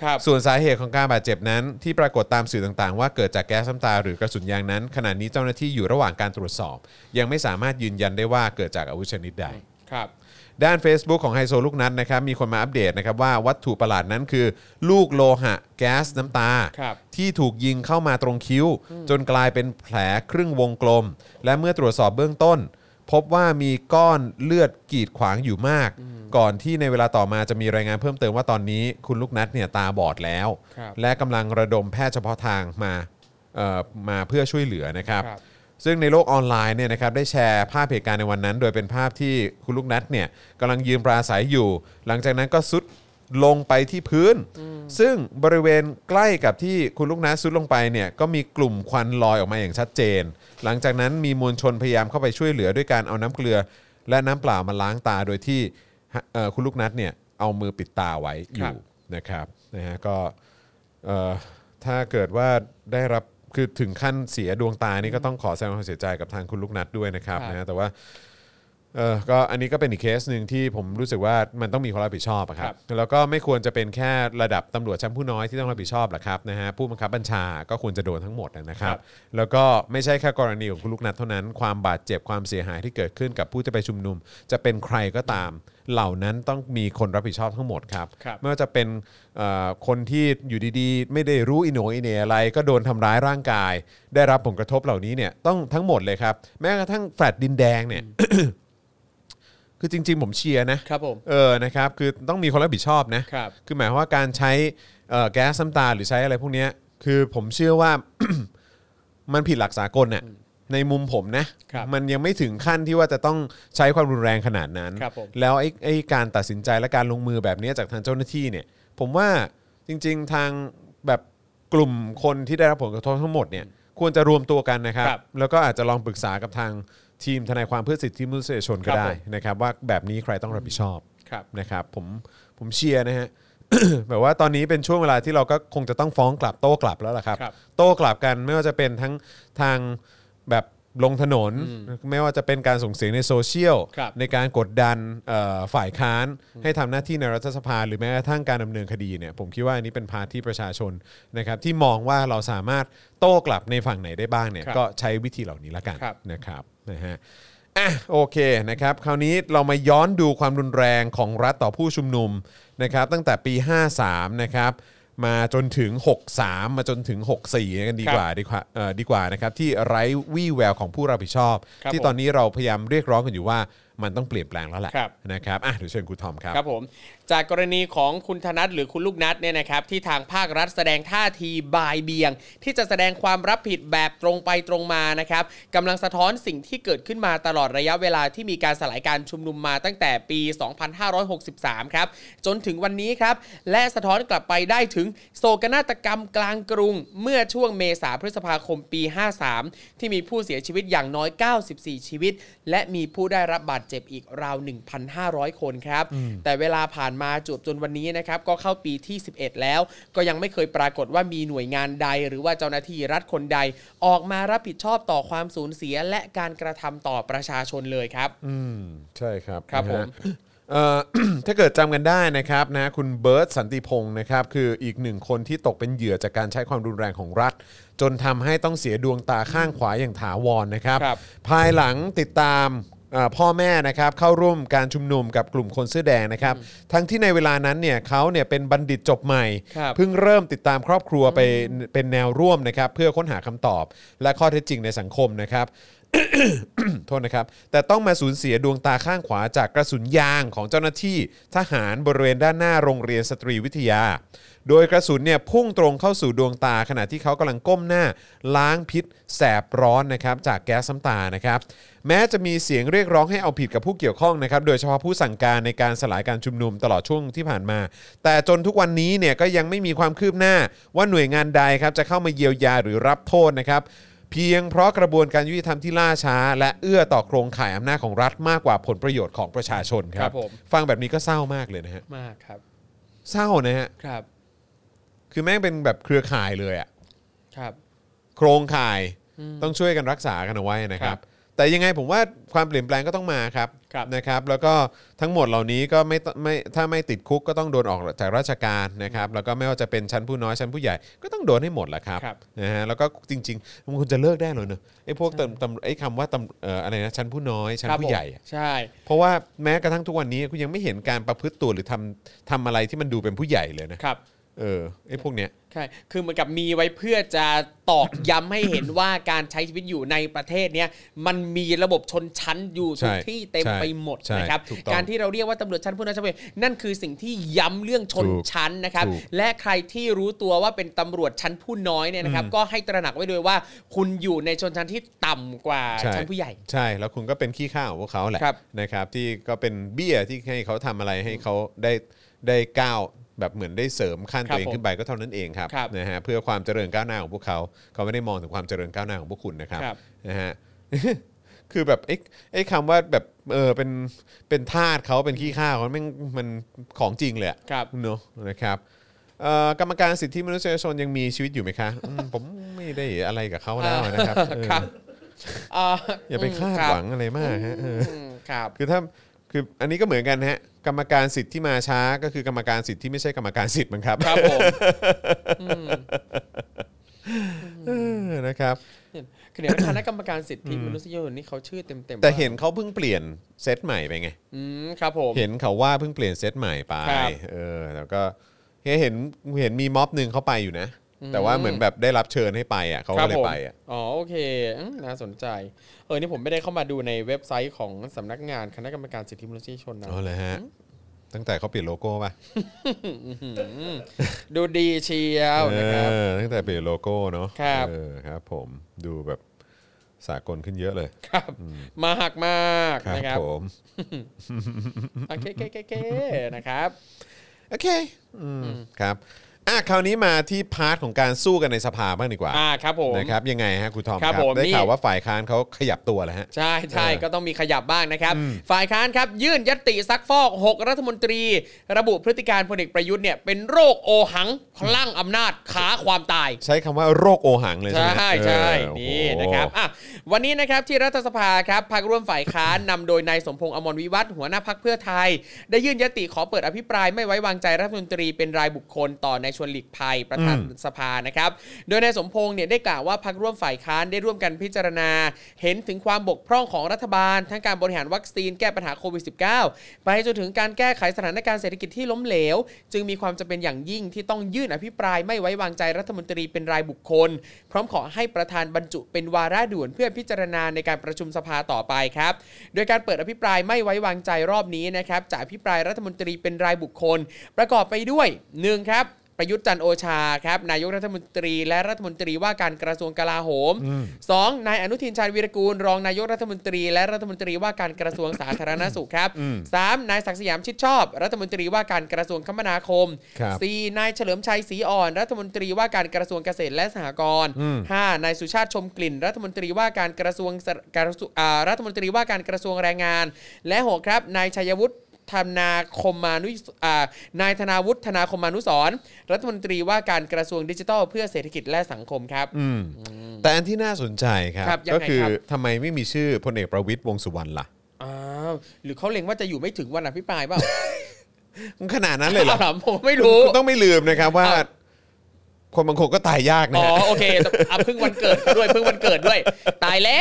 ครับ
ส่วนสาเหตุของการบาดเจ็บนั้นที่ปรากฏตามสื่อต่างๆ ว่าเกิดจากแก๊สน้ำตาหรือกระสุนยางนั้น ขณะนี้เจ้าหน้าที่อยู่ระหว่างการตรวจสอบ ยังไม่สามารถยืนยันได้ว่าเกิดจากอาวุธชนิดใด
ครับ
ด้าน Facebook ของไฮโซลูกนัดนะครับมีคนมาอัปเดตนะครับว่าวัตถุประหลาดนั้นคือ ลูกโลหะ แก๊สน้ำตา
ครับ
ที่ถูกยิงเข้ามาตรงคิ้ว จนกลายเป็นแผลครึ่งวงกลม และเมื่อตรวจสอบเบื้องต้น พบว่ามีก้อนเลือดกีดขวางอยู่มาก ก่อนที่ในเวลาต่อมาจะมีรายงานเพิ่มเติมว่าตอนนี้คุณลูกนัดเนี่ยตาบอดแล้ว
ครับ
และกำลังระดมแพทย์เฉพาะทางมาเอ่อมาเพื่อช่วยเหลือนะครับ
ครับ
ซึ่งในโลกออนไลน์เนี่ยนะครับได้แชร์ภาพเหตุการณ์ในวันนั้น โดยเป็นภาพที่คุณลูกนัดเนี่ยกำลังยืนปราศัยอยู่ หลังจากนั้นก็ซุดลงไปที่พื้น ซึ่งบริเวณใกล้กับที่คุณลูกนัดซุดลงไปเนี่ยก็มีกลุ่มควันลอยออกมาอย่างชัดเจน หลังจากนั้นมีมวลชนพยายามเข้าไปช่วยเหลือด้วยการเอาน้ำเกลือ และน้ำเปล่ามาล้างตาโดยที่เอ่อคุณลูกนัดเนี่ยเอามือปิดตาไว้อ
ครั
ยู่
บ
นะครับนะฮะก็ เอ่อถ้าเกิดว่าได้รับคือถึงขั้นเสียดวงตานี่ก็ต้องขอแสดงความเสียใจกับทางคุณลูกนัดด้วยนะครับ
ครับ
นะแต่ว่าเออก็อันนี้ก็เป็นอีกเคสหนึ่งที่ผมรู้สึกว่ามันต้องมีความรับผิดชอบอะครับ แล้วก็ไม่ควรจะเป็นแค่ระดับตำรวจชั้นผู้น้อยที่ต้องรับผิดชอบหรอกครับนะฮะผู้บังคับบัญชาก็ควรจะโดนทั้งหมดนะครับ แล้วก็ไม่ใช่แค่กรณีของคุณลูกนัดเท่านั้นความบาดเจ็บความเสียหายที่เกิดขึ้นกับผู้ที่ไปชุมนุม จะเป็นใครก็ตาม เหล่านั้นต้องมีคนรับผิดชอบทั้งหมดครับ
ครับ
ไม่ว่าจะเป็นเอ่อคนที่อยู่ดีๆ ไม่ได้รู้อิโหนอิเหนอะไร ก็โดนทำร้ายร่างกาย ได้รับผลกระทบเหล่านี้เนี่ยต้องทั้งหมดเลยครับ แม้กระทั่งแฟลตดินแดงเนี่ย คือจริง ๆ ผมเชียร์นะครับ
ผม
เออนะครับ คือต้องมีคนรับผิดชอบนะครับ อหมายความว่าการใช้เอ่อแก๊สซ้ำตาหรือใช้อะไรพวกเนี้ยคือผมเชื่อว่า มันผิดหลักสากลน่ะในมุมผมนะครับ มันยังไม่ถึงขั้นที่ว่าจะต้องใช้ความรุนแรงขนาดนั้น
ครับผม
แล้วไอ้ไอ้การตัดสินใจและการลงมือแบบนี้จากทางเจ้าหน้าที่เนี่ย ผมว่าจริง ๆทางแบบกลุ่มคนที่ได้รับผลกระทบทั้งหมดเนี่ยควรจะรวมตัวกันนะครับ
ครับ
แล้วก็อาจจะลองปรึกษากับทางทีมทนายความเพื่อสิทธิมนุษยชน
ค
ก็
รับผ
ได้
ม
นะครับว่าแบบนี้ใครต้องรับผิดชอบ
ครับ
นะครับผมผมเชียร์นะฮะ แบบว่าตอนนี้เป็นช่วงเวลาที่เราก็คงจะต้องฟ้องกลับโต้กลับแล้วล่ะครับ
ครับ
โต้กลับกันไม่ว่าจะเป็นทั้งทางแบบลงถนน ไม่ว่าจะเป็นการส่งเสียงในโซเชียล
ครับ
ในการกดดันเอ่อฝ่ายค้าน ให้ทำหน้าที่ในรัฐสภาหรือแม้กระทั่งการดำเนินคดีเนี่ยผมคิดว่าอันนี้เป็นพาร์ทที่ประชาชนนะครับที่มองว่าเราสามารถโต้กลับในฝั่งไหนได้บ้างเนี่ย
ครับ
ก็ใช้วิธีเหล่านี้ละกัน
ครับ
นะครับนะฮะ อ่ะโอเคนะครับ คราวนี้เรามาย้อนดูความรุนแรงของรัฐต่อผู้ชุมนุมนะครับตั้งแต่ปี 53 นะครับ มาจนถึง 63 มาจนถึง 64 กันดีกว่าดีกว่าเอ่อดีกว่านะครับที่ไร้วี่แววของผู้รับผิดชอบ
ครับ
ที่
ผม
ตอนนี้เราพยายามเรียกร้องกันอยู่ว่า มันต้องเปลี่ยนแปลงแล้วแหละ
ครับ
นะครับอ่ะเดี๋ยวเชิญครูทอมครับ
ครับผมจากกรณีของคุณธนัทหรือคุณลูกนัทเนี่ยนะครับที่ทางภาครัฐแสดงท่าทีบายเบียง ที่จะแสดงความรับผิดแบบตรงไปตรงมานะครับกำลังสะท้อนสิ่งที่เกิดขึ้นมาตลอดระยะเวลาที่มีการสลายการชุมนุมมาตั้งแต่ปี 2563 ครับ จนถึงวันนี้ครับ และสะท้อนกลับไปได้ถึงโศกนาฏกรรมกลางกรุง เมื่อช่วงเมษาพฤษภาคมปี 53 ที่มีผู้เสียชีวิตอย่างน้อย 94 ชีวิต และมีผู้ได้รับบาดเจ็บอีกราว 1,500 คนครับ แต่เวลาผ่านมาจวบจนวันนี้นะครับ ก็เข้าปีที่ 11 แล้ว ก็ยังไม่เคยปรากฏว่ามีหน่วยงานใด หรือว่าเจ้าหน้าที่รัฐคนใด ออกมารับผิดชอบต่อความสูญเสีย และการกระทำต่อประชาชนเลยครับ
อืมใช่ครับ
ครับ
นะฮะ
ผม
เอ่ อ ถ้าเกิดจำกันได้นะครับนะคุณเบิร์ตสันติพงศ์นะครับคืออีกหนึ่งคนที่ตกเป็นเหยื่อจากการใช้ความรุนแรงของรัฐ จนทำให้ต้องเสียดวงตาข้างขวาอย่างถาวรนะครับ
ครับ
ภายหลังติดตามเอ่อพ่อแม่นะครับเข้าร่วมการชุมนุมกับกลุ่มคนเสื้อแดงนะครับ ทั้งที่ในเวลานั้นเนี่ยเขาเนี่ยเป็นบัณฑิตจบใหม่
ครับ
เพิ่งเริ่มติดตามครอบครัวไปเป็นแนวร่วมนะครับ เพื่อค้นหาคำตอบ และข้อเท็จจริงในสังคมนะครับ โทษนะครับ แต่ต้องมาสูญเสียดวงตาข้างขวาจากกระสุนยางของเจ้าหน้าที่ทหารบริเวณด้านหน้าโรงเรียนสตรีวิทยา โดยกระสุนเนี่ยพุ่งตรงเข้าสู่ดวงตาขณะที่เขากำลังก้มหน้า ล้างพิษ แสบร้อนนะครับจากแก๊สน้ำตานะครับ แม้จะมีเสียงเรียกร้องให้เอาผิดกับผู้เกี่ยวข้องนะครับ โดยเฉพาะผู้สั่งการในการสลายการชุมนุมตลอดช่วงที่ผ่านมา แต่จนทุกวันนี้เนี่ยก็ยังไม่มีความคืบหน้าว่าหน่วยงานใดครับจะเข้ามาเยียวยาหรือรับโทษนะครับ เพียงเพราะกระบวนการยุติธรรมที่ล่าช้า และเอื้อต่อโครงข่ายอำนาจของรัฐมากกว่าผลประโยชน์ของประชาชนค
ค
รั
รับ บผม
ฟังแบบนี้ก็เศร้ามากเลยนะฮะ
มากครับ
เศร้านะฮะ
ครับ
คือแม่งเป็นแบบเครือข่ายเลยอะ
ครับ
โครงข่ายต้องช่วยกันรักษากันเอาไว้นะค
ค
รั
รับ บ
แต่ยังไงผมว่าความเปลี่ยนแปลงก็ต้องมาครับ
ครับ
นะครับ แล้วก็ทั้งหมดเหล่านี้ก็ไม่ต้องไม่ถ้าไม่ติดคุกก็ต้องโดนออกจากราชการนะครับ แล้วก็ไม่ว่าจะเป็นชั้นผู้น้อยชั้นผู้ใหญ่ก็ต้องโดนให้หมดแหละครับ
ครับ
นะฮะแล้วก็จริงๆมันควรจะเลิกได้เลยเนอะไอ้พวกเติมตำไอ้คำว่าตำเอ่ออะไรนะชั้นผู้น้อยชั้น
ครับ
ผู้ใหญ่
ผม
อะ
ใช่
เพราะว่าแม้กระทั่งทุกวันนี้คุณยังไม่เห็นการประพฤติตัวหรือทำทำอะไรที่มันดูเป็นผู้ใหญ่เลยนะครับ เออไอ้พวกเนี้ย
ใช่ คือเหมือนกับมีไว้เพื่อจะตอกย้ำให้เห็นว่าการใช้ชีวิตอยู่ในประเทศเนี้ยมันมีระบบชนชั้นอยู่ทุก
ใช่
ที่เต็ม
ใช่
ไปหมด
ใช่
นะครับ
ถูกต้อง
การที่เราเรียกว่าตำรวจชั้นผู้น้อยชั้นผู้ใหญ่นั่นคือสิ่งที่ย้ำเรื่องชน
ถูก
ชั้นนะครับ
ถูก
และใครที่รู้ตัวว่าเป็นตำรวจชั้นผู้น้อยเนี่ยนะครับ ก็ให้ตระหนักไว้ด้วยว่า คุณอยู่ในชนชั้นที่ต่ำกว่า
ช่
ชั้นผู้ใหญ่
ใช่แล้วคุณก็เป็นขี้ข้าของพวกเขาแหละ
ครับ
นะครับที่ก็เป็นเบี้ยที่ให้เขาทำอะไรให้เขาได้ได้ก้าวแบบเหมือนได้เสริมขั้น
ครั
ตั
บ
วเองขึ้นไปก็เท่านั้นเองครับ
ครับ
นะฮะเพื่อความเจริญก้าวหน้าของพวกเขาเขาไม่ได้มองถึงความเจริญก้าวหน้าของพวกคุณนะครับ
ครับ
นะฮ ะ คือแบบไอ้ไอ้คำว่าแบบเออเป็นเป็นทาสเขาเป็นขี้ข้าเขาแม่งมันของจริงเลยอะ
ครับ
เนอะนะครับเอ่อกรรมการสิทธิมนุษยชนยังมีชีวิตอยู่ไหมคะอืมผมไม่ได้อะไรกับเขาแล้วนะครับเออ
ครับเอ่อ
อย่าไปคาดหวังอะไรมากฮะเออ
อืมครับ
คือถ้าคืออันนี้ก็เหมือนกันฮะกรรมการสิทธิ์ที่มาช้าก็คือกรรมการสิทธิ์ที่ไม่ใช่กรรมการสิทธิ์มั้งครับ
ครับผม
เออนะครับ
เดี๋ยวคณะกรรมการสิทธิมนุษยชนนี่เขาชื่อเต็มๆ
แต่
ว่า
เห็นเขาเพิ่งเปลี่ยนเซตใหม่ไปไง
อืมครับผม
เห็นเขาว่าเพิ่งเปลี่ยนเซตใหม่ไป
ครับ
เออแล้วก็เห็นเห็นมีม็อบหนึ่งเขาไปอยู่นะ แต่ว่าเหมือนแบบได้รับเชิญให้ไปอ่ะเขาก็เลยไปอ่ะ
ครับผมอ๋อโอเคอืมน่าสนใจ เออ นี่ผมไม่ได้เข้ามาดูในเว็บไซต์ของสำนักงานคณะกรรมการสิทธิมนุษยชนนะ
อ๋อเลยฮะ ตั้งแต่เขาเปลี่ยนโลโก้ป่ะ
ดูดีเชียวนะครับ
เออตั้งแต่เปลี่ยนโลโก้เนาะ
ครับ
เออครับ ผมดูแบบสากลขึ้นเยอะเลย
ครับ มาหักมาก
ครับ
นะครับ
ผม
โอเคเคเคเคนะครับ
โอเคอืมครับอ่ะคราวนี้มาที่พาร์ทของการสู้กันในสภาบ้างดีกว่า
อ่าครับผม
นะครับยังไงฮะครูทอม
ครับผม
ได้
นี่
ข่าวว่าฝ่ายค้านเขาขยับตัวแล้วฮะ
ใช่ใช่
เออ
ก็ต้องมีขยับบ้างนะครับ ฝ่ายค้านครับ ยื่นยตติซักฟอก 6 รัฐมนตรี ระบุพฤติการพลเอกประยุทธ์เนี่ยเป็นโรคโอหังคลั่งอำนาจขาความตาย
ใช้คำว่าโรคโอหังเลยใช่ไหม
ใช่ใช่
เออโอ้โห
นี่นะครับอ่ะวันนี้นะครับที่รัฐสภาครับพักร่วมฝ่ายค้านนำโดยนายสมพงษ์อมรวิวัฒน์หัวหน้าพักเพื่อไทย ได้ยื่นยติขอเปิดอภิปรายไม่ไว้วางใจรัฐมนตรีเป็นรายบุคคลต่อใน ชวนหลีกภัยประธานสภานะครับ โดยนายสมพงษ์เนี่ยได้กล่าวว่าพักร่วมฝ่ายค้านได้ร่วมกันพิจารณา เห็นถึงความบกพร่องของรัฐบาล ทั้งการบริหารวัคซีนแก้ปัญหาโควิด -19 ไปจนถึงการแก้ไขสถานการณ์เศรษฐกิจที่ล้มเหลว จึงมีความจำเป็นอย่างยิ่งที่ต้องยื่นอภิปรายไม่ไว้วางใจรัฐมนตรีเป็นรายบุคคล พร้อมขอให้ประธานบรรจุเป็นวาระด่วนเพื่อพิจารณาในการประชุมสภาต่อไปครับ โดยการเปิดอภิปรายไม่ไว้วางใจรอบนี้นะครับจะอภิปรายรัฐมนตรีเป็นรายบุคคล ประกอบไปด้วยหนึ่งครับ ประยุทธ์จันทร์โอชาครับนายกรัฐมนตรีและรัฐมนตรีว่าการกระทรวงกลาโหม 2. นายอนุทินชาญวีรกูล รองนายกรัฐมนตรี และรัฐมนตรีว่าการกระทรวงสาธารณสุขครับ 3. นายศักดิ์สยามชิดชอบ รัฐมนตรีว่าการกระทรวงคมนาคม
ครับ
4. นายเฉลิมชัยศรีอ่อน รัฐมนตรีว่าการกระทรวงเกษตรและสหกรณ์ 5. นายสุชาติชมกลิ่น รัฐมนตรีว่าการกระทรวงสกระทรวงอ่ารัฐมนตรีว่าการกระทรวงแรงงาน และหกครับนายชัยวุฒิ ธนาคมมานุอ่านายธนาวุฒิธนาคมมานุสรณ์รัฐมนตรีว่าการกระทรวงดิจิทัลเพื่อเศรษฐกิจและสังคมครับ
อืมแต่อันที่น่าสนใจครับ
ครับยังไง
ก็คือ
ครับ
ทำไมไม่มีชื่อพลเอกประวิตยวงษ์สุวรรณล่ะ
อ้าวหรือเขาเล็งว่าจะอยู่ไม่ถึงวันอภิปรายเปล่า
มันขนาดนั้นเลยเหรอ
ถามผมไม่รู้
คุณต้องไม่ลืมนะครับว่า
อ่ะ
คนบางคนก็ตายยากนะ
อ๋อ
ฮะ
โอเคแต่อ่ะเพิ่งวันเกิดด้วยเพิ่งวันเกิดด้วย ตายแล้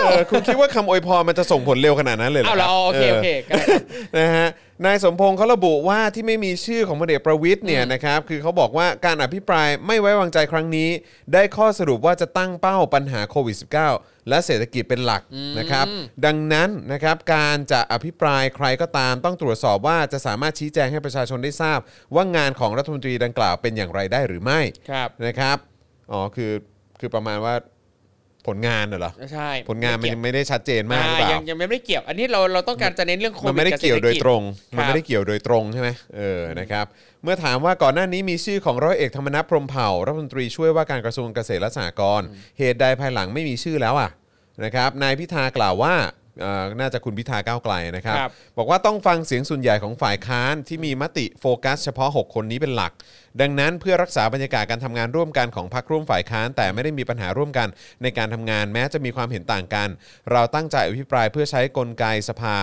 ว
เออคุณคิดว่าคำอวยพรมันจะส่งผลเร็วขนาดนั้นเลยเหรอ
เอา
ค
ละ
รับ
อ๋อโอเคโอเคก็ได้ครับ
เออนะฮะนายสมพงศ์เขาระบุว่าที่ไม่มีชื่อของพลเอกประวิทย์เนี่ยนะครับ คือเขาบอกว่าการอภิปรายไม่ไว้วางใจครั้งนี้ ได้ข้อสรุปว่าจะตั้งเป้าปัญหาโควิด -19 และเศรษฐกิจเป็นหลักนะครับ ดังนั้นนะครับการจะอภิปรายใครก็ตามต้องตรวจสอบว่าจะสามารถชี้แจงให้ประชาชนได้ทราบ ว่างานของรัฐมนตรีดังกล่าวเป็นอย่างไรได้หรือไม่
ครับ
นะครับ อ๋อ คือ คือประมาณว่าผลงานน่ะเหรอ
ใช่
ผลงานมันยังไม่ได้ชัดเจนมากหรือเป
อ่า
ล่า
ยังยังไม่ได้เกี่ยว อันนี้เราเราต้องการจะเน้นเรื่องโควิด
มันไม่ได้เกี่ยวโดยตรง
กับเศษฐจ
มันไม่ได้เกี่ยวโดยตรงใช่ไหมเออ นะครับ เมื่อถามว่าก่อนหน้านี้มีชื่อของร้อยเอกธรรมนัฐพรหมเผ่ารัฐมนตรีช่วยว่าการกระทรวงเกษตรและสหกรณ์ เหตุใดภายหลังไม่มีชื่อแล้วอ่ะ นะครับ นายพิธากล่าวว่าเอ่อน่าจะคุณพิธาก้าวไกลนะครับ
ครับ
บอกว่าต้องฟังเสียงส่วนใหญ่ของฝ่ายค้านที่มีมติโฟกัสเฉพาะ 6 คนนี้เป็นหลัก ดังนั้นเพื่อรักษาบรรยากาศการทำงานร่วมกันของพรรคร่วมฝ่ายค้าน แต่ไม่ได้มีปัญหาร่วมกันในการทำงานแม้จะมีความเห็นต่างกัน เราตั้งใจอภิปรายเพื่อใช้กลไกสภา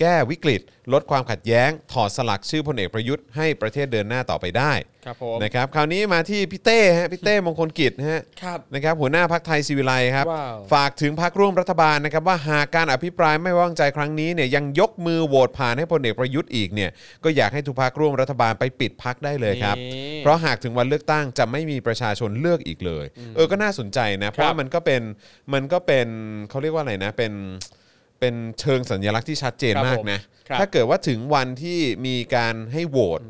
แก้วิกฤต ลดความขัดแย้ง ถอดสลักชื่อพลเอกประยุทธ์ให้ประเทศเดินหน้าต่อไปได้
ครับผม
นะครับคราวนี้มาที่พี่เต้ฮะพี่เต้มงคลกิจนะฮะ
ครับ
นะครับหัวหน้าพักไทยศิวิไลย์ครับ
ว้าว
ฝากถึงพักร่วมรัฐบาลนะครับว่าหากการอภิปรายไม่ไว้วางใจครั้งนี้เนี่ยยังยกมือโหวตผ่านให้พลเอกประยุทธ์อีกเนี่ยก็อยากให้ทุกพักร่วมรัฐบาลไปปิดพักได้เลยครับ
นี่
เพราะหากถึงวันเลือกตั้งจะไม่มีประชาชนเลือกอีกเลย เออก็น่าสนใจนะเพราะว่ามันก็เป็นมันก็เป็นเขาเรียกว่าอะไรนะเป็นเป็นเชิงสัญลักษณ์ที่ชัดเจน
ครับ
มาก
ผม
นะครับ ถ้าเกิดว่าถึงวันที่มีการให้โหวต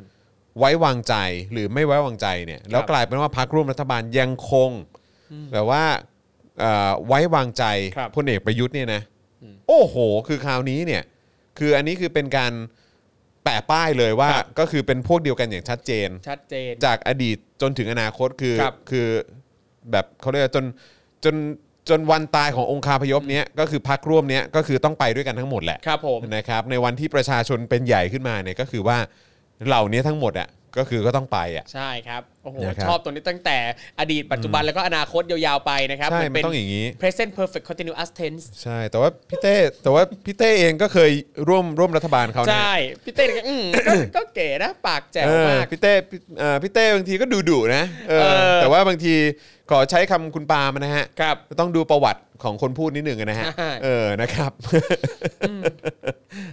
ไว้วางใจหรือไม่ไว้วางใจเนี่ยแล้วกลายเป็นว่าพักร่วมรัฐบาลยังคง แบบว่าเอ่อไว้วางใจ
ครับ
พลเอกประยุทธ์เนี่ยนะโอ้โห คือคราวนี้เนี่ย คืออันนี้คือเป็นการแปะป้ายเลยว่า
ครับ
ก็คือเป็นพวกเดียวกันอย่างชัดเจน
ชัดเจน
จากอดีตจนถึงอนาคตคือ
ครับ
คือแบบเขาเรียกว่าจนจนจนวันตายขององคาพยพเนี้ยก็คือพักร่วมเนี้ยก็คือต้องไปด้วยกันทั้งหมดแหละ
ครับผม
นะครับ ในวันที่ประชาชนเป็นใหญ่ขึ้นมาเนี่ยก็คือว่าเหล่านี้ทั้งหมดอ่ะก็คือก็ต้องไปอ่ะ
ใช่ครับโอ้โห
นะครับ
ชอบตัวนี้ตั้งแต่อดีตปัจจุบันแล้วก็อนาคตยาวๆไปนะครับ
ใช่
เหมือน
มั
เป็น น
ต้องอย่างนี้
present perfect continuous tense
ใช่ แต่ว่าพี่เต้แต่ว่าพี่เต้เองก็เคยร่วมร่วมรัฐบาลเขานะ
ใช่ พี่เต้นก็อืมก็ก็เก๋นะ ปากแจ๋ว
เออ
มาก
พี่เต้พี่เอ่อพี่เต้บางทีก็ดูดุๆนะเออ
เออ
แต่ว่าบางทีขอใช้คำคุณปาล์มนะฮะ
ครับ
ต้องดูประวัติของคนพูดนิดหนึ่งนะฮะ
ใช่
เออนะครับ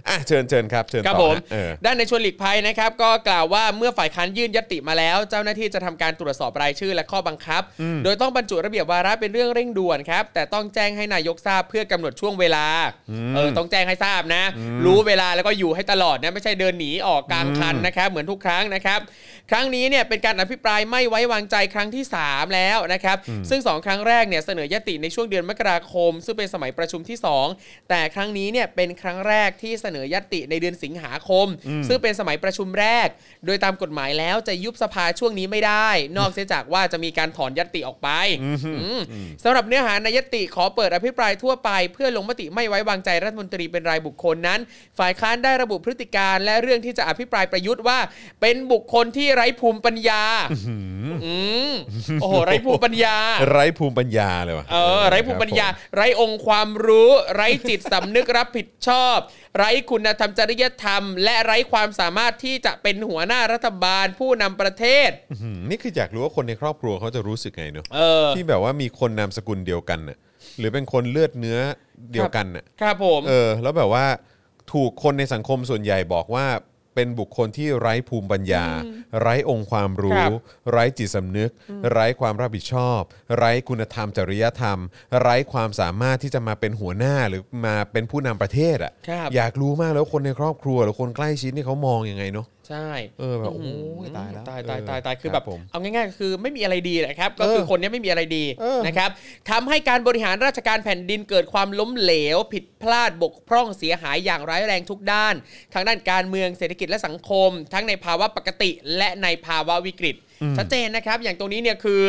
อ่ะเชิญเชิญครับเชิญ
ครับ
ต่
ผ
อ
ม
ฮะเออ
ด้านในชวนหลีกภัยนะครับ ก็กล่าวว่าเมื่อฝ่ายค้านยื่นยติมาแล้ว เจ้าหน้าที่จะทำการตรวจสอบรายชื่อและข้อบังคับ โดยต้องบรรจุระเบียบวาระเป็นเรื่องเร่งด่วนครับ แต่ต้องแจ้งให้นายกทราบเพื่อกำหนดช่วงเวลาเออต้องแจ้งให้ทราบนะ รู้เวลาแล้วก็อยู่ให้ตลอดนะไม่ใช่เดินหนีออกกลางคันนะครับเหมือนทุกครั้งนะครับ ครั้งนี้เนี่ยเป็นการอภิปรายไม่ไว้วางใจครั้งที่ 3 แล้วนะครับ ซึ่ง 2 ครั้งแรกเนี่ยเสนอยติในช่วงเดือนมกราคม ซึ่งเป็นสมัยประชุมที่ 2 แต่ครั้งนี้เนี่ยเป็นครั้งแรกที่เสนอยติในเดือนสิงหาคม ซึ่งเป็นสมัยประชุมแรก โดยตามกฎหมายแล้วจะยุบสภาช่วงนี้ไม่ได้ นอกเสียจากว่าจะมีการถอนยติออกไปอืมสำหรับเนื้อหาในยติขอเปิดอภิปรายทั่วไป เพื่อลงมติไม่ไว้วางใจรัฐมนตรีเป็นรายบุคคลนั้น ฝ่ายค้านได้ระบุพฤติการและเรื่องที่จะอภิปรายประยุทธ์ว่า เป็นบุคคลที่ไร้ภูมิปัญญาอืมโอ้โหไร้ภูมิปัญญา
ไร้ภูมิปัญญาเลยว่ะ
เออไร้ภูมิปัญญ าไร้องค์ความรู้ ไร้จิตสำนึกรับผิดชอบ ไร้คุณธรรมจริยธรรม และไร้ความสามารถที่จะเป็นหัวหน้ารัฐบาลผู้นำประเทศ
อื้อหือนี่คืออยากรู้ว่าคนในครอบครัวเขาจะรู้สึกไงเนอะ
เออ
ที่แบบว่ามีคนนามสกุลเดียวกันน่ะหรือเป็นคนเลือดเนื้อเดียวกันน่ะ
ครับผม
เออ แล้วแบบว่าถูกคนในสังคมส่วนใหญ่บอกว่าเป็นบุคคลที่ไร้ภูมิปัญญา ไร้องค์ความ
ค
รู้
รับ
ไร้จิตสำนึก ไร้ความรับผิดชอบ ไร้คุณธรรมจริยธรรม ไร้ความสามารถที่จะมาเป็นหัวหน้าหรือมาเป็นผู้นำประเทศอ่ะ
ครับ
อยากรู้มากแล้วคนในครอบครัวหรือคนใกล้ชิดนี่เขามองยังไงเนาะ
ใช่
เออแบบโอ้โห
ม
ตายแล้ว
ตายตาย
เออ
ตายตายคือ
ค
แบ
รับบ ผม
เอาง่ายๆ คือไม่มีอะไรดีนะครับ ก็คือ
เออ
คนเนี้ยไม่มีอะไรดี
เออ
นะครับทำให้การบริหารราชการแผ่นดินเกิดความล้มเหลว ผิดพลาดบกพร่องเสียหายอย่างร้ายแรงทุกด้าน ทั้งด้านการเมืองเศรษฐกิจและสังคม ทั้งในภาวะปกติและในภาวะวิกฤต ชัดเจนนะครับ อย่างตรงนี้เนี่ยคือ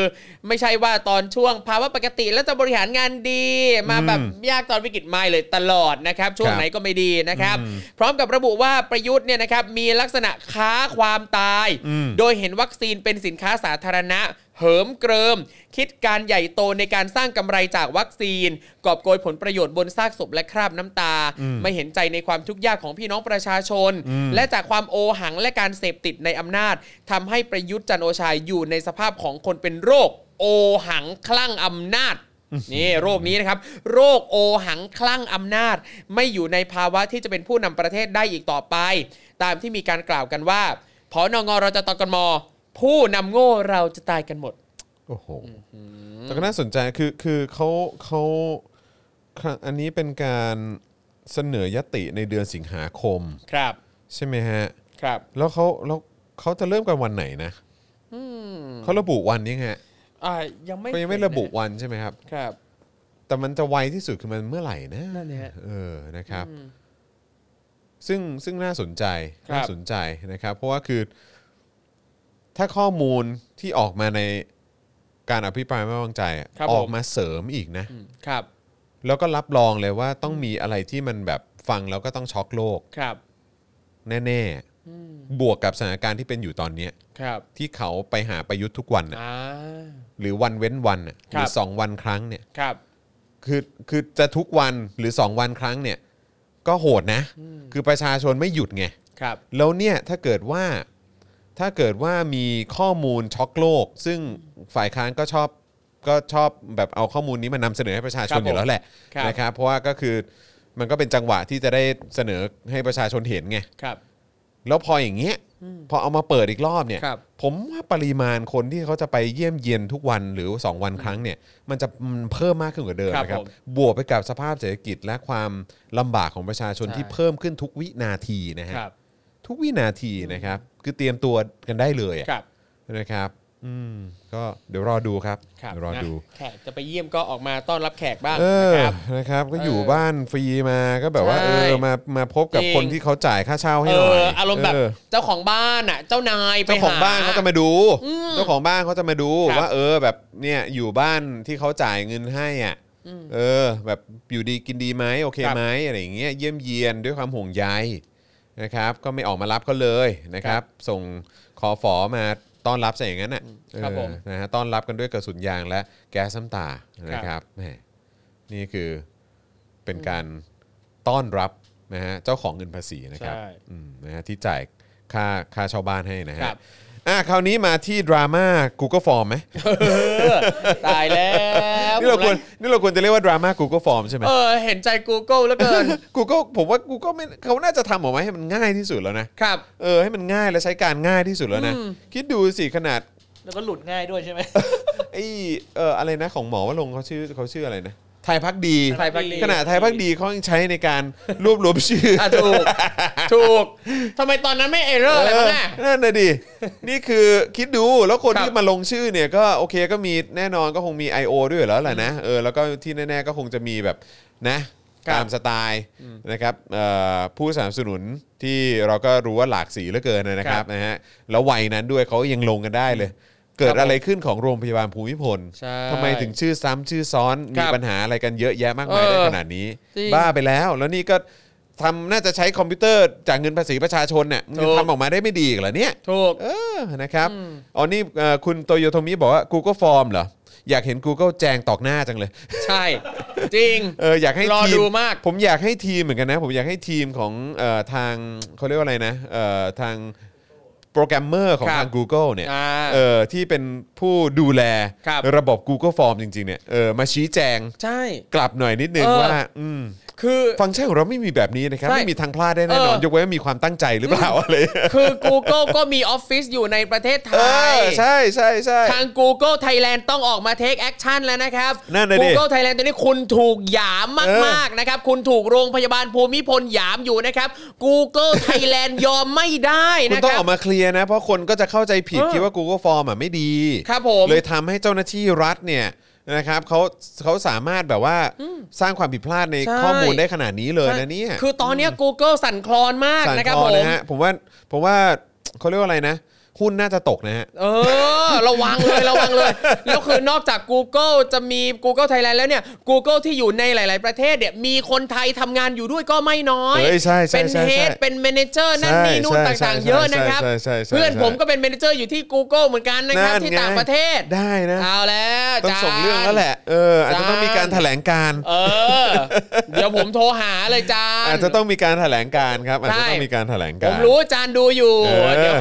ไม่ใช่ว่าตอนช่วงภาวะปกติแล้วจะบริหารงานดี มาแบบยากตอนวิกฤตไม่เลยตลอดนะครับ ช่วง
ครับ
ไหน ก็ไม่ดีนะครับ พร้อมกับระบุว่าประยุทธ์เนี่ยนะครับมีลักษณะค้าความตาย
อืม
โดยเห็นวัคซีนเป็นสินค้าสาธารณะ เหิมเกริม คิดการใหญ่โตในการสร้างกำไรจากวัคซีน กอบโกยผลประโยชน์บนซากศพและคราบน้ำตา ไม่เห็นใจในความทุกข์ยากของพี่น้องประชาชน และจากความโอหังและการเสพติดในอำนาจทำให้ประยุทธ์จันทร์โอชายอยู่ในสภาพของคนเป็นโรค โอหังคลั่งอำ นาจ นี่โรคนี้นะครับ โรคโอหังคลั่งอำนาจ ไม่อยู่ในภาวะที่จะเป็นผู้นำประเทศได้อีกต่อไป ตามที่มีการกล่าวกันว่าพอนงเราจะตกนมผู้นำโง่เราจะตายกันหมด
โอ้โห แต่ก็น่าสนใจ คือ คือเขาเขาครับอันนี้เป็นการเสนอยติในเดือนสิงหาคม
ครับ
ใช่ไหมฮะ
ครับ
แล้วเขาแล้วเขาจะเริ่มกันวันไหนนะเขาระบุวันยังไง
อ่ายังไม่
ก็ยังไม่ระบุวันใช่ไหมครับ
ครับ
แต่มันจะไวที่สุดคือมันเมื่อไหร่นะ
นั่นเนี่ย
เออ นะครับ ซึ่งซึ่งน่าสนใจ
ครับ
น่าสนใจนะครับ เพราะว่าคือ ถ้าข้อมูลที่ออกมาในการอภิปรายไม่ไว้วางใจอะ
ครับผม
ออกมาเสริมอีกนะ
อืมครับ
แล้วก็รับรองเลยว่าต้องมีอะไรที่มันแบบฟังแล้วก็ต้องช็อกโลก
ครับ
แน่ๆ บวกกับสถานการณ์ที่เป็นอยู่ตอนเนี้ย
ครับ
ที่เขาไปหาประยุทธ์ทุกวันน่ะ
อ่า
หรือวันเว้นวันน่ะห
ครับ
รือสองวันครั้งเนี่ย
ครับ
คือคือจะทุกวันหรือสองวันครั้งเนี่ย ก็โหดนะ คือประชาชนไม่หยุดไง
ครับ
แล้วเนี่ยถ้าเกิดว่าถ้าเกิดว่ามีข้อมูลช็อกโลก ซึ่งฝ่ายค้านก็ชอบก็ชอบแบบเอาข้อมูลนี้มานำเสนอให้ประชาชนอยู่แล้วแหละ
ครับ
นะครับเพราะว่าก็คือมันก็เป็นจังหวะที่จะได้เสนอให้ประชาชนเห็นไง
ครับ
แล้วพออย่างเงี้ยพอเอามาเปิดอีกรอบเนี่ย
ครับ
ผมว่าปริมาณคนที่เขาจะไปเยี่ยมเยียนทุกวันหรือ 2 วันครั้งเนี่ยมันจะมันเพิ่มมากขึ้นกว่าเดิม
ครับ
นะครับ
ผม
บวกไปกับสภาพเศรษฐกิจและความลำบากของประชาชน
ใช่
ที่เพิ่มขึ้นทุกวินาทีนะฮะ
ครับ
ทุกวินาทีนะครับ คือเตรียมตัวกันได้เลยอะ
ครับ
นะครับ อืมก็เดี๋ยวรอดูครับ
ครับ
เดี๋ยวรอดู
นะแขกจะไปเยี่ยมก็ออกมาต้อนรับแขกบ้าง
เออ
นะครับ
นะครับ ก็
เอออ
อยู่บ้านฟรีมาก็แบบว่า
ใช่
เออมามาพบกับ
จริง
คนที่เขาจ่ายค่าเช่าให้
เอ
หน่อย
ออารมณ์แบบ
เออ
เจ้าของบ้านอ่ะ เจ้านายไปห
เจ้าของบ้านเขาจะมาดู
อืม
เจ้าของบ้านเขาจะมาดู
ครับ
ว่า เออแบบเนี่ยอยู่บ้านที่เขาจ่ายเงินให้อ่ะเออ แบบอยู่ดีกินดีไหมโอเค
ครับ
ไหมอะไรอย่างเงี้ยเยี่ยมเยียนด้วยความห่วงใยนะครับ ก็ไม่ออกมารับเขาเลยนะครับ ส่งขอฝอมาต้อนรับซะอย่างนั้นน่ะ
ครับผม
เออนะฮะต้อนรับกันด้วยกระสุนยางและแก๊สซ้ำตานะครับแหมนี่คือเป็นการต้อนรับนะฮะเจ้าของเงินภาษีนะครับ
ใช่
อืมนะฮะที่จ่ายค่าค่าเช่าบ้านให้นะฮะ
ครับ
อ่ะคราวนี้มาที่ดราม่า Google Form ไหม
ตายแล้ว
นี่เราควร
ผมเลย
นี่เราควรจะเรียกว่าดราม่า Google Form ใช่ไหม
เออ เห็นใจ Google แล้วเกิน
Google ผมว่า Google ไม่เขาน่าจะทำออกมาให้มันง่ายที่สุดแล้วนะครับ เออให้มันง่ายและใช้การง่ายที่สุดแล้วนะ
อืม
คิดดูสิขนาด
แล้วก็หลุดง่ายด้วยใช่ไหม
ไอ้เอออะไรนะของหมอว่าลงค์เขาชื่อเขาชื่ออะไรนะไทยพักดี
ไทยพักดี
ขนาดไทยพักดีเขายังใช้ในการรวบรวมชื่อ
อ่ะถูก ถูกทำไมตอนนั้นไม่เอเรอร์อะไรบ้างอ่ะ
เออนั่นน่ะดิ นี่คือคิดดูแล้วคน
ครับ
ที่มาลงชื่อเนี่ยก็โอเคก็มีแน่นอนก็คงมี I.O. ด้วยอยู่แล้วแหละนะเออแล้วก็ที่แน่ๆก็คงจะมีแบบนะตามสไตล์นะครับเอ่อผู้สนับสนุนที่เราก็รู้ว่าหลากสีเหลือเกินนะครับนะฮะแล้ววัยนั้นด้วยเขายังลงกันได้เลย เกิดอะไรขึ้นของโรงพยาบาลภูมิพล
ใช่
ทำไมถึงชื่อซ้ำชื่อซ้อน
ค
มี
รับ
ปัญหาอะไรกันเยอะแยะมากมายได้
เออ
ขนาดนี้
จริง
บ้าไปแล้วแล้วนี่ก็ทำน่าจะใช้คอมพิวเตอร์จากเงินภาษีประชาชนเนี่ยมึง
ถู
จะ
ก
ทำออกมาได้ไม่ดีอีกเหรอเนี่ย
ถูก
เออนะครับอ๋อนี่เอ่อคุณโตโยโทมิบอกว่า Google Form เหรอ อยากเห็น Google แจงตอกหน้าจังเลย
ใช่ จริง
เอออยากให้
รอ
ที
ดูมาก
ผมอยากให้ทีมเหมือนกันนะ ผมอยากให้ทีมของเอ่อทางเขาเรียกว่าอะไรนะเอ่อทางโปรแกรมเมอร์ของ
ครับ
ทาง Google เนี่ย
อ่า
เออที่เป็นผู้ดูแล
ครับ
ระบบ Google Form จริงๆเนี่ยเออมาชี้แจง
ใช่
กลับหน่อยนิดนึง
เออ
ว่าอืม
คือ
ฟังก์ชันของเราไม่มีแบบนี้นะครับ
ใช่
ไม่มีทางพลาดได้แน่นอน
เออ
ยกเว้นว่ามีความตั้งใจหรือเปล่าอะไร
คือ Google ก็มีออฟฟิศอยู่ในประเทศไท
เอย อใช่ใช่ใช่
ทาง Google Thailand ต้องออกมา take action แล้วนะครับ
นั่นน่ะดิ
Google Thailand ตอนนี้คุณถูกหยามมากๆนะครับ คุณถูกโรงพยาบาลภูมิพลหยามอยู่นะครับ Google Thailand ยอมไม่ได้
คุณ
นะ
ต้อ
ค
ง
รั
อบ อกมาเคลียร์นะ เพราะคนก็จะเข้าใจผิด
เออ
คิดว่า Google Form อ่ะไม่ดี
ครับผม
เลยทำให้เจ้าหน้าที่รัฐเนี่ยนะครับเขาเขาสามารถแบบว่าสร้างความผิดพลาดใน
ใช่
ข้อมูลได้ขนาดนี้เลยนะเนี่ย
คือตอนเนี้ย Google สั่นคลอนมาก
สั่น
นะครับ
คลอ
ผม
นะฮะผมว่าผมว่าเขาเรียกว่าอะไรนะ หุ้นน่าจะตกนะฮะ
เออ ระวังเลยระวังเลย แล้วคือนอกจาก Google จะมี Google Thailand แล้วเนี่ย Google ที่อยู่ในหลาย ๆ ประเทศเนี่ยมีคนไทยทำงานอยู่ด้วยก็ไม่น้อย
เอ้ยใช่ใช่
เป็น
ใช่
เฮด
ใช่
เป็นเมเนเจอร์นั่น
ใช่
นี่นู่น
ใช่
ต่าง ๆ
ใช่
เยอะนะครับ
ใช่ใช่ใช่ใช่
เพื่อน
ใช่
ผมก็เป็นเมเนเจอร์อยู่ที่ Google เหมือนกันนะครับที่
ไ
ต่างประเทศ
ได้นะ
เอาแล้ว
ต้องส่งเรื่องแล้วแหละเอออาจจะต้องมีการแถลงการ
เออ เดี๋ยวผมโทรหาเลยจาน
อาจจะต้องมีการแถลงการครับอาจจะ
ใช่
ต้องมีการแถลง
ผ
การ
มรู้จานดูอยู่
เออ
เดี๋ยว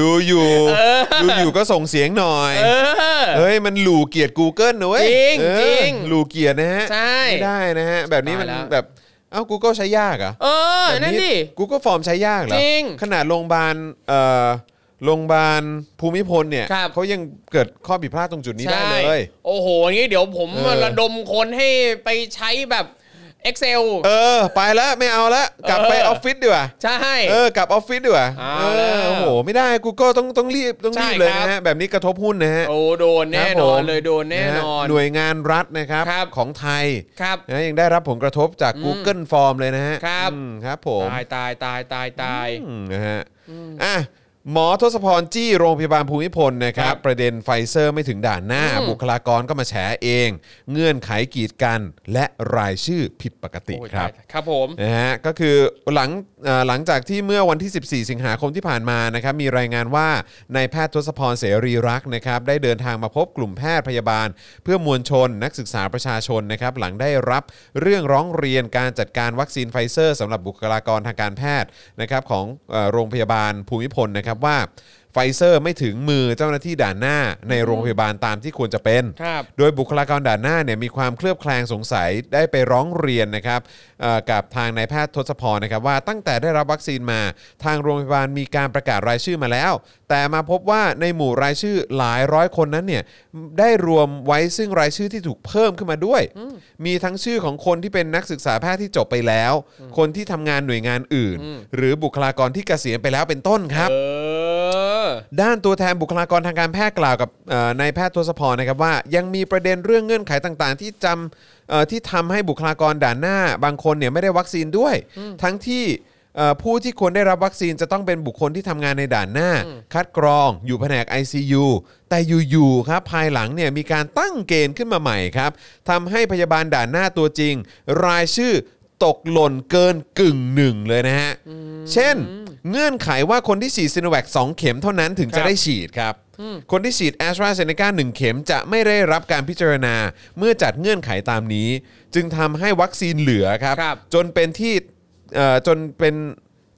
ดูอยู่ดูอยู่ก็ส่งเสียงหน่อย
เออ
เฮ้ย มันหลู่เกียรติ Google นะเว้ย
จริง
เออ
จริง
หลู่เกียรตินะฮะ
ใช่
ไม่ได้นะฮะ แบบนี้มัน
ตายแล้ว
แบบ เอ้า Google ใช้ยากเหรอ่ะ
เออ นั่นดิ
กูก็ฟอร์มใช้ยากเหรอ
จริง
ขนาดโรงพยาบาลเอ่อโรงพยาบาลภูมิพลเนี่ย
ครับ
เขายังเกิดข้อผิดพลาดตรงจุดนี้ได้เลย
โอ้โหงี้เดี๋ยวผม
เออ
ระดมคนให้ไปใช้แบบ Excel
เออ ไปแล้วไม่เอาละกลับไปออฟฟิศดีกว่า
ใช่
เออกลับออฟฟิศดีกว่า
เอา
เอ
แล้ว
อโอ้โห ไม่ได้ Google ต้องต้องรีบต้องรีบ
ใช่
เลย
ครับ
นะฮะ แบบนี้กระทบหุ้นนะฮะ
โอ้โดนแน่นอนเลยโดนแน่นอน
ะฮะหน่วยงานรัฐนะครับ
ครับ
ของไทย
ครับ
นะยังได้รับผลกระทบจาก Google Form เลยนะฮะ
ครับ
อืมครับผม
ตายตายตายตายตาย
อืมนะฮะอ่ะหมอทศพรจี้โรงพยาบาลภูมิพลนะครับ
ครับ
ประเด็นไฟเซอร์ไม่ถึงด่านหน้า บุคลากรก็มาแฉเอง เงื่อนไขกีดกัน และรายชื่อผิดปกติ
โอ้ย
ครับ
ตายครับผม
นะฮะก็คือหลังเอ่อหลังจากที่เมื่อวันที่ 14 สิงหาคมที่ผ่านมานะครับมีรายงานว่านายแพทย์ทศพรเสรีรักษ์นะครับได้เดินทางมาพบกลุ่มแพทย์พยาบาล เพื่อมวลชนนักศึกษาประชาชนนะครับหลังได้รับเรื่องร้องเรียนการจัดการวัคซีนไฟเซอร์สำหรับบุคลากรทางการแพทย์นะครับของเอ่อโรงพยาบาลภูมิพลนะครับว่าไฟเซอร์ไม่ถึงมือเจ้าหน้าที่ด่านหน้าในโรงพยาบาลตามที่ควรจะเป็น
ครับ
โดยบุคลากรด่านหน้าเนี่ยมีความเคลือบแคลงสงสัยได้ไปร้องเรียนนะครับเอ่อกับทางนายแพทย์ทศพรนะครับว่าตั้งแต่ได้รับวัคซีนมา ทางโรงพยาบาลมีการประกาศรายชื่อมาแล้ว แต่มาพบว่าในหมู่รายชื่อหลายร้อยคนนั้นเนี่ยได้รวมไว้ซึ่งรายชื่อที่ถูกเพิ่มขึ้นมาด้วย มีทั้งชื่อของคนที่เป็นนักศึกษาแพทย์ที่จบไปแล้ว คนที่ทำงานหน่วยงานอื่น หรือบุคลากรที่เกษียณไปแล้วเป็นต้นครับ
เออ
ด้านตัวแทนบุคลากรทางการแพทย์กล่าวกับเอ่อนายแพทย์ทศพรนะครับว่า ยังมีประเด็นเรื่องเงื่อนไขต่างๆ ที่จำเอ่อที่ทำให้บุคลากรด่านหน้า บางคนเนี่ยไม่ได้วัคซีนด้วย ทั้งที่เอ่อผู้ที่ควรได้รับวัคซีนจะต้องเป็นบุคคลที่ทำงานในด่านหน้า คัดกรอง อยู่แผนก ICU แต่อยู่ๆครับภายหลังเนี่ยมีการตั้งเกณฑ์ขึ้นมาใหม่ครับทำให้พยาบาลด่านหน้าตัวจริง รายชื่อ ตกหล่นเกินกึ่งหนึ่งเลยนะฮะ เช่น เงื่อนไขว่าคนที่ฉีดซีโนแวค2เข็มเท่านั้นถึงจะได้ฉีดครับ คนที่ฉีดแอสตราเซเนกา1เข็มจะไม่ได้รับการพิจารณา เมื่อจัดเงื่อนไขตามนี้ จึงทำให้วัคซีนเหลือครับ
ครับ
จนเป็นที่เอ่อจนเป็น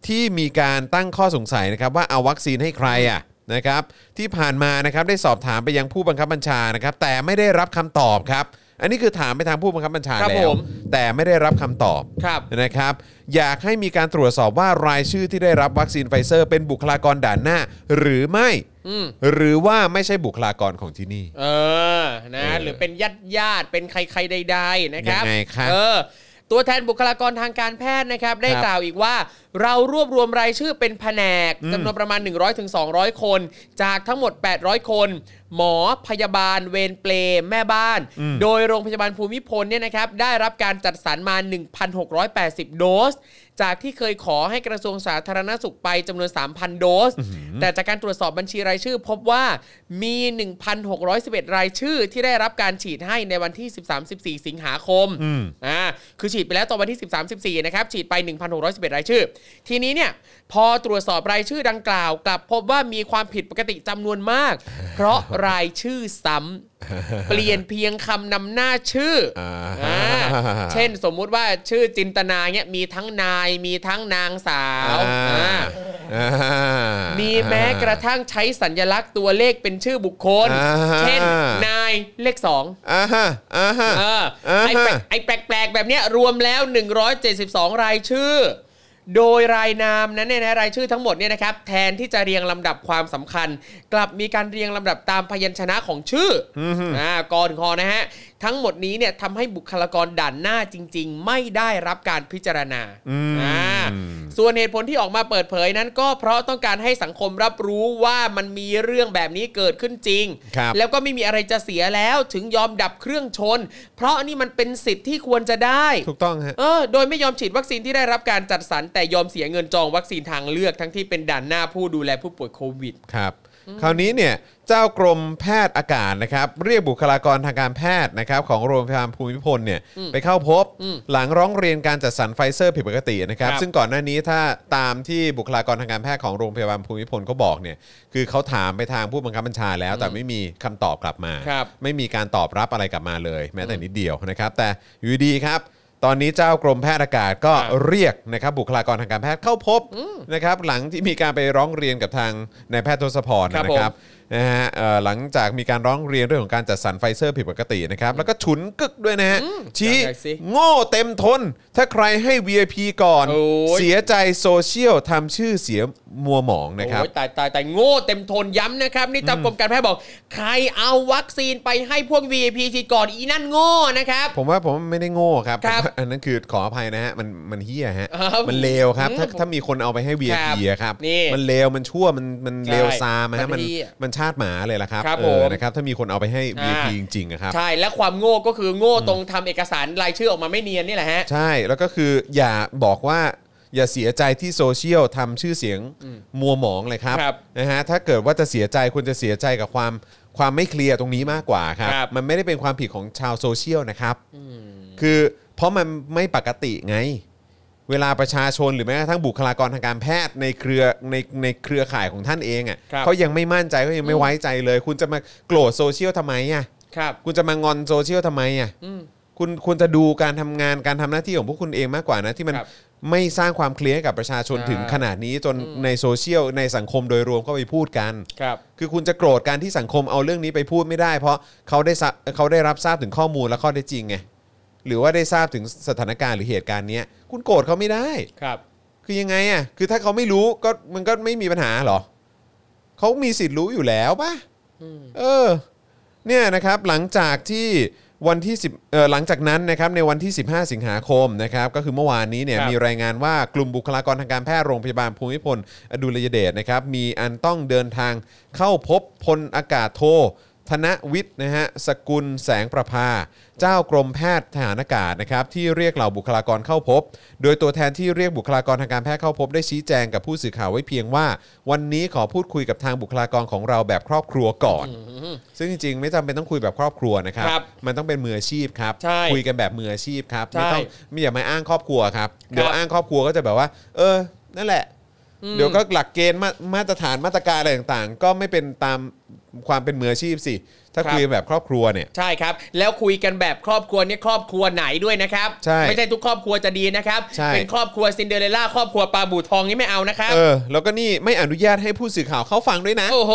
ที่มีการตั้งข้อสงสัยนะครับว่าเอาวัคซีนให้ใครอ่ะนะครับที่ผ่านมานะครับได้สอบถามไปยังผู้บังคับบัญชานะครับแต่ไม่ได้รับคำตอบครับ อันนี้คือถามไปทางผู้บังคับบัญชา
ครับ
แล้ว
ผม
แต่ไม่ได้รับคำตอบ
ครับ
นะครับอยากให้มีการตรวจสอบว่ารายชื่อที่ได้รับวัคซีนไฟเซอร์ เป็นบุคลากรด่านหน้า หรือไม่
อืม
หรือว่าไม่ใช่บุคลากรของที่นี่
เออ นะ
เออ
หรือเป็นญาติญาติๆเป็นใครๆใด ๆ นะครับ
ยังไงครับ
เออ ตัวแทนบุคลากรทางการแพทย์นะครับ ได้
ครับ
กล่าวอีกว่า เรารวบรวมรายชื่อเป็นแผนกจำนวนประมาณ 100-200 คน จากทั้งหมด 800 คน หมอพยาบาลเวรเปลแม่บ้าน
อืม
โดยโรงพยาบาลภูมิพลเนี่ยนะครับ ได้รับการจัดสรรมา 1,680 โดส จากที่เคยขอให้กระทรวงสาธารณสุขไปจำนวน 3,000 โดส แต่จากการตรวจสอบบัญชีรายชื่อ พบว่ามี 1,611 รายชื่อที่ได้รับการฉีดให้ในวันที่ 13-14 สิงหาคม
อืม
อ่า คือฉีดไปแล้วตอนวันที่ 13 14 นะครับ ฉีดไป 1,611 รายชื่อ ทีนี้เนี่ย พอตรวจสอบรายชื่อดังกล่าว กลับพบว่ามีความผิดปกติจำนวนมาก เพราะรายชื่อซ้ำ เปลี่ยนเพียงคำนำหน้าชื่ออ
อ่า
อ่าเช่นสมมุติว่าชื่อจินตนาเนี่ยมีทั้งนายมีทั้งนางสาว
อ่า
อ่า
อ่า
มีแม้กระทั่งใช้สัญลักษณ์ตัวเลขเป็นชื่อบุคคล
อ่า
เช่นนายเลขสอง
อ่าฮะอ่าฮะ
เออ
อ่าฮะ
ไอ้แปลกไอ้แปลกๆแบบเนี้ยรวมแล้ว 172 รายชื่อ โดยรายนามนั้นเนี่ยนะรายชื่อทั้งหมดเนี่ยนะครับแทนที่จะเรียงลำดับความสำคัญ กลับมีการเรียงลำดับตามพยัญชนะของชื่ออ่ากอถึงคอนะฮะ ทั้งหมดนี้เนี่ยทำให้บุคลากรด่านหน้าจริง ๆ ไม่ได้รับการพิจารณาอ่าส่วนเหตุผลที่ออกมาเปิดเผยนั้นก็เพราะต้องการให้สังคมรับรู้ว่ามันมีเรื่องแบบนี้เกิดขึ้นจริง
ครับ
แล้วก็ไม่มีอะไรจะเสียแล้วถึงยอมดับเครื่องชน เพราะนี่มันเป็นสิทธิ์ที่ควรจะได้
ถูกต้องฮะ
เออ โดยไม่ยอมฉีดวัคซีนที่ได้รับการจัดสรร แต่ยอมเสียเงินจองวัคซีนทางเลือกทั้งที่เป็นด่านหน้าผู้ดูแลผู้ป่วยโควิด
ครับคราวนี้เนี่ยเจ้ากรมแพทย์อากาศนะครับเรียกบุคลากรทางการแพทย์นะครับของโรงพยาบาลภูมิพลเนี่ยไปเข้าพบหลังร้องเรียนการจัดสรรไฟเซอร์ผิดปกตินะครับ
ครับ
ซึ่งก่อนหน้านี้ถ้าตามที่บุคลากรทางการแพทย์ของโรงพยาบาลภูมิพลเขาบอกเนี่ยคือเขาถามไปทางผู้บังคับบัญชาแล้ว แต่ไม่มีคำตอบกลับมา
ครับ
ไม่มีการตอบรับอะไรกลับมาเลย แม้แต่นิดเดียวนะครับ แต่อยู่ดีครับ ตอนนี้เจ้ากรมแพทย์อากาศก็เรียกนะครับบุคลากรทางการแพทย์เข้าพบนะครับหลังที่มีการไปร้องเรียนกับทางนายแพทย์ทศพร
ครับผม
นะครับนะฮะเอ่อหลังจากมีการร้องเรียนเรื่องของการจัดสรรไฟเซอร์ผิดปกตินะครับแล้วก็ฉุนกึกด้วยนะฮะชี้
ยังไงสิ
โง่เต็มทน ถ้าใครให้ VIP ก่อน
โอ้ย
เสียใจโซเชียลทำชื่อเสียมัวหมองนะครับ
โอ้ยตายตายตายโง่เต็มทนย้ำนะครับ นี่ตามกรมการแพทย์บอก ใครเอาวัคซีนไปให้พวก VIP ฉีดก่อนอีนั่นโง่นะครับ
ผมว่าผมไม่ได้โง่ครับ
ครับ
ผมว่าอัน นั้นคือขออภัยนะฮะมันมันเฮี้ยฮะ
ครับ
มันเลวครับถ้า
อืม
ถ้ามีคนเอาไปให้ VIP อะครับ
นี่
มันเลวมันชั่วมันมัน
ใช่
เลวซามอะฮะ
มั
มัน
นเหี้ย
มันชาติหมาเลยละครับ
ครับ
เออ
ผม
นะครับถ้ามีคนเอาไปให้ VIP
อ่า
จริงๆอะครับ
ใช่และความโง่ก็คือโง่ตรงทำเอกสารรายชื่อออกมาไม่เนียนนี่แหละฮะ
ใช่แล้วก็คืออย่าบอกว่าอย่าเสียใจที่โซเชียลทำชื่อเสียงมัวหมองเลยครับ
ครับ
นะฮะถ้าเกิดว่าจะเสียใจควรจะเสียใจกับความความไม่เคลียร์ตรงนี้มากกว่าครับ
ครับ
มันไม่ได้เป็นความผิดของชาวโซเชียลนะครับ คือเพราะมันไม่ปกติไง เวลาประชาชนหรือแม้กระทั่งบุคลากรทางการแพทย์ในเครือในในเครือข่ายของท่านเอง
ครั
อะ่ะ
บ
เขายังไม่มั่นใจเขายังไม่ไว้ใจเลย คุณจะมาโกรธโซเชียลทำไมอะ่ะ
ครับ
คุณจะมางอนโซเชียลทำไมอะ่ะ
อืม
คุณควรจะดูการทำงานการทำหน้าที่ของพวกคุณเองมากกว่านะที่มัน
ครับ
ไม่สร้างความเคลียร์ให้กับประชาชน
อ่า
ถึงขนาดนี้จนในโซเชียลในสังคมโดยรวมก็ไปพูดกัน
ครับ
คือคุณจะโกรธการที่สังคมเอาเรื่องนี้ไปพูดไม่ได้ เพราะเขาได้ทราบเขาได้รับทราบถึงข้อมูลและข้อเท็จจริงไงหรือว่าได้ทราบถึงสถานการณ์หรือเหตุการณ์เนี้ยคุณโกรธเขาไม่ได้
ครับ
คือยังไงอ่ะคือถ้าเขาไม่รู้ก็มันก็ไม่มีปัญหาหรอเขามีสิทธิ์รู้อยู่แล้วป่ะเออ เนี่ยนะครับหลังจากที่วันที่10เอ่อหลังจากนั้นนะครับในวันที่ 15 สิงหาคมนะครับก็คือเมื่อวานนี้เนี่ย
ครับ
มีรายงานว่ากลุ่มบุคลากรทางการแพทย์โรงพยาบาลภูมิพลอดุลยเดชนะครับมีอันต้องเดินทางเข้าพบพลอากาศโท ธนวิทย์นะฮะสกุลแสงประภา เจ้ากรมแพทย์ทหารอากาศนะครับที่เรียกเหล่าบุคลากรเข้าพบ โดยตัวแทนที่เรียกบุคลากรทางการแพทย์เข้าพบ ได้ชี้แจงกับผู้สื่อข่าวไว้เพียงว่า วันนี้ขอพูดคุยกับทางบุคลากรของเราแบบครอบครัวก่อน ซึ่งจริงๆ ไม่จำเป็นต้องคุยแบบครอบครัวนะครับ
ครับ
มันต้องเป็นมืออาชีพครับ
ใช่
คุยกันแบบมืออาชีพครับ
ใช่
ไม่ต้องไม่อย่ามาอ้างครอบครัวครับ เดี๋ยว
ครับ
อ้างครอบครัวก็จะแบบว่า เออ นั่นแหละ เดี๋ยวก็หลักเกณฑ์มามาตรฐานมาตรการอะไรต่างๆ ก็ไม่เป็นตามความเป็นมืออาชีพสิ ถ้า
ครับ
คุยแบบครอบครัวเนี่ย
ใช่ครับ แล้วคุยกันแบบครอบครัวเนี่ยครอบครัวไหนด้วยนะครับ
ใช่
ไม่ใช่ทุกครอบครัวจะดีนะครับ
ใช่
เป็นครอบครัวซินเดอเรลล่าครอบครัวปลาบู่ทองนี่ไม่เอานะครับ
เออ แล้วก็นี่ไม่อนุญาตให้ผู้สื่อข่าวเข้าฟังด้วยนะ
โอ้โห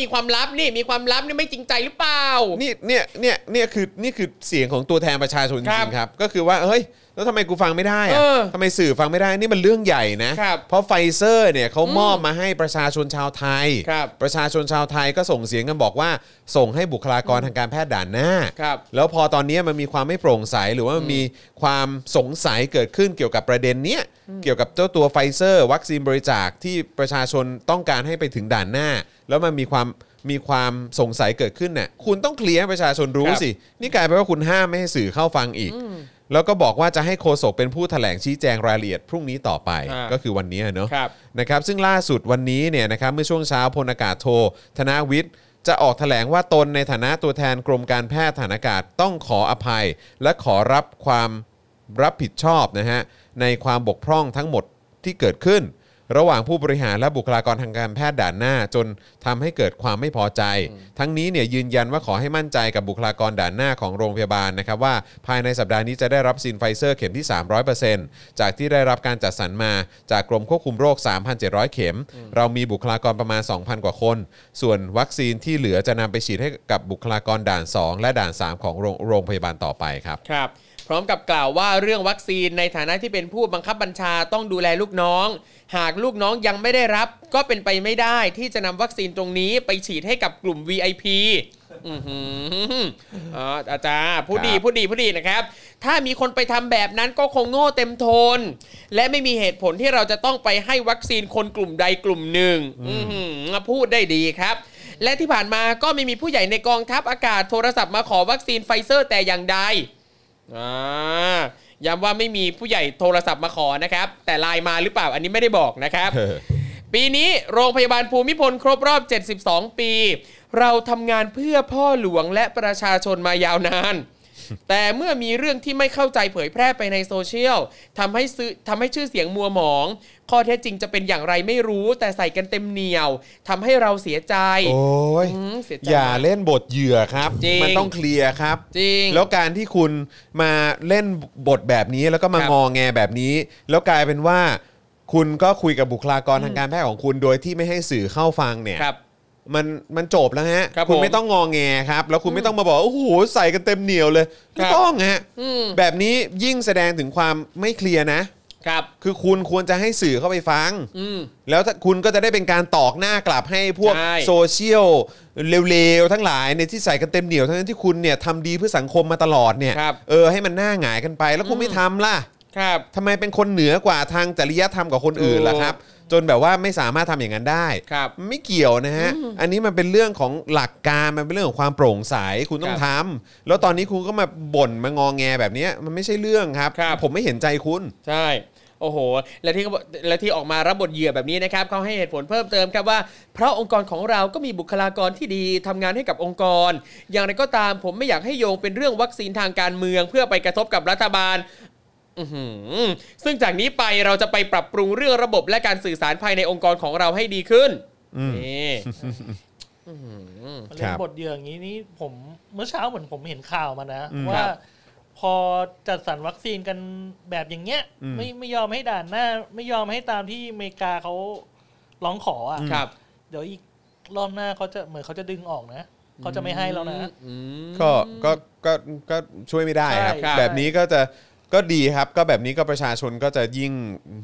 มีความลับนี่มีความลับนี่ไม่จริงใจหรือเปล่า
นี่เนี่ยเนี่ยเนี่ยคือนี่คือเสียงของตัวแทนประชาชนจ
ครับ
ริงๆครับ ก็คือว่าเฮ้ยแล้วทำไมกูฟังไม่ได้อะ
เออ
ทำไมสื่อฟังไม่ได้นี่มันเรื่องใหญ่นะครับ เพราะไฟเซอร์เนี่ยเขามอบมาให้ประชาชนชาวไทย
ครับ
ประชาชนชาวไทยก็ส่งเสียงกันบอกว่า ส่งให้บุคลากรทางการแพทย์ด่านหน้า
ครับ
แล้วพอตอนนี้มันมีความไม่โปร่งใสหรือว่ามันมีความสงสัยเกิดขึ้นเกี่ยวกับประเด็นเนี้ยเกี่ยวกับเจ้าตัวไฟเซอร์ วัคซีนบริจาคที่ประชาชนต้องการให้ไปถึงด่านหน้า แล้วมันมีความมีความสงสัยเกิดขึ้นเนี่ยคุณต้องเคลียร์ให้ประชาชนรู้
ครับ
สิ นี่กลายเป็นว่าคุณห้ามไม่ให้สื่อเข้าฟังอีก แล้วก็บอกว่าจะให้โฆษกเป็นผู้แถลงชี้แจงรายละเอียดพรุ่งนี้ต่อไป
อ่า
ก็คือวันนี้อะเนอะ
ครับ
นะครับซึ่งล่าสุดวันนี้เนี่ยนะครับเมื่อช่วงเช้าพลอากาศโท ธนวิทย์ จะออกแถลงว่าตนในฐานะตัวแทนกรมการแพทย์ฐานอากาศต้องขออภัย และขอรับความรับผิดชอบนะฮะในความบกพร่องทั้งหมดที่เกิดขึ้น ระหว่างผู้บริหารและบุคลากรทางการแพทย์ด่านหน้า จนทำให้เกิดความไม่พอใจ ทั้งนี้เนี่ยยืนยันว่าขอให้มั่นใจกับบุคลากรด่านหน้าของโรงพยาบาลนะครับว่าภายในสัปดาห์นี้จะได้รับซีนไฟเซอร์เข็มที่ 300%จากที่ได้รับการจัดสรรมาจากกรมควบคุมโรค 3,700 เข็ม เรามีบุคลากรประมาณ 2,000 กว่าคน ส่วนวัคซีนที่เหลือจะนำไปฉีดให้กับบุคลากรด่าน 2 และด่าน 3 ของโรงโรงพยาบาลต่อไปครับ
ครับ พร้อมกับกล่าวว่าเรื่องวัคซีนในฐานะที่เป็นผู้บังคับบัญชาต้องดูแลลูกน้อง หากลูกน้องยังไม่ได้รับ ก็เป็นไปไม่ได้ที่จะนำวัคซีนตรงนี้ไปฉีดให้กับกลุ่ม VIP อือหืออ่าอาจารย์พูดดี
ครับ
พูดดีพูดดีนะครับ ถ้ามีคนไปทำแบบนั้นก็คงโง่เต็มทน และไม่มีเหตุผลที่เราจะต้องไปให้วัคซีนคนกลุ่มใดกลุ่มหนึ่งอื้อหือพูดได้ดีครับ และที่ผ่านมาก็ไม่มีผู้ใหญ่ในกองทัพอากาศโทรศัพท์มาขอวัคซีนไฟเซอร์แต่อย่างใด อ่าย้ำว่าไม่มีผู้ใหญ่โทรศัพท์มาขอนะครับ แต่ไลน์มาหรือเปล่าอันนี้ไม่ได้บอกนะครับ
เออ
ปีนี้โรงพยาบาลภูมิพลครบรอบ 72 ปี เราทำงานเพื่อพ่อหลวงและประชาชนมายาว นาน แต่เมื่อมีเรื่องที่ไม่เข้าใจเผยแพร่ไปในโซเชียลทำให้ซื้อทำให้ชื่อเสียงมัวหมอง ข้อเท็จจริงจะเป็นอย่างไรไม่รู้ แต่ใส่กันเต็มเหนียวทำให้เราเสียใจ
โอ้ย
อืมเสียใจ
อย่าเล่นบทเหยื่อครับ
จริง
มันต้องเคลียร์ครับ
จริง
แล้วการที่คุณมาเล่นบทแบบนี้แล้วก็มา
ครับ
งอแงแบบนี้ แล้วกลายเป็นว่า คุณก็คุยกับบุคลากรทางการแพทย์ของคุณโดยที่ไม่ให้สื่อเข้าฟังเนี่ย
ครับ
มันมันจบแล้วฮะ
ครับ
ณ
ผม
ไม่ต้องงอแงครับ แล้วคุณไม่ต้องมาบอกว่าโอ้โหใส่กันเต็มเหนียวเลย
ครั
ไม่
บ
ต้องฮะ
อืม
แบบนี้ยิ่งแสดงถึงความไม่เคลียร์นะ
ครับ
คือคุณควรจะให้สื่อเข้าไปฟัง
อืม
แล้วถ้าคุณก็จะได้เป็นการตอกหน้ากลับให้พวก
ใช่
โซเชียลเร็วๆ ทั้งหลายเนี่ยที่ใส่กันเต็มเหนียวทั้งนั้นที่คุณเนี่ยทำดีเพื่อสังคมมาตลอดเนี่ย
ครับ
เออให้มันหน้าหงายกันไป แล้วคุณไม่ทำล่ะ
ครับ
ทำไมเป็นคนเหนือกว่าทางจริยธรรมกับคนอื่นล่ะครับ จนแบบว่าไม่สามารถทำอย่างนั้นได้
ครับ
ไม่เกี่ยวนะฮะ อันนี้มันเป็นเรื่องของหลักการมันเป็นเรื่องของความโปร่งใสคุณต้อง
ครับ
ทำแล้วตอนนี้คุณก็มาบ่นมางองแงแบบเนี้ยมันไม่ใช่เรื่องครับ
ครับ
ผมไม่เห็นใจคุณ
ใช่ โอ้โห และที่เขาบอกและที่ออกมารับบทเหยื่อแบบนี้นะครับเขาให้เหตุผลเพิ่มเติมครับว่า เพราะองค์กรของเราก็มีบุคลากรที่ดีทำงานให้กับองค์กร อย่างไรก็ตามผมไม่อยากให้โยงเป็นเรื่องวัคซีนทางการเมือง เพื่อไปกระทบกับรัฐบาล อื้อหือซึ่งจากนี้ไปเราจะไปปรับปรุงเรื่องระบบและการสื่อสารภายในองค์กรของเราให้ดีขึ้น
อืม
นี่
ค
เล่
รั
น
บบ
ทเยอะอย่างนี้นี่ผมเมื่อเช้าเหมือนผมเห็นข่าวมานะ
อืม
ค
ว่า
รับ
พอจัดสรรวัคซีนกันแบบอย่างเงี้ย
อืม
ไม่ไม่ยอมให้ด่านหน้า ไม่ยอมให้ตามที่อเมริกาเขาร้องขออ่ะ
ครับ
เดี๋ยวอีกรอบหน้าเขาจะเหมือนเขาจะดึงออกนะเขาจะไม่ให้แล้วนะ
อืม
ก็ก็ก็ก็ช่วยไม่ได้ครับ
ใช่ครับ
แบบนี้ก็จะก็ดีครับ ก็แบบนี้ก็ประชาชนก็จะยิ่ง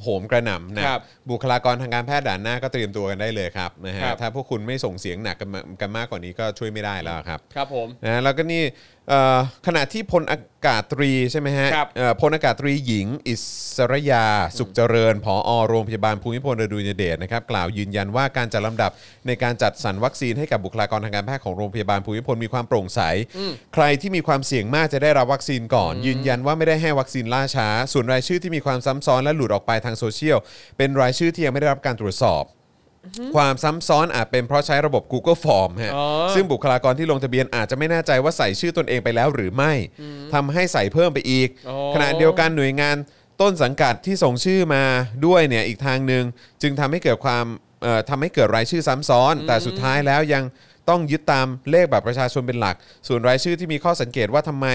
โหมกระหน่ำหนะครับ บุคลากรทางการแพทย์ด่านหน้าก็เตรียมตัวกันได้เลยครับนะฮะ
ครับ
ถ้าพวกคุณไม่ส่งเสียงหนักกันมากันมากกว่านี้ก็ช่วยไม่ได้แล้วครับ
ครับผม
นะแล้วก็นี่เอ่อขณะที่พลอากาศตรีใช่ไหมฮะ
ครับ
เอ่อพลอากาศตรีหญิง อิสรยา สุขเจริญผอโรงพยาบาลภูมิพลอดุลยเดชนะครับกล่าวยืนยันว่าการจัดลำดับในการจัดสรรวัคซีนให้กับบุคลากรทางการแพทย์ของโรงพยาบาลภูมิพลมีความโปร่งใส
อืม
ใครที่มีความเสี่ยงมากจะได้รับวัคซีนก่อน ยืนยันว่าไม่ได้ให้วัคซีนล่าช้า ส่วนรายชื่อที่มีความซ้ำซ้อนและหลุดออกไปทางโซเชียลเป็นรายชื่อที่ยังไม่ได้รับการตรวจสอบ ความซ้ำซ้อนอาจเป็นเพราะใช้ระบบ Google Form ฮะ
อ๋อ
ซึ่งบุคลากรที่ลงทะเบียนอาจจะไม่แน่ใจว่าใส่ชื่อตนเองไปแล้วหรือไม่ทำให้ใส่เพิ่มไปอีก
อ๋อ
ขณะเดียวกันหน่วยงานต้นสังกัดที่ส่งชื่อมาด้วยเนี่ยอีกทางหนึ่งจึงทำให้เกิดความเอ่อทำให้เกิดรายชื่อซ้ำซ้อน แต่สุดท้ายแล้วยังต้องยึดตามเลขบัตรประชาชนเป็นหลัก ส่วนรายชื่อที่มีข้อสังเกตว่าทำไม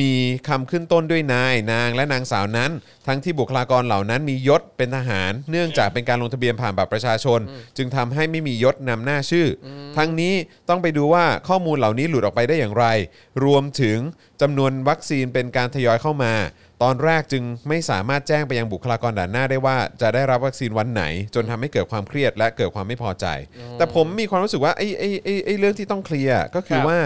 มีคำขึ้นต้นด้วยนาย นางและนางสาวนั้น ทั้งที่บุคลากรเหล่านั้นมียศเป็นทหาร เนื่องจากเป็นการลงทะเบียนผ่านบัตรประชาชน จึงทำให้ไม่มียศนำหน้าชื่ออทั้งนี้ต้องไปดูว่าข้อมูลเหล่านี้หลุดออกไปได้อย่างไร รวมถึงจำนวนวัคซีนเป็นการทยอยเข้ามา ตอนแรกจึงไม่สามารถแจ้งไปยังบุคลากรด่านหน้าได้ว่าจะได้รับวัคซีนวันไหน จนทำให้เกิดความเครียดและเกิดความไม่พอใจ แต่ผมมีความรู้สึกว่าไอ้ไอ้ไอ้ไอ้เรื่องที่ต้องเคลียร์ก็คือ
ครับ
ว่า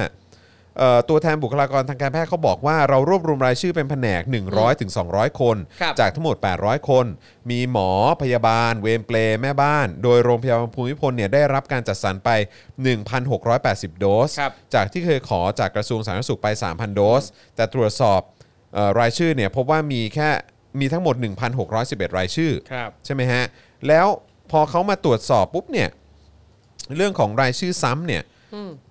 เอ่อตัวแทนบุคลากรทางการแพทย์เขาบอกว่าเรารวบรวมรายชื่อเป็นแผนก 100ถึง200 คน
ครับ
จากทั้งหมด 800 คน มีหมอพยาบาล เวรเปลแม่บ้าน โดยโรงพยาบาลภูมิพลเนี่ยได้รับการจัดสรรไป 1,680 โดส
ครับ
จากที่เคยขอจากกระทรวงสาธารณสุขไป 3,000 โดส แต่ตรวจสอบเออรายชื่อเนี่ยพบว่ามีแค่มีทั้งหมด 1,611 รายชื่อ
ครับ
ใช่ไหมฮะ แล้วพอเขามาตรวจสอบปุ๊บเนี่ยเรื่องของรายชื่อซ้ำเนี่ย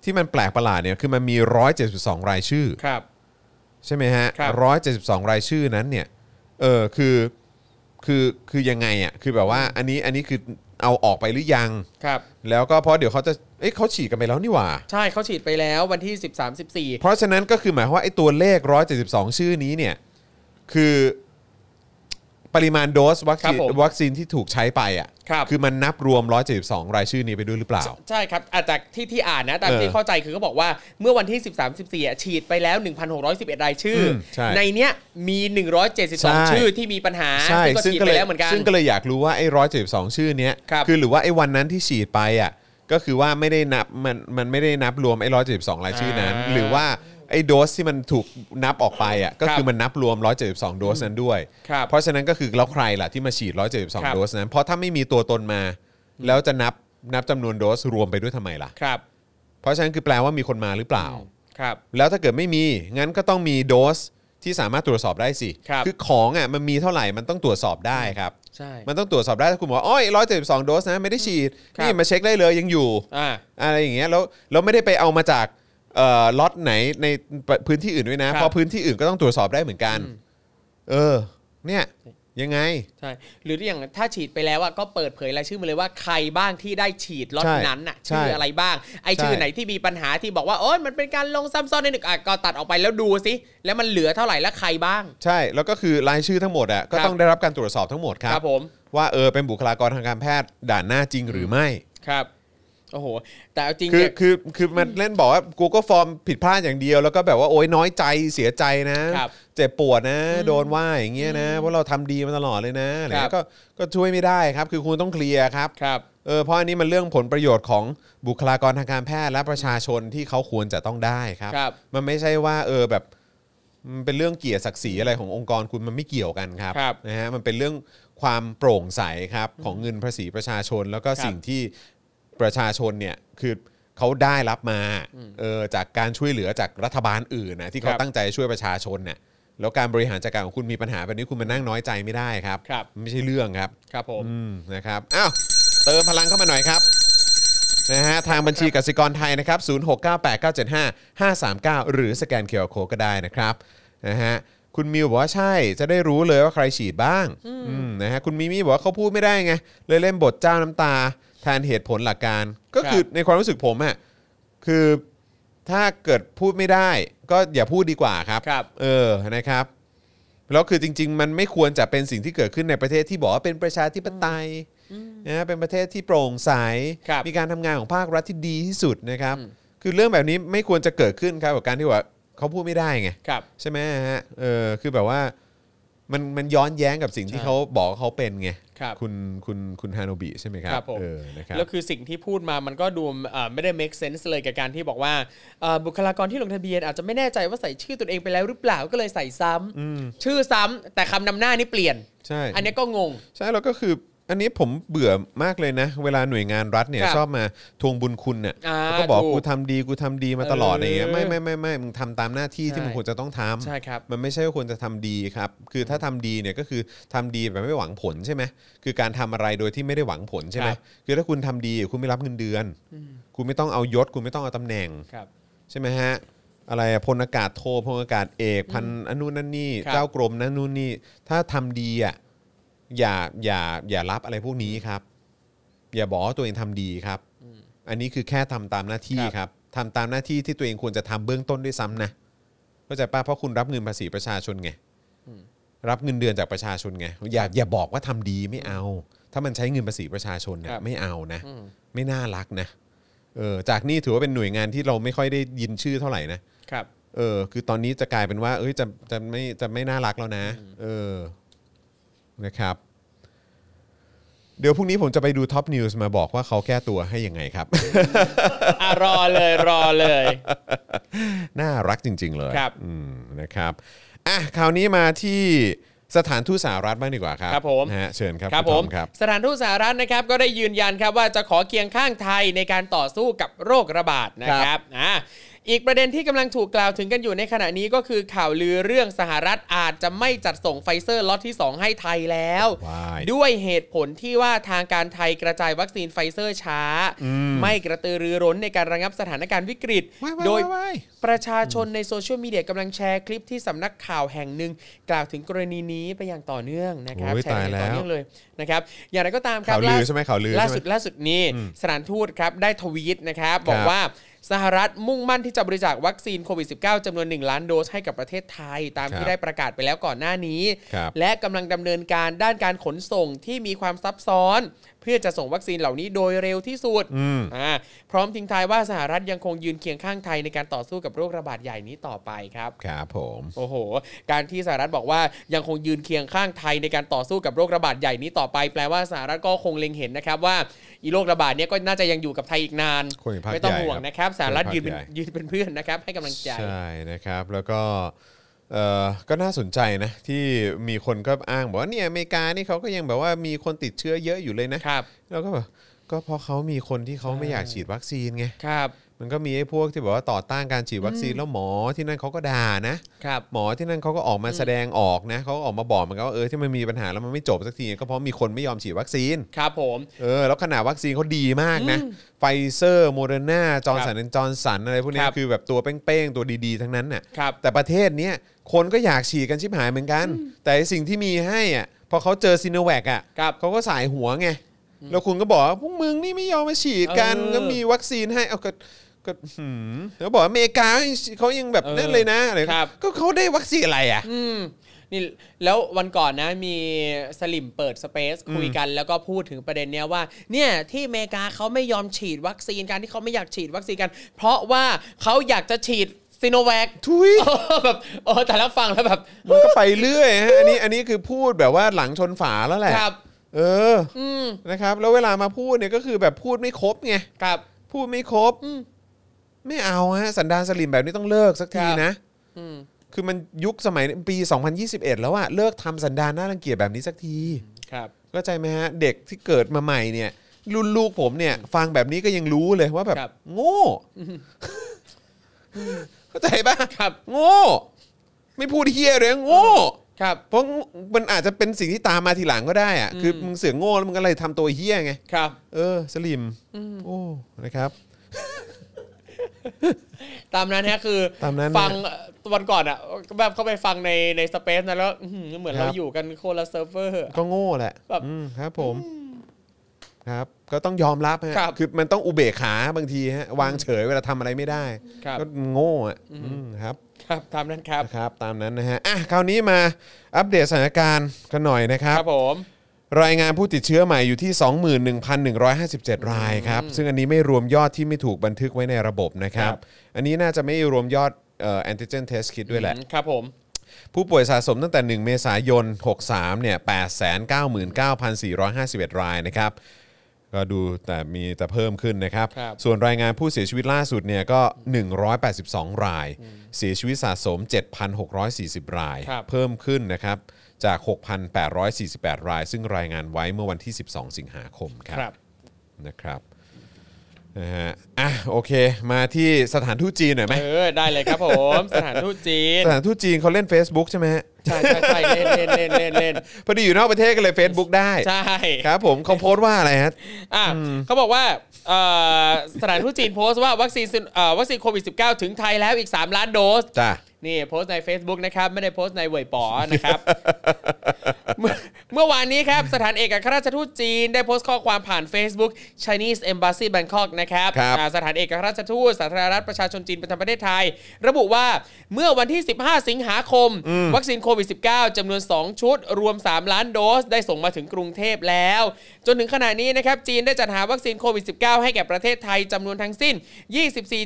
ที่มันแปลกประหลาดเนี่ยคือมันมี 172 รายชื่อ
ครับ
ใช่ไหมฮะ
ครับ
172 รายชื่อนั้นเนี่ยเออคือ คือคือยังไงอ่ะคือแบบว่าอันนี้อันนี้คือเอาออกไปหรือยัง
ครับ
แล้วก็เพราะเดี๋ยวเขาจะเอ้ยเขาฉีดกันไปแล้วนี่หว่า
ใช่เขาฉีดไปแล้ววันที่ 13
เพราะฉะนั้นก็คือหมายความว่าไอ้ตัวเลข 172 ชื่อนี้เนี่ย คือปริมาณโดสวัค
ครั
ซีน
บผม
วัคซีนที่ถูกใช้ไปอ่ะ
ครับ
อมันนับรวม 172 รายชื่อนี้ไปด้วยหรือเปล่า
14 ใช่ครับอาจากที่ที่อ่านนะ ตามที่
เออ
เข้าใจคือเขาบอกว่าเมื่อวันที่ 13 14อ่ะฉีดไปแล้ว 1,611 รายชื่ออ
มใช่
เนี้ยมี
ใช่
172 ชื่อที่มีปัญหา
ใช่
ซึ่งก็
ซึ่ง
ฉีด
ก็
ไป
เลย
แล้วเหมือนกัน
ซึ่งก็เลยอยากรู้ว่าไอ้ร้อยเจ็ดสองชื่อเนี้ย
ครับ
อหรือว่าไอ้วันนั้นที่ฉีดไปอ่ะก็คือว่าไม่ได้นับมันมันไม่ได้นับรวมไอ้ร้อยเจ็ดสองรายชื่อนั้น
อ่า
หรือว่าไอ้โดสที่มันถูกนับออกไปอ่ะก็คือมันนับรวม 172 โดสนั้นด้วย
ครับ
เพราะฉะนั้นก็คือแล้วใครล่ะที่มาฉีด
ครับ
172 โดสนั้น เพราะถ้าไม่มีตัวตนมา แล้วจะนับนับจำนวนโดสรวมไปด้วยทำไมล่ะ
ครับ
เพราะฉะนั้นคือแปลว่ามีคนมาหรือเปล่า
ครับ
แล้วถ้าเกิดไม่มีงั้นก็ต้องมีโดสที่สามารถตรวจสอบได้สิ
ครับ
อของอ่ะมันมีเท่าไหร่มันต้องตรวจสอบได้ครับ
ใช่
มันต้องตรวจสอบได้ถ้าคุณบอกว่าอ้อยร้อยเจ็ดสองโดสนะไม่ได้ฉีด
ครับ
นี่มาเช็คได้เลยยังอยู่
อ่า
อะไรอย่างเงี้ยแล้วแล้วไม่ได้ไปเอามาจากเอ่อล็อตไหนในพื้นที่อื่นด้วยนะครับ เพราะพื้นที่อื่นก็ต้องตรวจสอบได้เหมือนกัน เออ เนี่ยยังไง
ใช่หรืออย่างถ้าฉีดไปแล้วอะก็เปิดเผยรายชื่อมาเลยว่าใครบ้างที่ได้ฉีดล็อต
ใช่
นั้นอะ
ใช่
ชื่ออะไรบ้าง ไอ
ใช่
ชื่อไหนที่มีปัญหาที่บอกว่าโอ้ยมันเป็นการลงซ้ำซ้อนในหนึ่งอ่ะก็ตัดออกไปแล้วดูสิแล้วมันเหลือเท่าไหร่และใครบ้าง
ใช่แล้วก็คือรายชื่อทั้งหมดอ่ะก็
ครับ
ต้องได้รับการตรวจสอบทั้งหมดครับ
ผม
ว่าเออเป็นบุคลากรทางการแพทย์ด่านหน้าจริงหรือไม่
ครับ โอ้โห แต่เอาจริง
คือ
เนี่ย
คือคือมันเล่นบอกว่า Google Form ผิดพลาดอย่างเดียว แล้วก็แบบว่าโอ๊ยน้อยใจเสียใจนะ
ครับ
เจ็บปวดนะ โดนว่าอย่างเงี้ยนะเพราะเราทำดีมาตลอดเลยนะอะไร
ครั
เงี้
บ
ยก็ก็ช่วยไม่ได้ครับ คือคุณต้องเคลียร์ครับ
ครับ
เออเพราะอันนี้มันเรื่องผลประโยชน์ของบุคลากรทางการแพทย์และประชาชนที่เขาควรจะต้องได้ครับ
ครับ
มันไม่ใช่ว่าเออแบบมันเป็นเรื่องเกียรติศักดิ์ศรีอะไรขององค์กรคุณมันไม่เกี่ยวกันครับ
ครับ
นะฮะมันเป็นเรื่องความโปร่งใสครับของเงินภาษีประชาชน แล้วก็
ครับ
สิ่งที่ ประชาชนเนี่ยคือเขาได้รับมาเออจากการช่วยเหลือจากรัฐบาลอื่นนะที่เขา
ครับ
ตั้งใจช่วยประชาชนเนี่ยแล้วการบริหารจัดการของคุณมีปัญหาแบบนี้คุณมานั่งน้อยใจไม่ได้ครับ
ครับ
มันไม่ใช่เรื่องครับ
ครับผม
อืมนะครับอ้าวเติมพลังเข้ามาหน่อยครับนะฮะทางบัญชีกสิกรไทยนะครับ 0698975539 หรือสแกนเคอร์โคก็ได้นะครับนะฮะคุณมิวบอกว่าใช่จะได้รู้เลยว่าใครฉีดบ้างอืมนะฮะคุณมิมี่บอกว่าเขาพูดไม่ได้ไงเลยเล่นบทเจ้าน้ำตาแทนเหตุผลหลักการ ก็คือในความรู้สึกผมอะคือถ้าเกิดพูดไม่ได้ ก็อย่าพูดดีกว่าครับ
ครับ
เออนะครับแล้วคือจริง ๆ มันไม่ควรจะเป็นสิ่งที่เกิดขึ้นในประเทศที่บอกว่าเป็นประชาธิปไตยนะเป็นประเทศที่โปร่งใส
ครับ
มีการทำงานของภาครัฐที่ดีที่สุดนะครับ คือเรื่องแบบนี้ไม่ควรจะเกิดขึ้นครับกับการที่ว่าเขาพูดไม่ได้ไง
ครับ
ใช่ไหมฮะเออคือแบบว่ามันมันย้อนแย้งกับสิ่งที่
ใช่
เขาบอกเขาเป็นไง
ครับ
ณคุณคุณฮาโนบิใช่ไหมครับ
ครับผม
เออนะครับ
แล้วคือสิ่งที่พูดมามันก็ดูเอ่อไม่ได้ make sense เลยกับการที่บอกว่าเอ่อบุคลากรที่ลงทะเบียนอาจจะไม่แน่ใจว่าใส่ชื่อตนเองไปแล้วหรือเปล่าก็เลยใส่ซ้ำ
อืม
ชื่อซ้ำแต่คำนำหน้านี่เปลี่ยน
ใช่
อันเนี้ยก็งง
ใช่แล้วก็คืออันนี้ผมเบื่อมากเลยนะ เวลาหน่วยงานรัฐเนี่ย
ครับ
ชอบมาทวงบุญคุณเนี่ย
อ่า
แล้วก็บอก
ถูก
กูทำดีกูทำดีมาตลอดอะไรเงี้ย
เออ
ไม่ไม่ไม่ไม่มึงทำตามหน้าที่ที่
ใช่
มึงควรจะต้องทำ
ใช่ครับ
มันไม่ใช่ว่าควรจะทำดีครับ คือถ้าทำดีเนี่ยก็คือทำดีแบบไม่หวังผลใช่ไหมคือการทำอะไรโดยที่ไม่ได้หวังผลใช่ไห
ค
ม
รับ
คือถ้าคุณทำดีคุณไม่รับเงินเดือน คุณไม่ต้องเอายศคุณไม่ต้องเอาตำแหน่ง
ครับ
ใช่ไหมฮะ อะไรอะพลอากาศโทพลอากาศเอกพันอันนู่นนั่นนี่
ครับ
เจ้ากรมนั่นนู่นนี่ ถ้าทำดีอ่ะอย่าอย่าอย่ารับอะไรพวกนี้ครับ อย่าบอกว่าตัวเองทำดีครับ อันนี้คือแค่ทำตามหน้าที่
ครับ
ครับทำตามหน้าที่ที่ตัวเองควรจะทำเบื้องต้นด้วยซ้ำนะเข้าใจป้ะเพราะคุณรับเงินภาษีประชาชนไงรับเงินเดือนจากประชาชนไงอย่าอย่าบอกว่าทำดีไม่เอา ถ้ามันใช้เงินภาษีประชาชนเนี่ย
ครับ
ไม่เอานะ ไม่น่ารักนะเออจากนี่ถือว่าเป็นหน่วยงานที่เราไม่ค่อยได้ยินชื่อเท่าไหร่นะครับ เออ คือตอนนี้จะกลายเป็นว่า เอ้ยจะจะไม่จะไม่น่ารักแล้วนะ เออนะครับ เดี๋ยวพรุ่งนี้ผมจะไปดูท็อปนิวส์มาบอกว่าเขาแก้ตัวให้ยังไงครับ
อ่ะรอเลยรอเลย
น่ารักจริง ๆ เลย
ครับ
อืมนะครับอ่ะคราวนี้มาที่สถานทูตสหรัฐบ้างดีกว่าครับ
ครับผม
นะฮะเชิญครับ
ครับ
ณ
ผ
ทอ
ม
ครับ
สถานทูตสหรัฐนะครับก็ได้ยืนยันครับว่าจะขอเคียงข้างไทยในการต่อสู้กับโรคระบาดนะค
ครั
รับบ อ่า อีกประเด็นที่กำลังถูกกล่าวถึงกันอยู่ในขณะนี้ก็คือข่าวลือเรื่องสหรัฐอาจจะไม่จัดส่งไฟเซอร์ล็อตที่ 2 ให้ไทยแล้ว
ว้าย
ด้วยเหตุผลที่ว่าทางการไทยกระจายวัคซีนไฟเซอร์ช้า ไม่กระตือรือร้นในการระงับสถานการณ์วิกฤต
ว้ายว้าย
โดย
ว้าย
ประชาชนในโซเชียลมีเดียกำลังแชร์คลิปที่สำนักข่าวแห่งหนึ่ง กล่าวถึงกรณีนี้ไปอย่างต่อเนื่องนะครับ
โอ้ย
แชร์กันอย่างต่อ
ตายแล้ว
เนื่องเลยนะครับ อย่างไรก็ตามครั
ข่า
บ
วลือ
ล่าสุ
ใช่
ด
ไหมข่าวลือ
ล่า
ใช่ไหม
สุดล่าสุดนี้สถานทูตครับได้ทวีตนะครับ บอ
ค
ก
รับ
ว่าสหรัฐมุ่งมั่นที่จะบริจาควัคซีนโควิด -19 จำนวน 1 ล้านโดสให้กับประเทศไทย ตามที่ได้ประกาศไปแล้วก่อนหน้านี้
ครับ
และกำลังดำเนินการด้านการขนส่งที่มีความซับซ้อน เพื่อจะส่งวัคซีนเหล่านี้โดยเร็วที่สุดอ่าพร้อมทิ้งท้ายว่าสหรัฐยังคงยืนเคียงข้างไทยในการต่อสู้กับโรคระบาดใหญ่นี้ต่อไปครับ
ครับผม
โอ้โห การที่สหรัฐบอกว่ายังคงยืนเคียงข้างไทยในการต่อสู้กับโรคระบาดใหญ่นี้ต่อไป แปลว่าสหรัฐก็คงเล็งเห็นนะครับว่าอีโรคระบาดเนี้ยก็น่าจะยังอยู่กับไทยอีกนาน
คงอยู่ภาค
ไม่ต้อง
ใหญ่
ห่วง
ครับ
นะครับสหรัฐ
คงอยู่
ยืนเป็นยืนเป็น
ภาคใหญ่
เพื่อนนะครับ ให้กำลังใจ
ใช่นะครับแล้วก็เออก็น่าสนใจนะ ที่มีคนก็อ้างบอกว่าเนี่ยอเมริกานี่เขาก็ยังแบบว่ามีคนติดเชื้อเยอะอยู่เลยนะครับ แล้วก็แบบก็เพราะเขามีคนที่เขาไม่อยากฉีดวัคซีนไง
ครับ
มันก็มีไอ้พวกที่แบบว่าต่อต้านการฉีดวัคซีนแล้วหมอที่นั่นเขาก็ด่านะ
ครับ
หมอที่นั่นเขาก็ออกมาแสดงออกนะเขาก็ออกมาบอกเหมันก็ว่าเออที่มันมีปัญหาแล้วมันไม่จบสักทีก็เพราะมีคนไม่ยอมฉีดวัคซีน
ครับผม
เออแล้วขนาดวัคซีนเขาดีมากนะไฟเซอร์โมเดอร์นาจอร์นสันแอนจอร์นสันอะไรพวกเนี้ย
ครับ
คือแบบตัวเป้งๆ ตัวดีๆ ทั้งนั้นน่ะ
ครับ
แต่ประเทศเนี้ยคนก็อยากฉีดกันชิบหายเหมือนกัน แต่ไอ้สิ่งที่มีให้อ่ะพอเขาเจอซีโนแวคอ่ะ
ครับ
เขาก็สายหัวไง แล้วคุณก็บอกว่าพวกมึงนี่ไม่ยอมมาฉีดกัน
เออ
ก็มีวัคซีนให้เอาก็ก็หืมแล้วบอกว่าอเมริกาเขายังแบบ
เออ
นั่นเลยนะอะไร
ครับ
ก็เขาได้วัคซีนอะไรอ่ะ
อืมนี่แล้ววันก่อนนะมีสลิมเปิดสเปซคุยกันแล้วก็พูดถึงประเด็นเนี้ยว่า เนี่ยที่อเมริกาเขาไม่ยอมฉีดวัคซีนการที่เขาไม่อยากฉีดวัคซีนกัน เพราะว่าเขาอยากจะฉีดซีโนแวค
ทุย
เออแบบเออแต่ละฟังแล้วแบบ
มันก็ไปเรื่อยฮะอันนี้อันนี้คือพูดแบบว่าหลังชนฝาแล้วแหละ
ครับ
เออ
อืม
นะครับแล้วเวลามาพูดเนี่ยก็คือแบบพูดไม่ครบไง
ครับ
พูดไม่ครบ
อืม
ไม่เอาฮะสันดานสลิมแบบนี้ต้องเลิกสักที
ครับ
นะ
อืม
คือมันยุคสมัยปี 2021 แล้วอะเลิกทำสันดานน่ารังเกียจแบบนี้สักที
ครับ
เข้าใจไหมฮะเด็กที่เกิดมาใหม่เนี่ยรุ่นลูกผมเนี่ย ฟังแบบนี้ก็ยังรู้เลยว่าแบบ
ครับ
โง่ เข้าใจปะ
ครับ
โง่ไม่พูดเฮียเลยโง่
ครับ
เพราะมันอาจจะเป็นสิ่งที่ตามมาทีหลังก็ได้อะคืออ
ม
มึงเสือกโง่แล้วมึงก็เลยทำตัวเฮี้ยไง
ครับ
เออ สลิมโอ้ นะครับ
ตามนั้นฮะคือ
ตามนั้น
ฟังเอ่อวันก่อนอ่ะแบบเข้าไปฟังในในสเปซนะแล้วอื้อหือเหมือน
ครั
เรา
บ
อยู่กันโคนละเซิร์ฟเวอร์
ก็โง่แหละ
แบบ
อืมครับผม ครับ ก็ต้องยอมรับฮะ
ครับ
คือมันต้องอุเบกขาบางทีฮะ วางเฉยเวลาทำอะไรไม่ได้
ครับ
ก็โง่อะอืมครับ
ครับตามนั้นครับ
นะครับ ตามนั้นนะฮะ อ่ะ คราวนี้มาอัปเดตสถานการณ์กันหน่อยนะครับ
ครับผม
รายงานผู้ติดเชื้อใหม่อยู่ที่ 21,157 รายครับ ซึ่งอันนี้ไม่รวมยอดที่ไม่ถูกบันทึกไว้ในระบบนะครั
ค
บ
รับ
อันนี้น่าจะไม่รวมยอดแอนติเจนเทสคิดด้วยแหละ
ครับผม
ผู้ป่วยสะสมตั้งแต่ 1 เมษายน 63 เนี่ย 899,451 รายนะครับ ก็ดูแต่มีแต่เพิ่มขึ้นนะครับ
ครับ
ส่วนรายงานผู้เสียชีวิตล่าสุดเนี่ยก็ 182 ราย เสียชีวิตสะสม 7,640 ราย
ครับ
เพิ่มขึ้นนะครับ จาก 6,848 ราย ซึ่งรายงานไว้เมื่อวันที่ 12 สิงหาคมครับ
ครับ
นะครับนะฮะอ่ะโอเค มาที่สถานทูตจีนหน่อยไหม
เออ ได้เลยครับผม สถานทูตจีน
สถานทูตจีนเขาเล่น Facebook ใช่ไหมฮะ
ใช่ใช่ใช่เล่นเล่นเล่นเล่นเล่น
พอดีอยู่นอกประเทศกันเลย Facebook ได้
ใช่
ครับผมเขาโพสต์ว่าอะไรฮะ
อ่ะเขาบอกว่าเอ่อสถานทูตจีนโพสต์ว่าวัคซีนซินเอ่อวัคซีนโควิด -19 ถึงไทยแล้วอีก 3 ล้านโดส
จ้า
นี่โพสต์ใน Facebook นะครับ ไม่ได้โพสต์ในเว่ยป๋อนะครับ เมื่อเมื่อวานนี้ครับ สถานเอกอัครราชทูตจีน ได้โพสต์ข้อความผ่าน Facebook Chinese Embassy Bangkok นะครับ
ครับ
อ่าสถานเอกอัครราชทูตสาธารณรัฐประชาชนจีนประจำประเทศไทย ระบุว่าเมื่อวันที่ 15 สิงหาคม วัคซีนโควิด -19 จำนวน 2 ชุด รวม 3 ล้านโดส ได้ส่งมาถึงกรุงเทพแล้ว จนถึงขณะนี้นะครับ จีนได้จัดหาวัคซีนโควิด -19 ให้แก่ประเทศไทยจำนวนทั้งสิ้น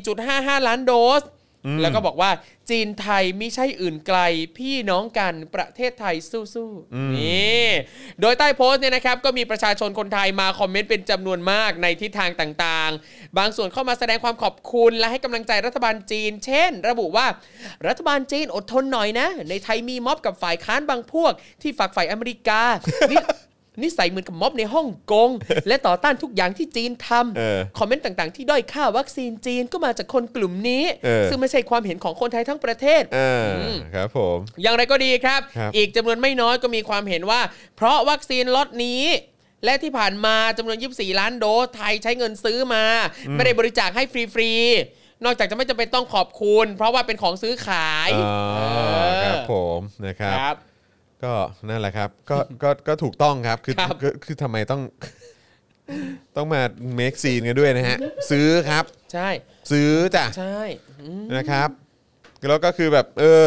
24.55 ล้านโดส แล้วก็บอกว่าจีนไทยไม่ใช่อื่นไกลพี่น้องกันประเทศไทยสู้ๆนี่โดยใต้โพสต์เนี่ยนะครับ ก็มีประชาชนคนไทยมาคอมเมนต์เป็นจำนวนมากในทิศทางต่างๆ บางส่วนเข้ามาแสดงความขอบคุณและให้กำลังใจรัฐบาลจีน เช่น ระบุว่ารัฐบาลจีนอดทนหน่อยนะ ในไทยมีม็อบกับฝ่ายค้านบางพวก ที่ฝักฝ่ายอเมริกานี่ นิสัยเหมือนกับม็อบในฮ่องกง และต่อต้านทุกอย่างที่จีนท
เออ
ำคอมเมนต์ต่างๆ ที่ด้อยค่าวัคซีนจีนก็มาจากคนกลุ่มนี้
เออ
ซึ่งไม่ใช่ความเห็นของคนไทยทั้งประเทศ
เอออครับผม
อย่างไรก็ดีครับ
ครับ
อีกจำนวนไม่น้อยก็มีความเห็นว่า เพราะวัคซีนล็อตนี้ และที่ผ่านมาจำนวน 24 ล้านโดสไทยใช้เงินซื้อมา ไม่ได้บริจาคให้ฟรีๆ นอกจากจะไม่จำเป็นต้องขอบคุณ เพราะว่าเป็นของซื้อขาย
อ๋อครับผมนะครับ ก็นั่นแหละครับก็ก็ก็ถูกต้องครับคือ
ครับ
คือคือทำไมต้อง ต้องมาเมคซีนกันด้วยนะฮะ ซื้อครับ
ใช่
ซื้อจ้ะ
ใช่อืม
นะครับ แล้วก็คือแบบเออ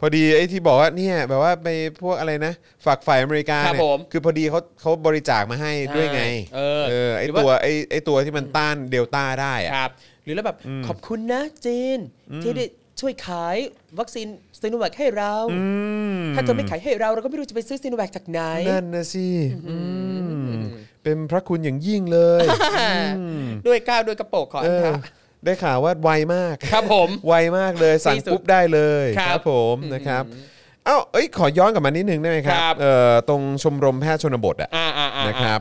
พอดีไอ้ที่บอกว่าเนี่ยแบบว่าไปพวกอะไรนะฝากฝ่ายอเมริกา
ครับ
เนี่ย
ผม
คือพอดีเขาเขาบริจาคมาให้ด้วยไง
เออ
ไอ้
หรือว่า
ตัวไอ้ไอ้ตัวที่มันต้านเดลต้าได้อะ
ครับ หรือแล้วแบบขอบคุณนะจีน ที่ได้ช่วยขายวัคซีนซีโนแวคให้เรา
ม
ถ้าเธอไม่ขายให้เราเราก็ไม่รู้จะไปซื้อซีโนแวคจากไหน
นั่นนะสิอืมเป็นพระคุณอย่างยิ่งเลยอืม
ด้วยก้าวด้วยกระโปรงขอ
เอ
อัน
อ
ทะ
ได้ข่าวว่าไวมาก
ครับผม
ไวมากเลยสั่ง
ที่สุด
ปุ๊บได้เลย
ครับ
ผมนะครับเอ้าเอ้ยขอย้อนกลับมานิดนึงได้ไหมครั
ครับ บ
เอ่อตรงชมรมแพทย์ชนบทอะ
อ่าอ่าอ่า
นะ
อ่า
ครับ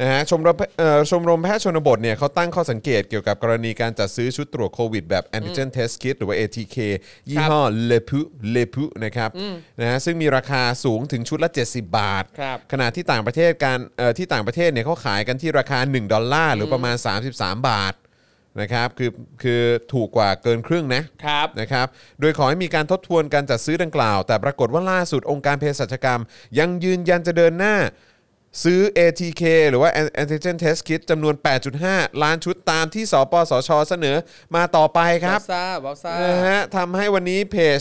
นะฮะชมรมเอ่อชมรมแพทย์ชนบทเนี่ยเขาตั้งข้อสังเกตเกี่ยวกับกรณีการจัดซื้อชุดตรวจโควิดแบบแอนติเจนเทสคิ t หรือว่า ATK ยี่ห้อเลพุเลพุนะครับนะฮะซึ่งมีราคาสูงถึงชุดละ 70 บาท
ครับ
ขณะที่ต่างประเทศการเอ่อที่ต่างประเทศเนี่ยเขาขายกันที่ราคา 1 ดอลลาร์หรือประมาณ 33 บาทนะครับคือคือถูกกว่าเกินครึ่งนะครับ นะครับ โดยขอให้มีการทบทวนการจัดซื้อดังกล่าว แต่ปรากฏว่าล่าสุดองค์การเภสัชกรรม ยังยืนยันจะเดินหน้า ซื้อ ATK หรือว่า antigen test kit จำนวน 8.5 ล้านชุดตามที่สปสช เสนอมาต่อไปครับ
ซาบอลซา
นะฮะทำให้วันนี้เพจ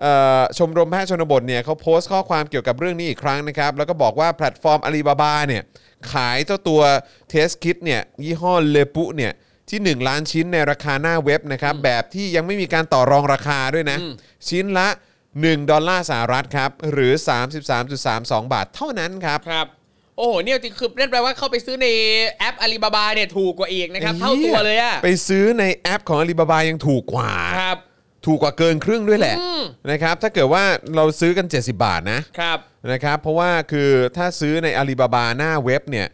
เอ่อชมรมแพทย์ชนบทเนี่ยเขาโพสต์ข้อความเกี่ยวกับเรื่องนี้อีกครั้งนะครับ แล้วก็บอกว่าแพลตฟอร์มอาลีบาบาเนี่ยขายเจ้าตัวเทสคิดเนี่ยยี่ห้อเลปุเนี่ยที่ 1 ล้านชิ้นในราคาหน้าเว็บนะครับ แบบที่ยังไม่มีการต่อรองราคาด้วยนะ ชิ้นละ 1 ดอลลาร์สหรัฐครับ หรือ 33.32 บาทเท่านั้นครับ
ครับ โอ้โหเนี่ยจริงคือนั่นแปลว่าเข้าไปซื้อในแอปอาลีบาบาเนี่ยถูกกว่าอีกนะครับ เท่าตัวเลยอะ
ไปซื้อในแอปของอาลีบาบายังถูกกว่า
ครับ
ถูกกว่าเกินครึ่งด้วยแหละนะครับถ้าเกิดว่าเราซื้อกัน 70 บาทนะ
ครับ
นะครับเพราะว่าคือถ้าซื้อในอาลีบาบาหน้าเว็บเนี่ย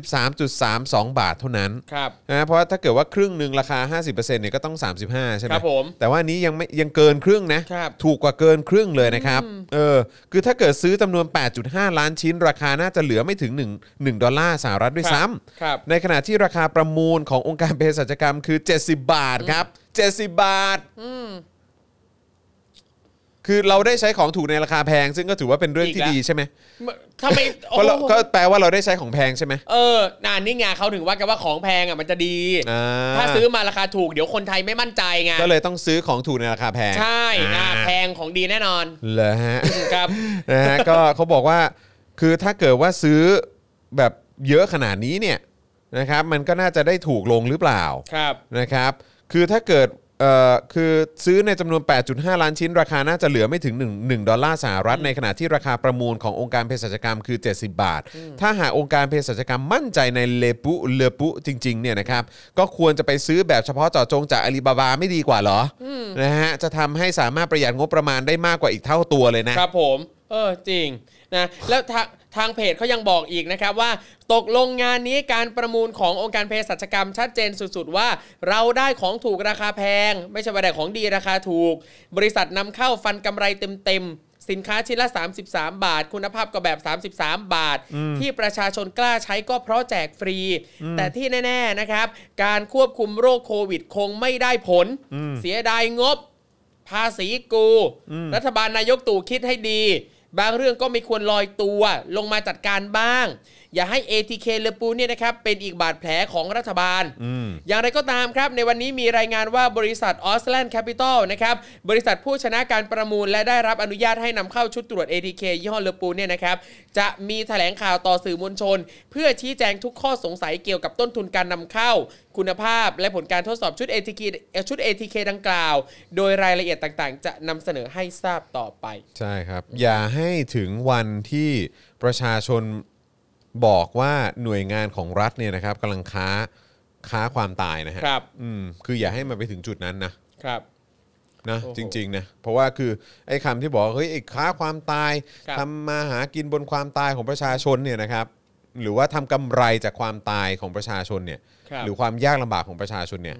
33.32 บาทเท่านั้น
ครับ
นะเพราะว่าถ้าเกิดว่าครึ่งหนึ่งราคา 50%เนี่ยก็ต้อง 35 ใช่ไหม
ครับผม
แต่ว่านี้ยังไม่ยังเกินครึ่งนะครับ ถูกกว่าเกินครึ่งเลยนะครับเออคือถ้าเกิดซื้อจำนวน 8.5 ล้านชิ้น ราคาน่าจะเหลือไม่ถึง 1 1 ดอลลาร์สหรัฐด้วยซ้ำ
ครับ
ในขณะที่ราคาประมูลขององค์การเภสัชกรรมคือ 70 บาทครับ 70 บาท คือเราได้ใช้ของถูกในราคาแพง ซึ่งก็ถือว่าเป็นเรื่องที่
อีกแล้ว
ดีใช่ไหม
ทำไม
เพราะเรา
โอ้โห
ก็แปลว่าเราได้ใช้ของแพงใช่ไหม
เออนานนี่ไงเขาถึงว่ากันว่าของแพงอ่ะมันจะดี
อ่
ถ้าซื้อมาราคาถูกเดี๋ยวคนไทยไม่มั่นใจไง
ก็เลยต้องซื้อของถูกในราคาแพง
ใช่
อ่า
อ่าแพงของดีแน่นอน
เหรอฮะ
ครับ
นะฮะ ก็เขาบอกว่าคือถ้าเกิดว่าซื้อแบบเยอะขนาดนี้เนี่ยนะครับ มันก็น่าจะได้ถูกลงหรือเปล่า
ครับ
นะครับ คือถ้าเกิด เอ่อ คือซื้อในจำนวน 8.5 ล้านชิ้น ราคาน่าจะเหลือไม่ถึง 1 1 ดอลลาร์สหรัฐ ในขณะที่ราคาประมูลขององค์การเภสัชกรรมคือ 70 บาท ถ้าหากองค์การเภสัชกรรมมั่นใจในเลปุเลปุจริง ๆ เนี่ยนะครับ ก็ควรจะไปซื้อแบบเฉพาะเจาะจงจากอาลีบาบาไม่ดีกว่าเหรออนะฮะ จะทำให้สามารถประหยัดงบประมาณได้มากกว่าอีกเท่าตัวเลยนะ
ครับผมเออจริงนะแล้วทางทางเพจเขายังบอกอีกนะครับว่า ตกลงงานนี้การประมูลขององค์การเภสัชกรรมชัดเจนสุดๆว่า เราได้ของถูกราคาแพง ไม่ใช่ว่าได้ของดีราคาถูก บริษัทนำเข้าฟันกำไรเต็มๆ สินค้าชิ้นละ 33 บาท คุณภาพก็แบบ 33 บาท ที่ประชาชนกล้าใช้ก็เพราะแจกฟรี แต่ที่แน่ๆนะครับ การควบคุมโรคโควิดคงไม่ได้ผล เสียดายงบ ภาษีกู รัฐบาลนายกตู่คิดให้ดี บางเรื่องก็ไม่ควรลอยตัวลงมาจัดการบ้าง อย่าให้ ATK เลอปูเนี่ยนะครับ เป็นอีกบาดแผลของรัฐบาล อย่างไรก็ตามครับ ในวันนี้มีรายงานว่าบริษัท a u s l a n d Capital นะครับ บริษัทผู้ชนะการประมูล และได้รับอนุญาตให้นำเข้าชุดตรวจ ATK ยี่ห้อเลอปูเนี่ยนะครับ จะมีแถลงข่าวต่อสื่อมวลชน เพื่อชี้แจงทุกข้อสงสัยเกี่ยวกับต้นทุนการนำเข้า คุณภาพและผลการทดสอบชุด ATK เอ่อชุด ATK ดังกล่าว โดยรายละเอียดต่างๆ จะนำเสนอให้ทราบต่อไป
ใช่ครับ อย่าให้ถึงวันที่ประชาชนบอกว่าหน่วยงานของรัฐเนี่ยนะครับกำลังค้าค้าความตายนะฮะ
ครับ
อืมคืออย่าให้มันไปถึงจุดนั้นนะครับ นะ
โอ้โห
จริงๆนะเพราะว่าคือไอ้คำที่บอกว่าเฮ้ยไอ้ค้าความตาย
ครับ
ทำมาหากินบนความตายของประชาชนเนี่ยนะครับ หรือว่าทำกำไรจากความตายของประชาชนเนี่ย
ครับ
หรือความยากลำบากของประชาชนเนี่ย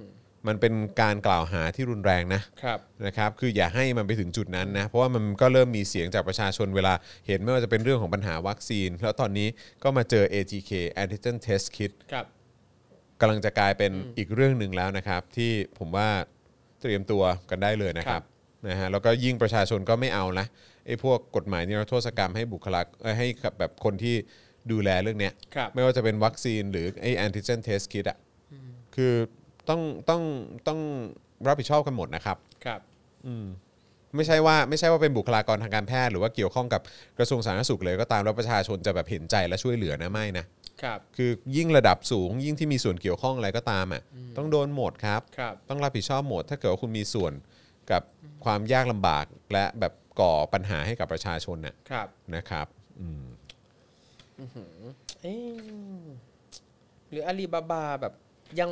มันเป็นการกล่าวหาที่รุนแรงนะ
ครับ
นะครับ คืออย่าให้มันไปถึงจุดนั้นนะ เพราะว่ามันก็เริ่มมีเสียงจากประชาชนเวลาเห็นไม่ว่าจะเป็นเรื่องของปัญหาวัคซีน แล้วตอนนี้ก็มาเจอ ATK antigen test kit
ครับ
กำลังจะกลายเป็นอีกเรื่องหนึ่งแล้วนะครับ ที่ผมว่าเตรียมตัวกันได้เลยนะครับ
ครั
นะฮะแล้วก็ยิ่งประชาชนก็ไม่เอานะไอ้พวกกฎหมายนิรโทษกรรมให้บุคลากเอ้ยให้กับแบบคนที่ดูแลเรื่องเนี้ย
ครับ
ไม่ว่าจะเป็นวัคซีนหรือไอแอนติเจนเทสคิดอ่ะคือต้องต้องต้องรับผิดชอบกันหมดนะครับ
ครับ
ไม่ใช่ว่าไม่ใช่ว่าเป็นบุคลากรทางการแพทย์หรือว่าเกี่ยวข้องกับกระทรวงสาธารณสุขเลยก็ตามแล้วประชาชนจะแบบเห็นใจและช่วยเหลือนะไม่นะครับ คือยิ่งระดับสูง ยิ่งที่มีส่วนเกี่ยวข้องอะไรก็ตามอ่ะต้องโดนหมดครับ
ครับ
ต้องรับผิดชอบหมด ถ้าเกิดว่าคุณมีส่วนกับความยากลำบากและแบบก่อปัญหาให้กับประชาชนน่ะ
ครับ
นะครับอืม
เอ๊ะหรืออาลีบาบาแบบยัง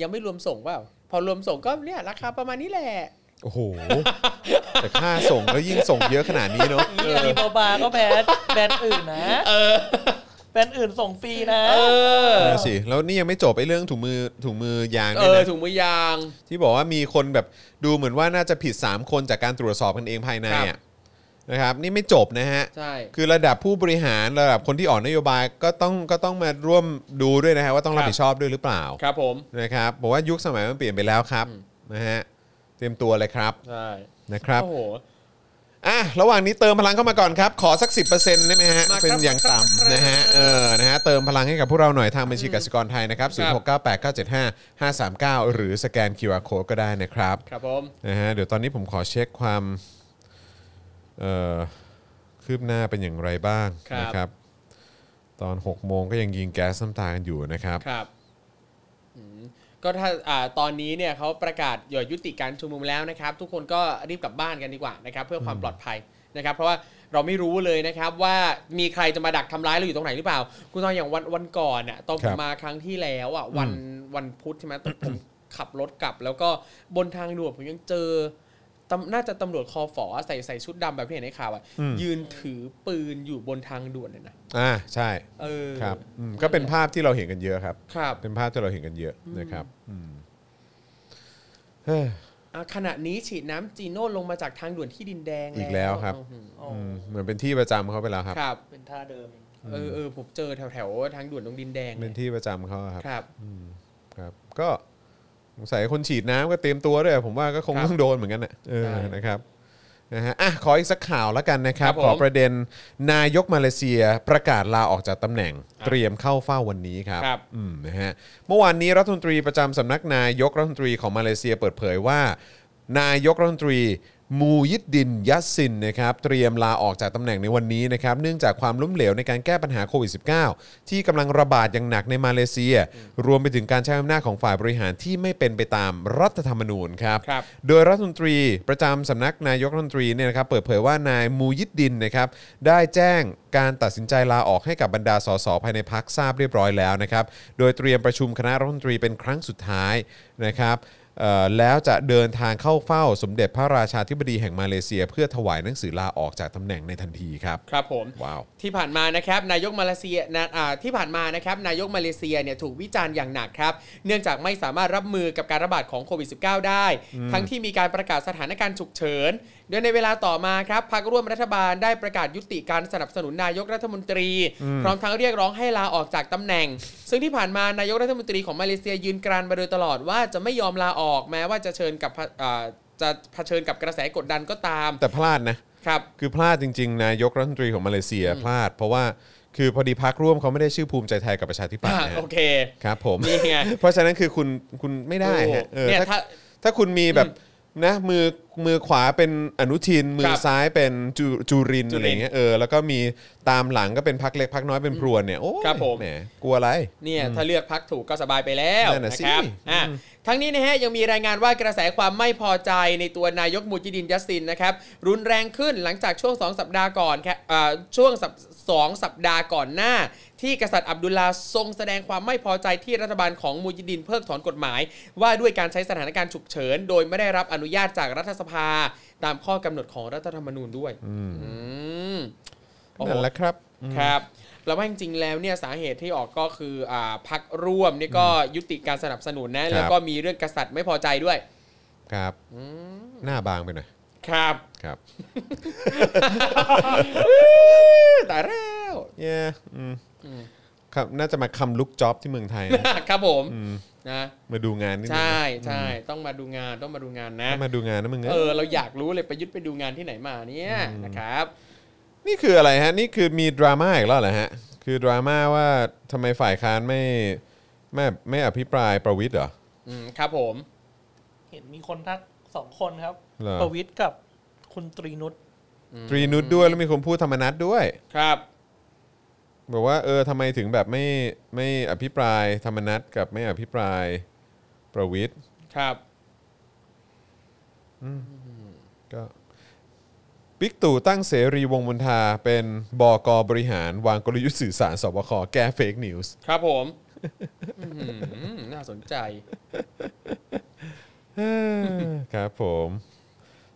ยังไม่รวมส่งเปล่า พอรวมส่งก็เนี่ยราคาประมาณนี้แหละ
โอ้โห แต่ค่าส่งก็ยิ่งส่งเยอะขนาดนี้เนาะ
นี่อาลีบาบาก็แบรนด์แบรนด์อื่นนะ
เออ
แบรนด์อื่นส่งฟรีนะ
เออ
นั่นสิแล้วนี่ยังไม่จบไอ้เรื่องถุงมือถุงมือยาง
เอ
ด้วย
อ
นะ
ถุงมือยาง
ที่บอกว่ามีคนแบบดูเหมือนว่าน่าจะผิด 3 คนจากการตรวจสอบกันเองภายใน
ครั
อะ
บ
นะครับ นี่ไม่จบนะฮะ
ใช่
คือระดับผู้บริหารระดับคนที่ออกนโยบายก็ต้องก็ต้องมาร่วมดูด้วยนะฮะว่าต้องรับ
ครับ
ผิดชอบด้วยหรือเปล่า
ครับผม
นะครับบอกว่ายุคสมัยมันเปลี่ยนไปแล้วครับนะฮะเตรียมตัวเลยครับ
ใช่
นะครับ
โอ้โห
อ่ะระหว่างนี้เติมพลังเข้ามาก่อนครับ ขอสัก 10%ได้ไหมฮะ
มาครับ
เป็นอย่างต่ำนะฮะเออนะฮะเติมพลังให้กับพวกเราหน่อยทางบัญชีกสิกรไทยนะครับ
ครับ
0698975539 หรือสแกน QR Code ก็ได้นะครับ
ครับผม
นะฮะเดี๋ยวตอนนี้ผมขอเช็คความเอ่อคืบหน้าเป็นอย่างไรบ้าง
ครับ
นะครับ ตอน6โมงก็ยังยิงแก๊สน้ำตากันอยู่นะครับ
ครับอืมก็ถ้าอ่าตอนนี้เนี่ยเขาประกาศหย่อยุติการชุมนุมแล้วนะครับ ทุกคนก็รีบกลับบ้านกันดีกว่านะครับ เพื่อความปลอดภัยนะครับ เพราะว่าเราไม่รู้เลยนะครับว่ามีใครจะมาดักทำร้ายเราอยู่ตรงไหนหรือเปล่า คุณตอนอย่างวันวันก่อนอ่ะตอนผ
ครั
ม
บ
มาครั้งที่แล้วอ่ะวันวันพุธใช่ไหมตอนผมขับรถกลับ แล้วก็บนทางด่วนผมยังเจอตำน่าจะตำรวจคอฝอใส่ใส่ชุดดำแบบที่เห็นในข่าวอ่ะยืนถือปืนอยู่บนทางด่วนเลยนะ
อ่าใช่
เออ
ครับอืมก็เป็นภาพที่เราเห็นกันเยอะครับ
ครับ
เป็นภาพที่เราเห็นกันเยอะนะครับอืมเฮ้ย
อ่ะขณะนี้ฉีดน้ำจีโน่ลงมาจากทางด่วนที่ดินแดง
อีกแล้วครับ
อืม
โอ้
อืมเหมือนเป็นที่ประจำเขาไปแล้วครับ
ครับ
เป็นท่าเดิมอีก
เออเออผมเจอแถวแถวๆทางด่วนตรงดินแดง
เป็นที่ประจำเขาอะครับ
ครับ
ครับก็สงสัยคนฉีดน้ำก็เตรียมตัวด้วยผมว่าก็คง
ครับ
ต้องโดนเหมือนกันนะเออ
ใช่
นะครับนะฮะอ่ะขออีกสักข่าวแล้วกันนะครั
ครั
บ
บผม
ขอประเด็นนายกมาเลเซียประกาศลาออกจากตำแหน่งเตรียมเข้าเฝ้าวันนี้ครับ
ครับ
อืมนะฮะเมื่อวานนี้รัฐมนตรีประจำสำนักนายกรัฐมนตรีของมาเลเซียเปิดเผยว่า นายกรัฐมนตรีมูยิดดินยัสซินนะครับเตรียมลาออกจากตำแหน่งในวันนี้นะครับเนื่องจากความล้มเหลวในการแก้ปัญหาโควิด -19 ที่กำลังระบาดอย่างหนักในมาเลเซีย รวมไปถึงการใช้อำนาจของฝ่ายบริหารที่ไม่เป็นไปตามรัฐธรรมนูญครับ
ครับ
โดยรัฐมนตรีประจำสำนักนายกรัฐมนตรีเนี่ยนะครับเปิดเผยว่านายมูยิดดินนะครับได้แจ้งการตัดสินใจลาออกให้กับบรรดาสสภายในพักทราบเรียบร้อยแล้วนะครับ โดยเตรียมประชุมคณะรัฐมนตรีเป็นครั้งสุดท้ายนะครับเอ่อแล้วจะเดินทางเข้าเฝ้าสมเด็จพระราชาธิบดีแห่งมาเลเซีย เพื่อถวายหนังสือลาออกจากตำแหน่งในทันทีครับ
ครับผม
ว้าว
ที่ผ่านมานะครับนายกมาเลเซียนะอ่าที่ผ่านมานะครับนายกมาเลเซียเนี่ยถูกวิจารณ์อย่างหนักครับ เนื่องจากไม่สามารถรับมือกับการระบาดของโควิด -19 ได้ ทั้งที่มีการประกาศสถานการณ์ฉุกเฉินโดยในเวลาต่อมาครับพรรคร่วมรัฐบาลได้ประกาศยุติการสนับสนุนนายกรัฐมนตรี พร้อมทั้งเรียกร้องให้ลาออกจากตำแหน่ง ซึ่งที่ผ่านมานายกรัฐมนตรีของมาเลเซียยืนกรานมาโดยตลอดว่าจะไม่ยอมลาออกแม้ว่าจะเชิญกับอ่าจะเผชิญกับกระแสกดดันก็ตาม
แต่พลาดนะ
ครับ
คือพลาดจริง ๆ นายกรัฐมนตรีของมาเลเซียพลาด เพราะว่าคือพอดีพักร่วมเขาไม่ได้ชื่อภูมิใจไทยกับประชาธิปัตย์นะฮะ
โอเค
ครับผม
นี่ไง
เพราะฉะนั้นคือคุณคุณไม่ได้ฮะเออ
เนี่ย
ถ้า
ถ้า
ถ้าคุณมีแบบนะมือมือขวาเป็นอนุทิน มือซ้ายเป็นจุจุรินทร์
จุ
อะไร
รินทร์
เงี้ยเออแล้วก็มีตามหลังก็เป็นพักเล็กพักน้อยเป็นพรวนเนี่ยโอ้ย
ครับผม
แหกลัวอะไร
เนี่ยถ้าเลือกพักถูกก็สบายไปแล้ว
นั่นน่ะสิ
นะครับอ่ะทั้งนี้นะฮะยังมีรายงานว่ากระแสความไม่พอใจในตัวนายกมูจิดินยัสซินนะครับรุนแรงขึ้นหลังจากช่วง 2 สัปดาห์ก่อนครับอ่าช่วงสัปสองสัปดาห์ก่อนหน้า ที่กษัตริย์อับดุลลาทรงแสดงความไม่พอใจที่รัฐบาลของมูยิดินเพิกถอนกฎหมาย ว่าด้วยการใช้สถานการณ์ฉุกเฉิน โดยไม่ได้รับอนุญาตจากรัฐสภา ตามข้อกำหนดของรัฐธรรมนูญด้วยอืมโอ้โห
นั่นแหละครับ
ครับแล้วว่าจริงๆแล้วเนี่ยสาเหตุที่ออกก็คืออ่าพักร่วมนี่ก็ยุติการสนับสนุนนะ แล้วก็มีเรื่องกษัตริย์ไม่พอใจด้วย
ครับหน้าบางไปหน่อย
ครับ
ครับ
ตายแล้ว
เย่อืมครับน่าจะมาคำลุกจ็อบที่เมืองไทยนะครับ
ผม
อืม
นะ
มาดูงานนิดนึง
ใช่
นะ
ใช่ต้องมาดูงานต้องมาดูงานนะ
มาดูงานนะมึง
เอ
เอ้ย
อ เราอยากรู้เลยประยุทธ์ไปดูงานที่ไหนมาเนี่ยนะครับ
นี่คืออะไรฮะ นี่คือมีดราม่าอีกแล้วเหรอฮะ คือดราม่าว่าทำไมฝ่ายค้านไม่ไม่ไม่อภิปรายประวิทย์เหรอ
อืมครับผม
เห็นมีคนทักสองคนครับ
เหรอ
ประวิทย์กับคุณตรีนุช
ตรีนุชด้วยแล้วมีคนพูดธรรมนัตด้วย
ครับ
บอกว่าเออทำไมถึงแบบไม่ไม่อภิปรายธรรมนัตกับไม่อภิปรายประวิทย์
ครับ
ก็บิ๊กตู่ตั้งเสรีวงศ์มนทาเป็นบกบริหารวางกลยุทธ์สื่อสารสบคแก้เฟกนิวส์
ครับผมอื้อหือน่าสนใจ
ครับผม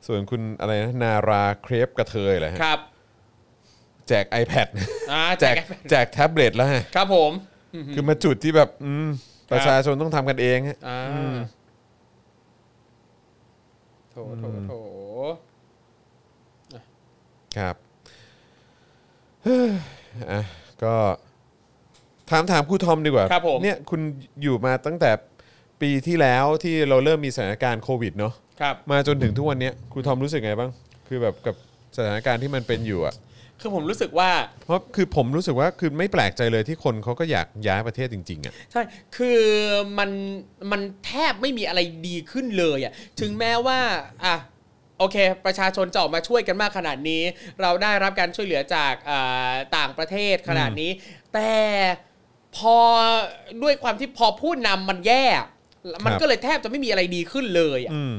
ส่วนคุณอะไรนะนาราเครปกระเทยเหรอฮะ
ครับ
แจก iPad
อ่า
แจ
แจ
ก
ก
แจกแท็บเล็ตแล้วฮะ
ครับผม
คือมาจุดที่แบบอืมประชาชนต้องทำกันเองฮะ
อ่าโถโถโถ
ครับเฮ้ยอ่ะก็ถามถามครูทอมดีกว่า
ครับผม
เนี่ยคุณอยู่มาตั้งแต่ปีที่แล้วที่เราเริ่มมีสถานการณ์โควิดเนาะ
ครับ
มาจนถึงทุกวันเนี้ยครูทอมรู้สึกไงบ้าง คือแบบกับสถานการณ์ที่มันเป็นอยู่อะ
คือผมรู้สึกว่า
เพราะคือผมรู้สึกว่าคือไม่แปลกใจเลยที่คนเขาก็อยากย้ายประเทศจริง ๆอะ
ใช่ คือมันมันแทบไม่มีอะไรดีขึ้นเลยอ่ะ ถึงแม้ว่า อ่ะ โอเค ประชาชนจะออกมาช่วยกันมากขนาดนี้ เราได้รับการช่วยเหลือจากอ่าต่างประเทศขนาดนี้ แต่พอด้วยความที่พอผู้นำมันแย่ มันก็เลยแทบจะไม่มีอะไรดีขึ้นเลยอ่ะ
อืม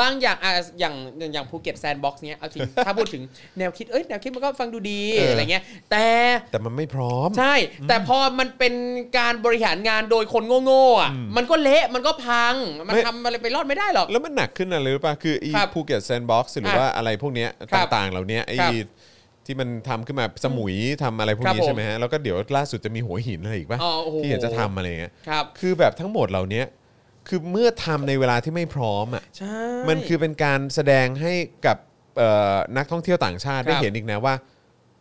บางอย่างอ่ะอย่างอย่างอย่างภูเก็ตแซนด์บ็อกซ์เนี้ยเอาจริ ง ถ้าพูดถึงแนวคิด เอ้ย แนวคิดมันก็ฟังดูดี
เอออ
อะไรเงี้ย แต่
แต่มันไม่พร้อม
ใช่ แต่พอมันเป็นการบริหารงานโดยคนโง่ๆอ่ะ
อืม
มันก็เละ มันก็พัง มัน
ไม่
ทำอะไรไปรอดไม่ได้หรอก
แล้วมันหนักขึ้นอะไรหรือเปล่าคืออี
ครับ
ภูเก็ตแซนด์บ็อกซ์หรือว่าอะไรพวกเนี้ย
ครับ
ต่างๆ เหล่าเนี้ยไอ้
ครับ
ที่มันทำขึ้นมาสมุยทำอะไรพวก
ค
นี้
รับผม
ใช่ไหมฮะแล้วก็เดี๋ยวล่าสุดจะมีหัวหินอะไรอีกป่ะ
อ๋อโอ้โห
ที่เห็นจะทำอะไรเงี้ย
ครับ
คือแบบทั้งหมดเหล่าเนี้ยคือเมื่อทำในเวลาที่ไม่พร้อมอ่ะ
ใช่
มันคือเป็นการแสดงให้กับเอ่อนักท่องเที่ยวต่างชาติ
ครับ
ได้เห็นอีกนะว่า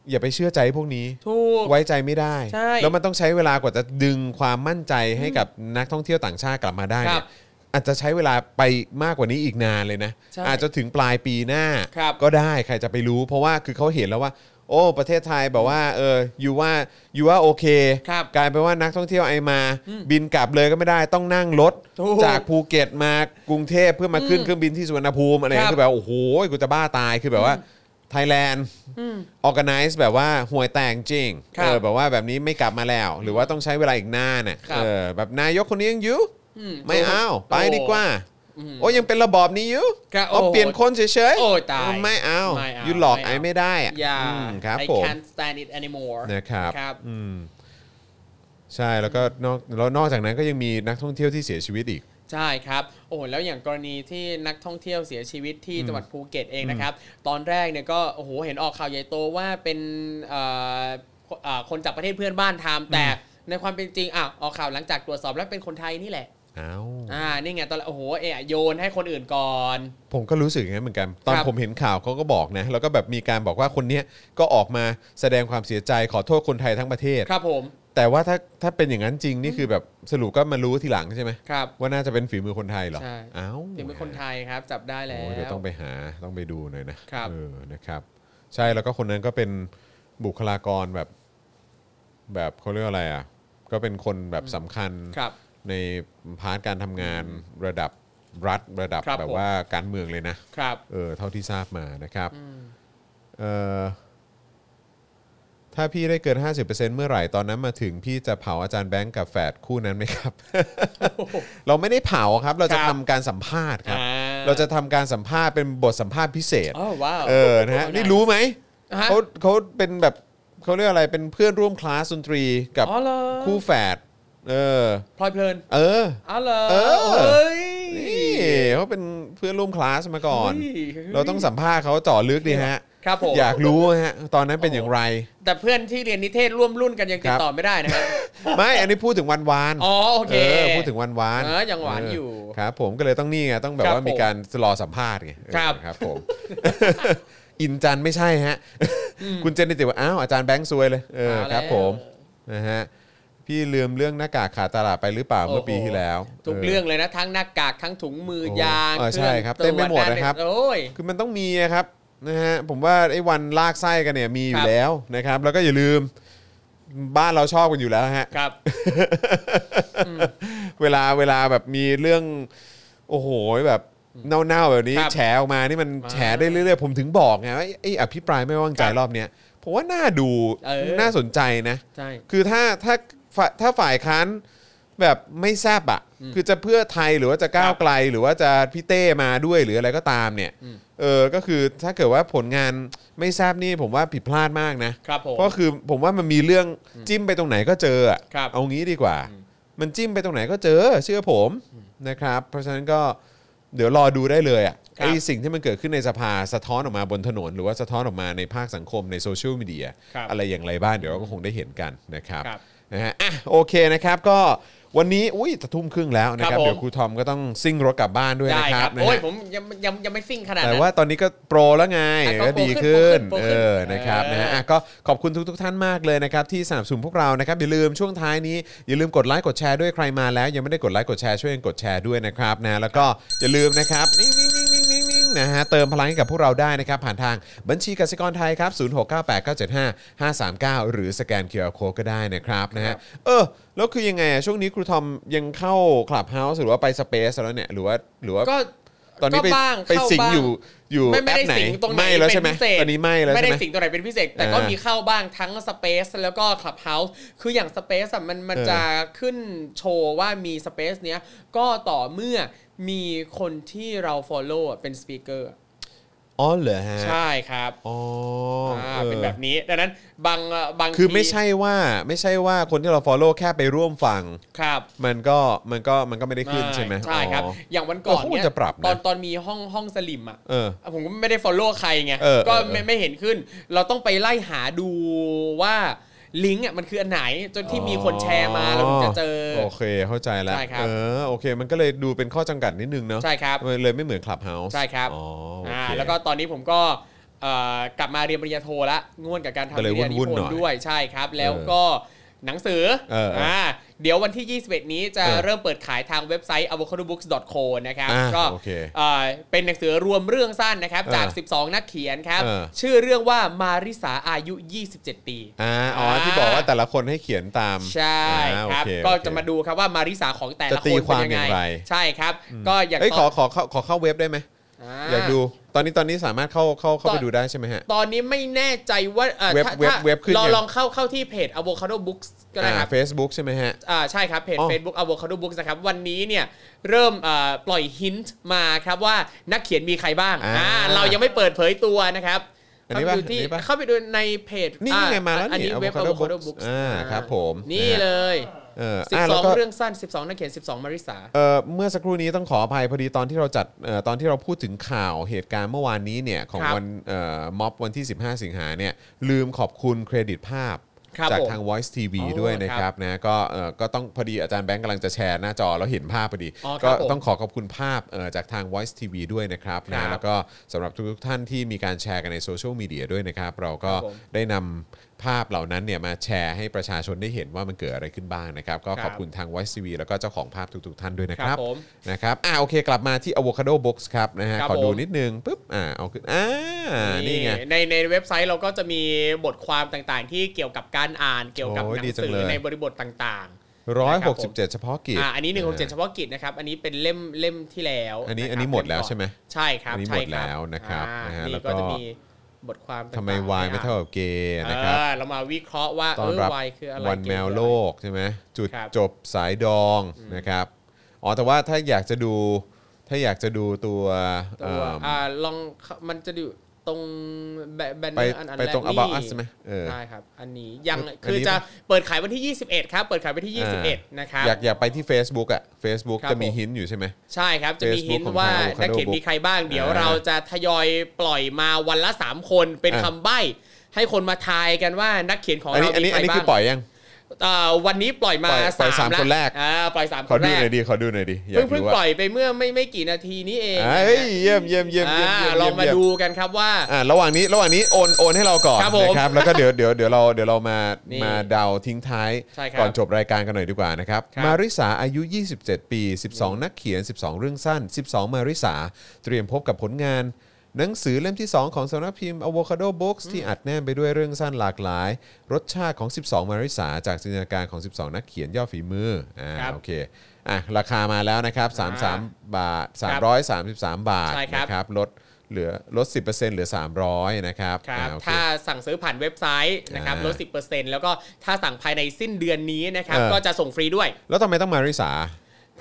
อย่าไปเชื่อใจพวกนี้
ถูก
ไว้ใจไม่ได้
ใช่
แล้วมันต้องใช้เวลากว่าจะดึงความมั่นใจให้กับนักท่องเที่ยวต่างชาติกลับมาได้
ค
เนี่
รับ
ยอาจจะใช้เวลาไปมากกว่านี้อีกนานเลยนะ
ใช่
อาจจะถึงปลายปีหน้า
ครับ
ก็ได้ใครจะไปรู้ เพราะว่าคือเขาเห็นแล้วว่า โอ้ประเทศไทยแบบว่าเอออยู่ว่าอยู่ว่าโอเค
ครับ
กลายเป็นว่านักท่องเที่ยวไอมา บินกลับเลยก็ไม่ได้ต้องนั่งรถ
ถูก
จากภูเก็ตมากรุงเทพเพื่อมาขึ้นเครื่องบินที่สุวรรณภูมิอะไร
ครับ
คือแบบโอ้โหกูจะบ้าตายคือแบบว่าไทยแลนด์ ออ g a แ i z e แบบว่าห่วยแตกจริง
ครับ
เออแบบว่าแบบนี้ไม่กลับมาแล้ว หรือว่าต้องใช้เวลาอีกหน้านน่ะ
ครับ
เออแบบนายกคนนี้ยังอยู่
อืม
ไม่เอาไปดีกว่า
อืม
โอ้ยังเป็นระบอบนี้อยู่
ครับ
เอา
โอ้
เปลี่ยนคนเฉยๆ
โอ้ตาย
ไม่เอา
ไม่เอา
ยูหลอก
ไม่
ไอ
เอา
ไม่ได้อะ
อย่า
อืมครับ
I
ผม
can't stand it anymore
นะครับ
ครับ
อืมใช่แล้วก็นอกแล้วนอกจากนั้นก็ยังมีนักท่องเที่ยวที่เสียชีวิตอีก
ใช่ครับโอ้โหแล้วอย่างกรณีที่นักท่องเที่ยวเสียชีวิตที่จังหวัดภูเก็ตเองนะครับ ตอนแรกเนี่ยก็โอ้โหเห็นออกข่าวใหญ่โตว่าเป็นเอ่อเอ่อคนจากประเทศเพื่อนบ้านทำแต่ในความเป็นจริงอ่ะออกข่าวหลังจากตรวจสอบแล้วเป็นคนไทยนี่แหละ
เอ้า
อ่านี่ไงตอนแรกโอ้โหเอะโยนให้คนอื่นก่อน
ผมก็รู้สึกอย่างนั้นเหมือนกัน ตอน
ครับ
ผมเห็นข่าวเขาก็บอกนะ แล้วก็แบบมีการบอกว่าคนเนี้ยก็ออกมาแสดงความเสียใจขอโทษคนไทยทั้งประเทศ
ครับผม
แต่ว่าถ้าถ้าเป็นอย่างนั้นจริงนี่คือแบบสรุปก็มารู้ทีหลังใช่ไหม
ครับ
ว่าน่าจะเป็นฝีมือคนไทยเหรอ
ใช่
อ้าว
ถึงเป็นคนไทยครับจับได้แล้
โอ้ยเดี๋ยว
ว
ต้องไปหาต้องไปดูหน่อยนะครับ เออนะครับ ใช่แล้วก็คนนั้นก็เป็นบุคลากรแบบ แบบเขาเรียกว่าอะไรอ่ะก็เป็นคนแบบสำคัญ
ครับ
ในพาร์ทการทำงานระดับรัฐระดับ
ครับ
แบบ
ผม
ว่าการเมืองเลยนะ
ครับ
เออเท่าที่ทราบมานะครับเออถ้าพี่ได้เกิน 50%เมื่อไหร่ตอนนั้นมาถึงพี่จะเผาอาจารย์แบงค์กับแฝดคู่นั้นไหม ครับ เราไม่ได้เผาครับ เราจะ
ครับ
ทำการสัมภาษณ์ครับ
อ่
เราจะทำการสัมภาษณ์เป็นบทสัมภาษณ์พิเศษ
อ้าวว้าว
เออนะฮะนี่รู้ไหม
ฮะ
เขาเขาเป็นแบบ เขาเรียกอะไรเป็นเพื่อนร่วมคลาสดนตรีกับ
อ๋อเหรอ
คู่แฝดเออ
พลอยเพลิน
เออ
อ๋อเหรอ
เออ
เฮ้ย
นี่เขาเป็นเพื่อนร่วมคลาสมาก่อน
เฮ้ย
เราต้องสัมภาษณ์เขาเจ่อลึกดีฮะ
ครับผม
อยากรู้ฮะ ตอนนั้นเป็นอย่างไร
แต่เพื่อนที่เรียนนิเทศร่วมรุ่นกันยังติด
ครับ
ต่อไม่ได้นะครับ
ไม่อันนี้พูดถึงวันวาน
อ๋อโอเค
อพูดถึงวันวาน
เออยังหวานอยู่
ครับ ผมก็เลยต้องนี่ไงต้องแบบ
ครับ
ว่ามีการรอสัมภาษณ์ไง
ครับ
เออครับผม อินจันไม่ใช่ฮะ คุณเจนนิติว่าอ้าวอาจารย์แบงค์ซวยเลยเออ
เอาแล้ว
ครับ ผมนะฮะพี่ลืมเรื่องหน้ากากขาดตลาดไปหรือเปล่าเมื่อปีที่แล้ว
ทุก
อ
เรื่องเลยนะ ทั้งหน้ากากทั้งถุงมือ
โอ้
ยาง
เออใช่ครับ
อง
เต็มไปหม
ต
ด
วจ
นะครับ
โอ้ย
คือมันต้องมีอะครับนะฮะผมว่าไอ้วันลากไส้กันเนี่ยมีอ
ค
ยู่
รับ
แล้วนะครับ แล้วก็อย่าลืมบ้านเราชอบกันอยู่แล้วฮะ
ครับ
เวลาเวลาแบบมีเรื่อง โอ้โหแบบเน่าๆแบบนี้
ครับ
แฉออกมานี่มัน
มา
แฉได้เรื่อยๆ ผมถึงบอกไงว่าไอ้อภิปรายไม่ว่างใจ
ครับ
รอบเนี้ยผมว่าน่าดู
เออ
น่าสนใจนะ
ใช่
คือถ้าถ้าฝ่าถ้าฝ่ายค้านแบบไม่แซบอะคือจะเพื่อไทยหรือว่าจะก้าวไกลหรือว่าจะพี่เต้มาด้วยหรืออะไรก็ตามเนี่ยเออก็คือถ้าเกิดว่าผลงานไม่แซบนี่ผมว่าผิดพลาดมากนะ
ครับผม
ก็คือผมว่ามันมีเรื่องจิ้มไปตรงไหนก็เจออะ
ครับ
เอางี้ดีกว่า มันจิ้มไปตรงไหนก็เจอ เชื่อผมนะครับ เพราะฉะนั้นก็เดี๋ยวรอดูได้เลยอ่ะ
ครับ
ไอสิ่งที่มันเกิดขึ้นในสภาสะท้อนออกมาบนถนน หรือว่าสะท้อนออกมาในภาคสังคมในโซเชียลมีเดีย
ครับ
อะไรอย่างไรบ้างเดี๋ยวเราก็คงได้เห็นกันนะครับ
ครับ
นะฮะอ่ะโอเคนะครับก็วันนี้อุ้ยจะทุ่มครึ่งแล้วนะค
ครั
รับ
บผม
เดี๋ยวครูทอมก็ต้องซิ่งรถกลับบ้านด้วย
ได้
นะ
ค
ครั
รั
บบ นะ
โอ้ย
ฮะ
ผมยังยังยังไม่ซิ่งขนาด
แต่
นั้น
ว่าตอนนี้ก็โปรแล้วไง
อ่ะก็
ก็
โปร
ดี
ขึ้
ขึ้น
นโปรขึ้นโปรขึ้
เอน อนะครับ
เออ
นะฮะอ่ะก็ขอบคุณทุกๆท่านมากเลยนะครับที่สนับสนุนพวกเรานะครับอย่าลืมช่วงท้ายนี้อย่าลืมกดไลค์กดแชร์ด้วยใครมาแล้ว ยังไม่ได้กดไลค์กดแชร์ช่วยกันกดแชร์ด้วยนะครับนะแล้วก็อย่าลืมนะครับนิ่งๆๆๆๆนะฮะเติมพลังให้กับพวกเราได้นะครับ ผ่านทางบัญชีกสิกรไทยครับ0698975539 หรือสแกน QR Code ก็ได้นะครับนะ
ครั
ฮะ
บ
เออแล้วคือยังไงอ่ะช่วงนี้ครูทอมยังเข้าคลับเฮาส์หรือว่าไปสเปซแล้วเนี่ยหรือว่าหรือว่า
ก็
ตอนนี้ไป
ก็บ้าง
ไป
เข้า
สิง
บ้า
อยู่อยู่
ไม่ไม่
แอ
ได้
ปไหน
สิงตรงไหน
ไม่แล้ว
เป็
ใช่ไหม
พิเศษ
ตอนนี้ไม่แล้ว
ไม่
ใช่
ได้
ไหม
สิงตรงไหนเป็นพิเศษ แต่ก็
อ่า
มี
มี
เข้าบ้างทั้ง Space แล้วก็ Clubhouse คืออย่าง Space อ่ะมันมัน
เออ
จะขึ้นโชว์ว่ามี Space เนี้ยก็ต่อเมื่อมีคนที่เรา follow อ่ะเป็นสปีกเกอร์
อ๋อเหรอฮะ
ใช่ครับ
อ๋อ
อ่า
เออ
เป็นแบบนี้ดังนั้นบางบาง
คือ
ที
ไม่ใช่ว่าไม่ใช่ว่าคนที่เรา follow แค่ไปร่วมฟัง
ครับ
มันก็มันก็มันก็ไม่ได้ขึ้นใช่ไหม
ใช่ครับ
อ๋อ
อย่างวันก่อน
เออเขา
เนี่ย
จะปรับนะ
ตอนตอนมีห้องห้องสลิมอ่ะ
เออ
ผมก็ไม่ได้ follow ใครไง
เออ
ก็
เออเอ
ไม่
อ
ไม่เห็นขึ้น เราต้องไปไล่หาดูว่าลิงก์อ่ะมันคืออันไหน จนที่มีคนแชร์มาเราถึงจะเจอ
โอเคเข้าใจแล้ว
ใช่ครับ
เออโอเค มันก็เลยดูเป็นข้อจำกัดนิดนึงเนาะ
ใช่ครับ
มันเลยไม่เหมือนคลับเฮาส์
ใช่ครับ
อ๋อโอ
อ่า
เค
แล้วก็ตอนนี้ผมก็เอ่อกลับมาเรียนปริญญาโทละง่วนกับการทำ
ก็
ป
เลย
ริญญานิ
วุ่
พ
น
น
ๆหน่อย
ธ์ด้วยใช่ครับ แล้วก็หนังสือ
เออเอออ่
่าเดี๋ยววันที่ 21 นี้จะ
เออ
เริ่มเปิดขายทางเว็บไซต์ avocadobooks.co นะครับ
อ่า
ก็
โอเค
เอ่อเป็นหนังสือรวมเรื่องสั้นนะครับ จาก
เออ
12 นักเขียนครับ
เออ
ชื่อเรื่องว่ามาริสาอายุ 27 ปี
อ่าอ๋อที่บอกว่าแต่ละคนให้เขียนตาม
ใช่
อ่าโอ
ครับ
เ
ก็
โอเค
จะมาดูครับว่ามาริสาของแต่ละ
จะ
ค
ตี
น
ควา
เป็น
ม
ยังไง
อย่างไร
ใช่ครับ ก็อย่าง
เอ้ย
ต
ขอน ขอเข้าขอเข้าเว็บได้ไหม
อ่า
อยากดูตอนนี้ตอนนี้สามารถเข้าเข้าเข้าไปดูได้ใช่ไหมฮะ
ตอนนี้ไม่แน่ใจว่าอ่อ
เว็บ
ถ้า
เว็บ
ถ้า
เว็บขึ้น
ลอง
ยัง
ลองเข้าเข้าที่เพจ avocado books ก็ได้
อ่า
ครับ
Facebook ใช่ไหมฮะ
อ่าใช่ครับเพจ
อ๋อ
Facebook avocado books นะครับ วันนี้เนี่ยเริ่มอ่าปล่อยฮินต์มาครับว่านักเขียนมีใครบ้าง
อ่า
อ่าเรายังไม่เปิดเผยตัวนะครับ
อันนี้ปะ
เข้าไปดูที่
อันนี้ปะ
เข้าไปดูในเพจ
นี่
อ่า
นี่ไงมาแล้ว
อัน
นี่
นี้เว็บ
Avocado
avocado
Books
books
อ่าครับผม
นี่เลย
เอออ่ะแล้วก็
12 เรื่องสั้น 12 นักเขียน 12 มาริสา
เออเมื่อสักครู่นี้ต้องขออภัยพอดีตอนที่เราจัดเอ่อตอนที่เราพูดถึงข่าวเหตุการณ์เมื่อวานนี้เนี่ยของ
ครับ
วันเอ่อม็อบวันที่ 15 สิงหาเนี่ยลืมขอบคุณเครดิตภาพ
ครับ
จาก
ผม
ทาง Voice TV
อ๋อ
ด้วยนะค
ครั
รับบ นะก็เอ่อก็ต้องพอดีอาจารย์แบงค์กำลังจะแชร์หน้าจอแล้วเห็นภาพพอดี
อ๋อครั
ก็
บผม
ต้องขอขอบคุณภาพเอ่อจากทาง Voice TV ด้วยนะครับ
ครั
นะ
บ
แล้วก็สำหรับทุกๆท่านที่มีการแชร์กันในโซเชียลมีเดียด้วยนะครับเราก็
ครับผม
ได้นำภาพเหล่านั้นเนี่ยมาแชร์ให้ประชาชนได้เห็นว่ามันเกิดอะไรขึ้นบ้างนะครับ ก็
ครับ
ขอบคุณทางไวซีวีแล้วก็เจ้าของภาพทุกๆท่านด้วยนะครับ
ครับผม
นะครับอ่าโอเคกลับมาที่ Avocado Box ครับนะฮะ
ครับ
ขอดู
ผม
นิดนึงปุ๊บอ่าเอาขึ้นอ่านี่ไง
ในในเว็บไซต์เราก็จะมีบทความต่างๆ ที่เกี่ยวกับการอ่านเกี่ยวกับ
โอ้ย
หนั
ดี
ง
จัง
สือ
เลย
ในบริบทต่าง
ร้อย
นะค
ห
รับ
ก
ผ
สิบ
ม
เจ็ดเฉพาะกิจ
อ่าอันนี้หนึ่งหกเจ็ด
า
เฉพาะกิจนะครับ อันนี้เป็นเล่มเล่มที่แล้ว
อันนี้
ะครับ
อันนี้หมดแล้ว
เก่อน
ใช่ไหม
ใช่ครับ
อันนี้
ใช่
หมดแล้วนะครับ
อ่า
นะฮะแล้
นี่
วก็
ก็จะมีบทความต่งๆ
ทำไมวายไม่เท่ากับเกย์นะครับ
เออเรามาวิเคราะห์ว่า
ต
เอ
อน
อ
รับ
วายคืออะไร
วันแมวโลกใช่ไหมจุด
ครับ
จบสายดองนะครับอ๋อแต่ว่าถ้าอยากจะดูถ้าอยากจะดูตัว
ตัว
เอิ่ม
อ่าลองมันจะดู ตรงแบแบนเน
ไป
อร์อันอัน
ไป
แรก
ตรง
นี่
about us ไหมเออ
ใช่ครับ อันนี้ยัง
อันนี้
คือจะเปิดขายวันที่ 21 ครับ เปิดขายวันที่ 21 นะครับ
อยากอยากไปที่ Facebook อ่ะ Facebook
ครับ
จะมี
ผม
หินอยู่ใช่ไหม
ใช่ครับ จะมี
Facebook
หิน
ของ
ว่า
ทาง Avocado
นักเขียนมีใครบ้าง เดี๋ยว
อ่า
เราจะทยอยปล่อยมาวันละ 3 คนเป็น
อ่ะ
คำใบ้ ให้คนมาทายกันว่านักเขียนของ
อัน
เรา
นี้อัน
มี
นี้
ใคร
อันนี้
บ้า
คือง ปล่อยยัง
อ่าวันนี้ปล่อยมา
ปล่อยปล่อยสาม
ละ
คนแรก
อ่าปล่อยสาม
ข
ค
อน ดู
แร
หน่
ก
อยดิขอดูหน่อยดิอยาก
เพิ่งเพิ่ง
รู้ว่า
ปล่อยไปเมื่อไม่ไม่กี่นาทีนี้เอง
เอ้ยเยี่ยมเยี่ยมเยี่ยมเยี่ยม
อ่า
เยี่ยม
ลองมา
เยี่ย
ดูกันครับว่า
อ่าระหว่างนี้ระหว่างนี้โอนโอนให้เราก่อน
ครับผม
นะครับแล้วก็เดี๋ยวเดี๋ยวเดี๋ยวเราเดี๋ยวเรามา
นี่
มาเดาทิ้งท้าย
ใช่ครับ
ก่อนจบรายการกันหน่อยดีกว่านะครับ
ครับ
มาริสาอายุ 27 ปี 12 นักเขียน 12 เรื่องสั้น 12 มาริสาเตรียมพบกับผลงาน หนังสือเล่มที่ 2 ของสำนักพิมพ์ Avocado Books ที่อัดแน่นไปด้วยเรื่องสั้นหลากหลาย รสชาติของ 12 มาริสาจากจินตนาการของ 12 นักเขียนย่อฝีมืออ่า
ครับ
โอเคอ่ะราคามาแล้วนะครับ
อ่า
33 บาท 333 บาท
ใช่ครับ
นะครับลดเหลือลด 10%เหลือ 300 นะครับ
ครับ
อ่โอเ
ถ้าสั่งซื้อผ่านเว็บไซต์นะครับ
อ่า
ลด 10%แล้วก็ถ้าสั่งภายในสิ้นเดือนนี้นะครับ
เออ
ก็จะส่งฟรีด้วย
แล้วทำไมต้องมาริสา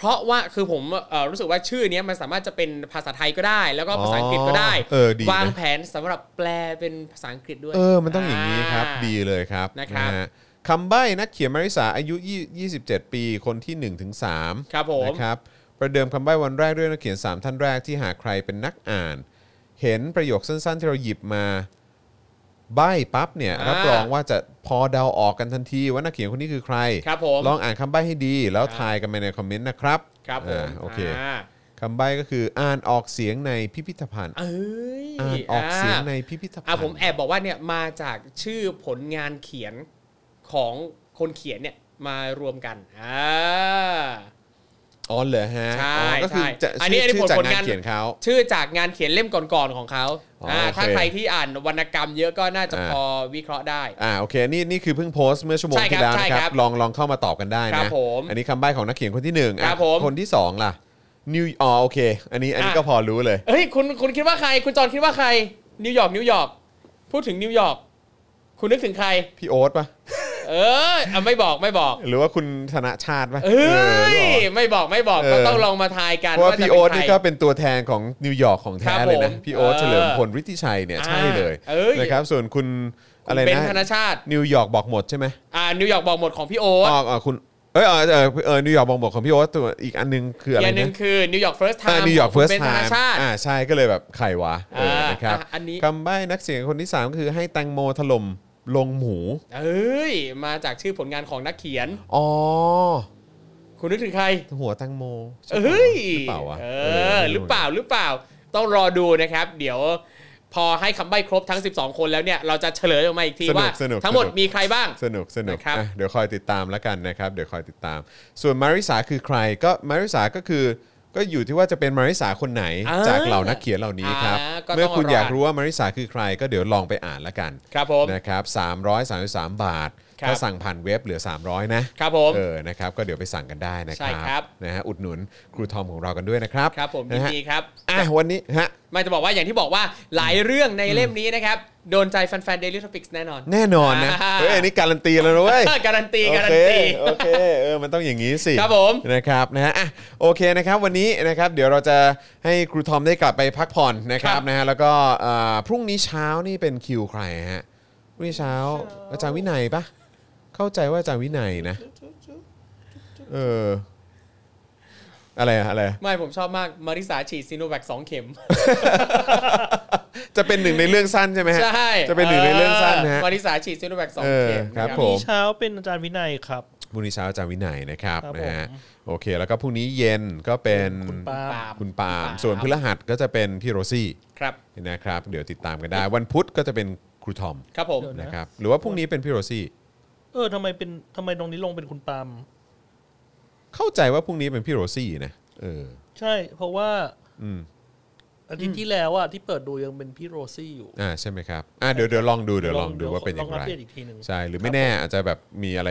เพราะว่าคือผมเอ่อรู้สึกว่าชื่อเนี้ยมันสามารถจะเป็นภาษาไทยก็ได้ แล้วก็ภาษาอังกฤษก็ได้
อ๋อเออดีนะ
วางแผนสำหรับแปลเป็นภาษาอังกฤษด้วย
เออ มันต้องอย่างนี้ครับ ดีเลยครับ
นะครับ
ฮคำใบ้นักเขียนมาริสาอายุ 27 ปี คนที่ 1-3ถึง3
ครับผม
นะครับ ประเดิมคำใบ้วันแรกด้วยนักเขียน 3 ท่านแรกที่หากใครเป็นนักอ่าน เห็นประโยคสั้นๆ ที่เราหยิบมาใบ้ปั๊บเนี่ย
อ่ารั
รับรองว่าจะพอเดาออกกันทันทีว่านักเขียนคนนี้คือใคร
ครับผม
ลองอ่านคำใบ้ให้ดี แล้ว
ครับ
ทายกันมาในคอมเมนต์นะครับ
ครับผม
อ่าโอเค
า
คำใบ้ก็คืออ่านออกเสียงในพิพิธภัณฑ์
เอ้ย
อ่านออกเสียงใน
อ่า
พิพิธภัณฑ์
อ่ะผมแอบบอกว่าเนี่ยมาจากชื่อผลงานเขียนของคนเขียนเนี่ยมารวมกันอ่า
อ๋อเหรอฮะ
ใช่
อ๋อก็คือ
ใช่
จะ
อันนี้
ชื่อ
อันนี้ผ
ชื่อจากงาง
ลาน น
เขียนเขา
ชื่อจากงานเขียนเล่มก่อนๆของเขา
อ๋อ
อ่า
โอเค
ถ้าใครที่อ่านวรรณกรรมเยอะก็น่าจะ
อ่า
พอวิเคราะห์ได้
อ่าโอเคนี่นี่คือเพิ่งโพสต์เมื่อชั่วโมง
ใช่ครับ
ที่แล้วนะค
ใช่ครั
รับบ ลองลองเข้ามาตอบกันได้
ครั
นะ
บผม
อันนี้คำใบ้ของนักเขียนคนที่หนึ่งอ่ะ
ครับผม
คนที่สองล่ะนิวอ๋อโอเค อันนี้อันนี้
อ่ะ
ก็พอรู้เลย
เฮ้ยคุณคุณคิดว่าใคร คุณจอนคิดว่าใคร นิวยอร์กนิวยอร์กพูดถึงนิวยอร์กคุณนึกถึงใคร
พี่โอ๊ตปะ
เออเอาไม่บอกไม่บอก
หรือว่าคุณธนชาติปะ
เอ้ย
หรือเปล่า
ไม่บอกไม่บอก
เออ
ก็ต้องลองมาทายกัน
เพราะว่า
จะ
พี่
ป็
โอ๊ต
ใคร
นี่ก็เป็นตัวแทนของนิวยอร์กของแท้
ครับ
เลยนะ
ผม
พี่โอ๊ต
เออ
เฉลิมพลฤทธิชัยเนี่ยใช่
อ่า
เลย
เอ้ย
นะครับส่วนคุณ
คุณ
อะไร
เป็น
นะ
ธนชาติ
นิวยอร์กบอกหมดใช่ไหม
อ่านิวยอร์กบอกหมดของพี่โอ๊ต
อ๋ออ๋อคุณเอ้ยเออเออเออนิวยอร์กบองบอกของพี่โอ๊ตตัวอีกอันนึงคืออะไร
อย่างหนึ่
นะ
งคือนิวยอร์กเฟิร์สไท
อ่า
ม์
นิวยอร์กเฟิร์ส
เป็น
ไท
ธน
ม์
ชาติ
อ่าใช่ก็เลยแบบไขวะเออ
อ่าน
นะครับ
อ่ะอันนี้
คำใบ้นักเสียงคนที่ 3 คือให้แตงโมถล่มลงหมู
เอ้ยมาจากชื่อผลงานของนักเขียน
อ๋อ
คุณนึกถึงใคร
หัวแตงโมใช่ปะ
เฮ้ย
หรือเปล่าวะ
เออ หรือเปล่า หรือเปล่า ต้องรอดูนะครับ เดี๋ยวพอให้คำใบ้ครบทั้ง 12 คนแล้วเนี่ย เราจะเฉลยออกมาอีกที
สนุ
ว่า
กสนุก
ทั้งหมด
สนุก
มีใครบ้าง
สนุกสนุก
นะครับ
อ่ะเดี๋ยวคอยติดตามแล้วกันนะครับเดี๋ยวคอยติดตาม ส่วนมาริสาคือใครก็มาริสาก็คือ ก็อยู่ที่ว่าจะเป็นมาริสาคนไหน
อ่า
จากเหล่านักเขียนเหล่านี้ครับ
อ่าก็ต้อง
เมื่อคุณ
รอ
อ
อ
ยากรู้ว่ามาริสาคือใคร ก็เดี๋ยวลองไปอ่านแล้วกัน
ครับผม
นะครับ333 บาท
ครับ
ถ้าสั่งผ่านเว็บเหลือ 300 นะครับ
ผม
เออนะครับก็เดี๋ยวไปสั่งกันได้นะค
ใช่
รับ
ครับ
นะฮะอุดหนุนครูทอมของเรากันด้วยนะครับ
ครับผมยิ
นะ
น
ฮะ
ดีครับ
อ่ะวันนี้ฮะ
ไม่จะบอกว่าอย่างที่บอกว่าหลายเรื่องในเล่มนี้นะครับ โดนใจแฟนๆ Daily Topics แน่นอน
แน่นอนนะ
อ่า
เฮ้ยอันนี้การันตีแล้วนะเว้ย
เออการันตี
โอ
การั
เคน
ตี
โอเคเออมันต้องอย่างนี้สิ
ครับผม
นะครับนะฮะอ่ะโอเคนะครับวันนี้นะครับเดี๋ยวเราจะให้ครูทอมได้กลับไปพักผ่อนนะครั
ครับ บ
นะฮะแล้วก็เอ่อพรุ่งนี้เช้านี่เป็นคิวใครฮะพรุ่งนี้เช้าอาจารย์วินัยปะเข้าใจว่าอาจารย์วินัยนะ เออ อะไรอะอะไรอะ
ไม่ผมชอบมากมาริสาฉีดซีโนแวคสองเข็ม
จะเป็นหนึ่งในเรื่องสั้นใช่ไหมฮะ
ใช่
จะเป็นหนึ่งในเรื่องสั้นนะฮะ
มาริสาฉีดซีโนแวคสอง
เออ
เข็ม
ครับ
นะ
ผม
เช้าเป็นอาจารย์วินัยครับ
พรุ่งนี้เช้าอาจารย์วินัยนะครับ
ครับผม
นะฮะโอเค แล้วก็พรุ่งนี้เย็นก็เป็น
คุณปาล์ม
คุณปาล์ม
คุณปาล์ม
ส่วนพฤหัสก็จะเป็นพี่โรซี่
ครับ
นะครับ เดี๋ยวติดตามกันได้ วันพุธก็จะเป็นครูทอม
ครับผม
เดี๋ยวนะ
นะครับ หรือว่าพรุ่งนี้เป็นพี่โรซี่
เออทำไมเป็นทำไมตรงนี้ลงเป็นคุณปาล์ม
เข้าใจว่าพรุ่งนี้เป็นพี่โรซี่นะเออ
ใช่ เพราะว่า
อืม
อาทิตย์ที่แล้วอะที่เปิดดูยังเป็นพี่โรซี่อยู่
อ่าใช่ไหมครับอ่าเดี๋ยวเดี๋ยวลองดูเดี๋ยวลองดูว่าเป็นอย่าง
ล
ไร
ปดตอีกทีหนึ่ง
ใช่หรือไม่แน่อาจจะแบบมีอะไร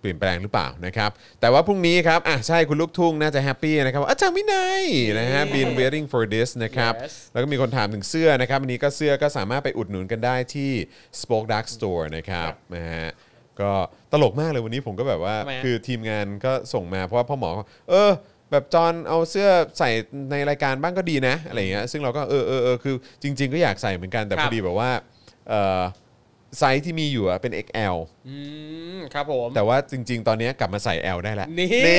เปลี่ยนแปลงหรือเปล่านะครับแต่ว่าพรุ่งนี้ครับอ่ะใช่คุณลูกทุ่งน่าจะแฮปปี้นะครับว่าอาจารย์วินัยนะฮะ been waiting for this นะครับ
Yes
แล้วก็มีคนถามถึงเสื้อนะครับอันนี้ก็เสื้อก็สามารถไปอุดหนุนกันได้ที่ Spoke Dark Store นะครับนะฮะก็ตลกมากเลยวันนี้ผมก็แบบว่า
ทำไมฮะ
คือทีมงานก็ส่งมาเพราะว่าพ่อหมอก็เออ แบบจอนเอาเสื้อใส่ในรายการบ้างก็ดีนะอะไรอย่างเงี้ยซึ่งเราก็เออเออเออคือจริง ๆ ก็อยากใส่เหมือนกันแต่
ครั
พ
บ
อดีแบบว่าเออไซส์ที่มีอยู่อะเป็น XL
อืมครับผม
แต่ว่าจริง ๆ ตอนนี้กลับมาใส่ L ได้แล้ว
นี่
นะ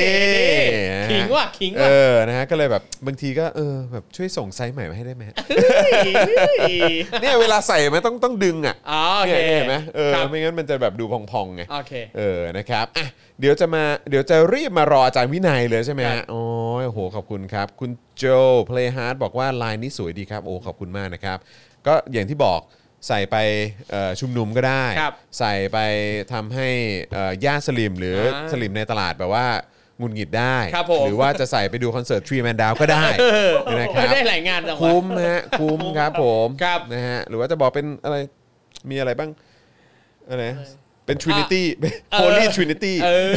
ฮ
ขิงว่ะขิงว่ะ
เออนะฮะก็เลยแบบบางทีก็เออแบบช่วยส่งไซส์ใหม่มาให้ได้ไหมฮะ เนี่ยเวลาใส่มันต้องต้องดึงอ่ะ
อ๋อโอเค
เนี่ยเห็นไหมเออ
ครับ
ไม่งั้นมันจะแบบดูพองๆไง
โอเค
เออ นะครับ อ่ะ เดี๋ยวจะมา เดี๋ยวจะรีบมารออาจารย์วินัยเลยใช่ไหม
ครั
ฮะ
บ
โอ้ยโห ขอบคุณครับ คุณโจ Play Hard บอกว่าลายนี้สวยดีครับ โอ้ ขอบคุณมากนะครับ ก็อย่างที่บอกใส่ไปเอ่อชุมนุมก็ได้
ครับ
ใส่ไปทำให้เอ่อย่าสลิมหรืออาสลิมในตลาดแบบว่าหงุนหงิดได้
ครับผม
หรือว่าจะใส่ไปดูคอนเสิร์ตทรีแมนดาวก็ได้นะครับ
ได้หลายงานจังหวะ
คุ้มนะฮะ คุ้มครับผม
ครับ
นะฮะหรือว่าจะบอกเป็นอะไรมีอะไรบ้างอะไรนะเป็น Trinity เป็น
เออ
Holy Trinity
เออ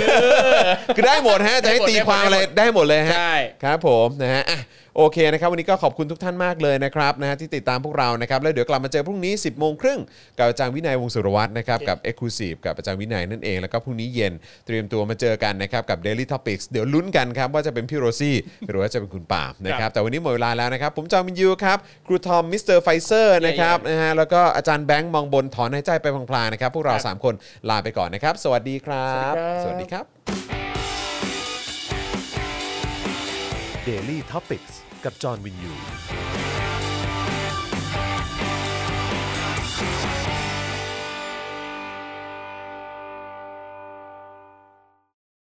คือได้หมดฮะ จะให้
ได้หมด
ตีความอะไร
ได้หมด
ได้หมดเลยฮะ
ใช่
ครับผมนะฮะอ่ะโอเคนะครับ วันนี้ก็ขอบคุณทุกท่านมากเลยนะครับนะฮะที่ติดตามพวกเรานะครับ แล้วเดี๋ยวกลับมาเจอพรุ่งนี้ 10บโมงครึ่งกับอาจารย์วินัยวงศ์สุรวัตรนะครับ กับ e x c l u s i v e กับอาจารย์วินัยนั่นเองแล้วก็พรุ่งนี้เย็นเตรียมตัวมาเจอกันนะครับกับ Daily Topics เดี๋ยวลุ้นกันครับว่าจะเป็นพี่โร ซี่หรือว่าจะเป็นคุณปาล์มนะค
ค
รั
รับ บ
แต่วันนี้หมดเวลาแล้วนะครับ ผมจอมินยูครับครูทอมมิสเตอร์ไฟเซอร์นะครับนะฮะแล้วก็อาจารย์แบงค์มองบนถอนหายใจไปพลางๆนะครับพวกเราสามคนลาไปก่อนนะครับสวัสดีครับ
สวัสดีครับ
สดีครับ
Daily t o p i c กกับจอห์นวินยู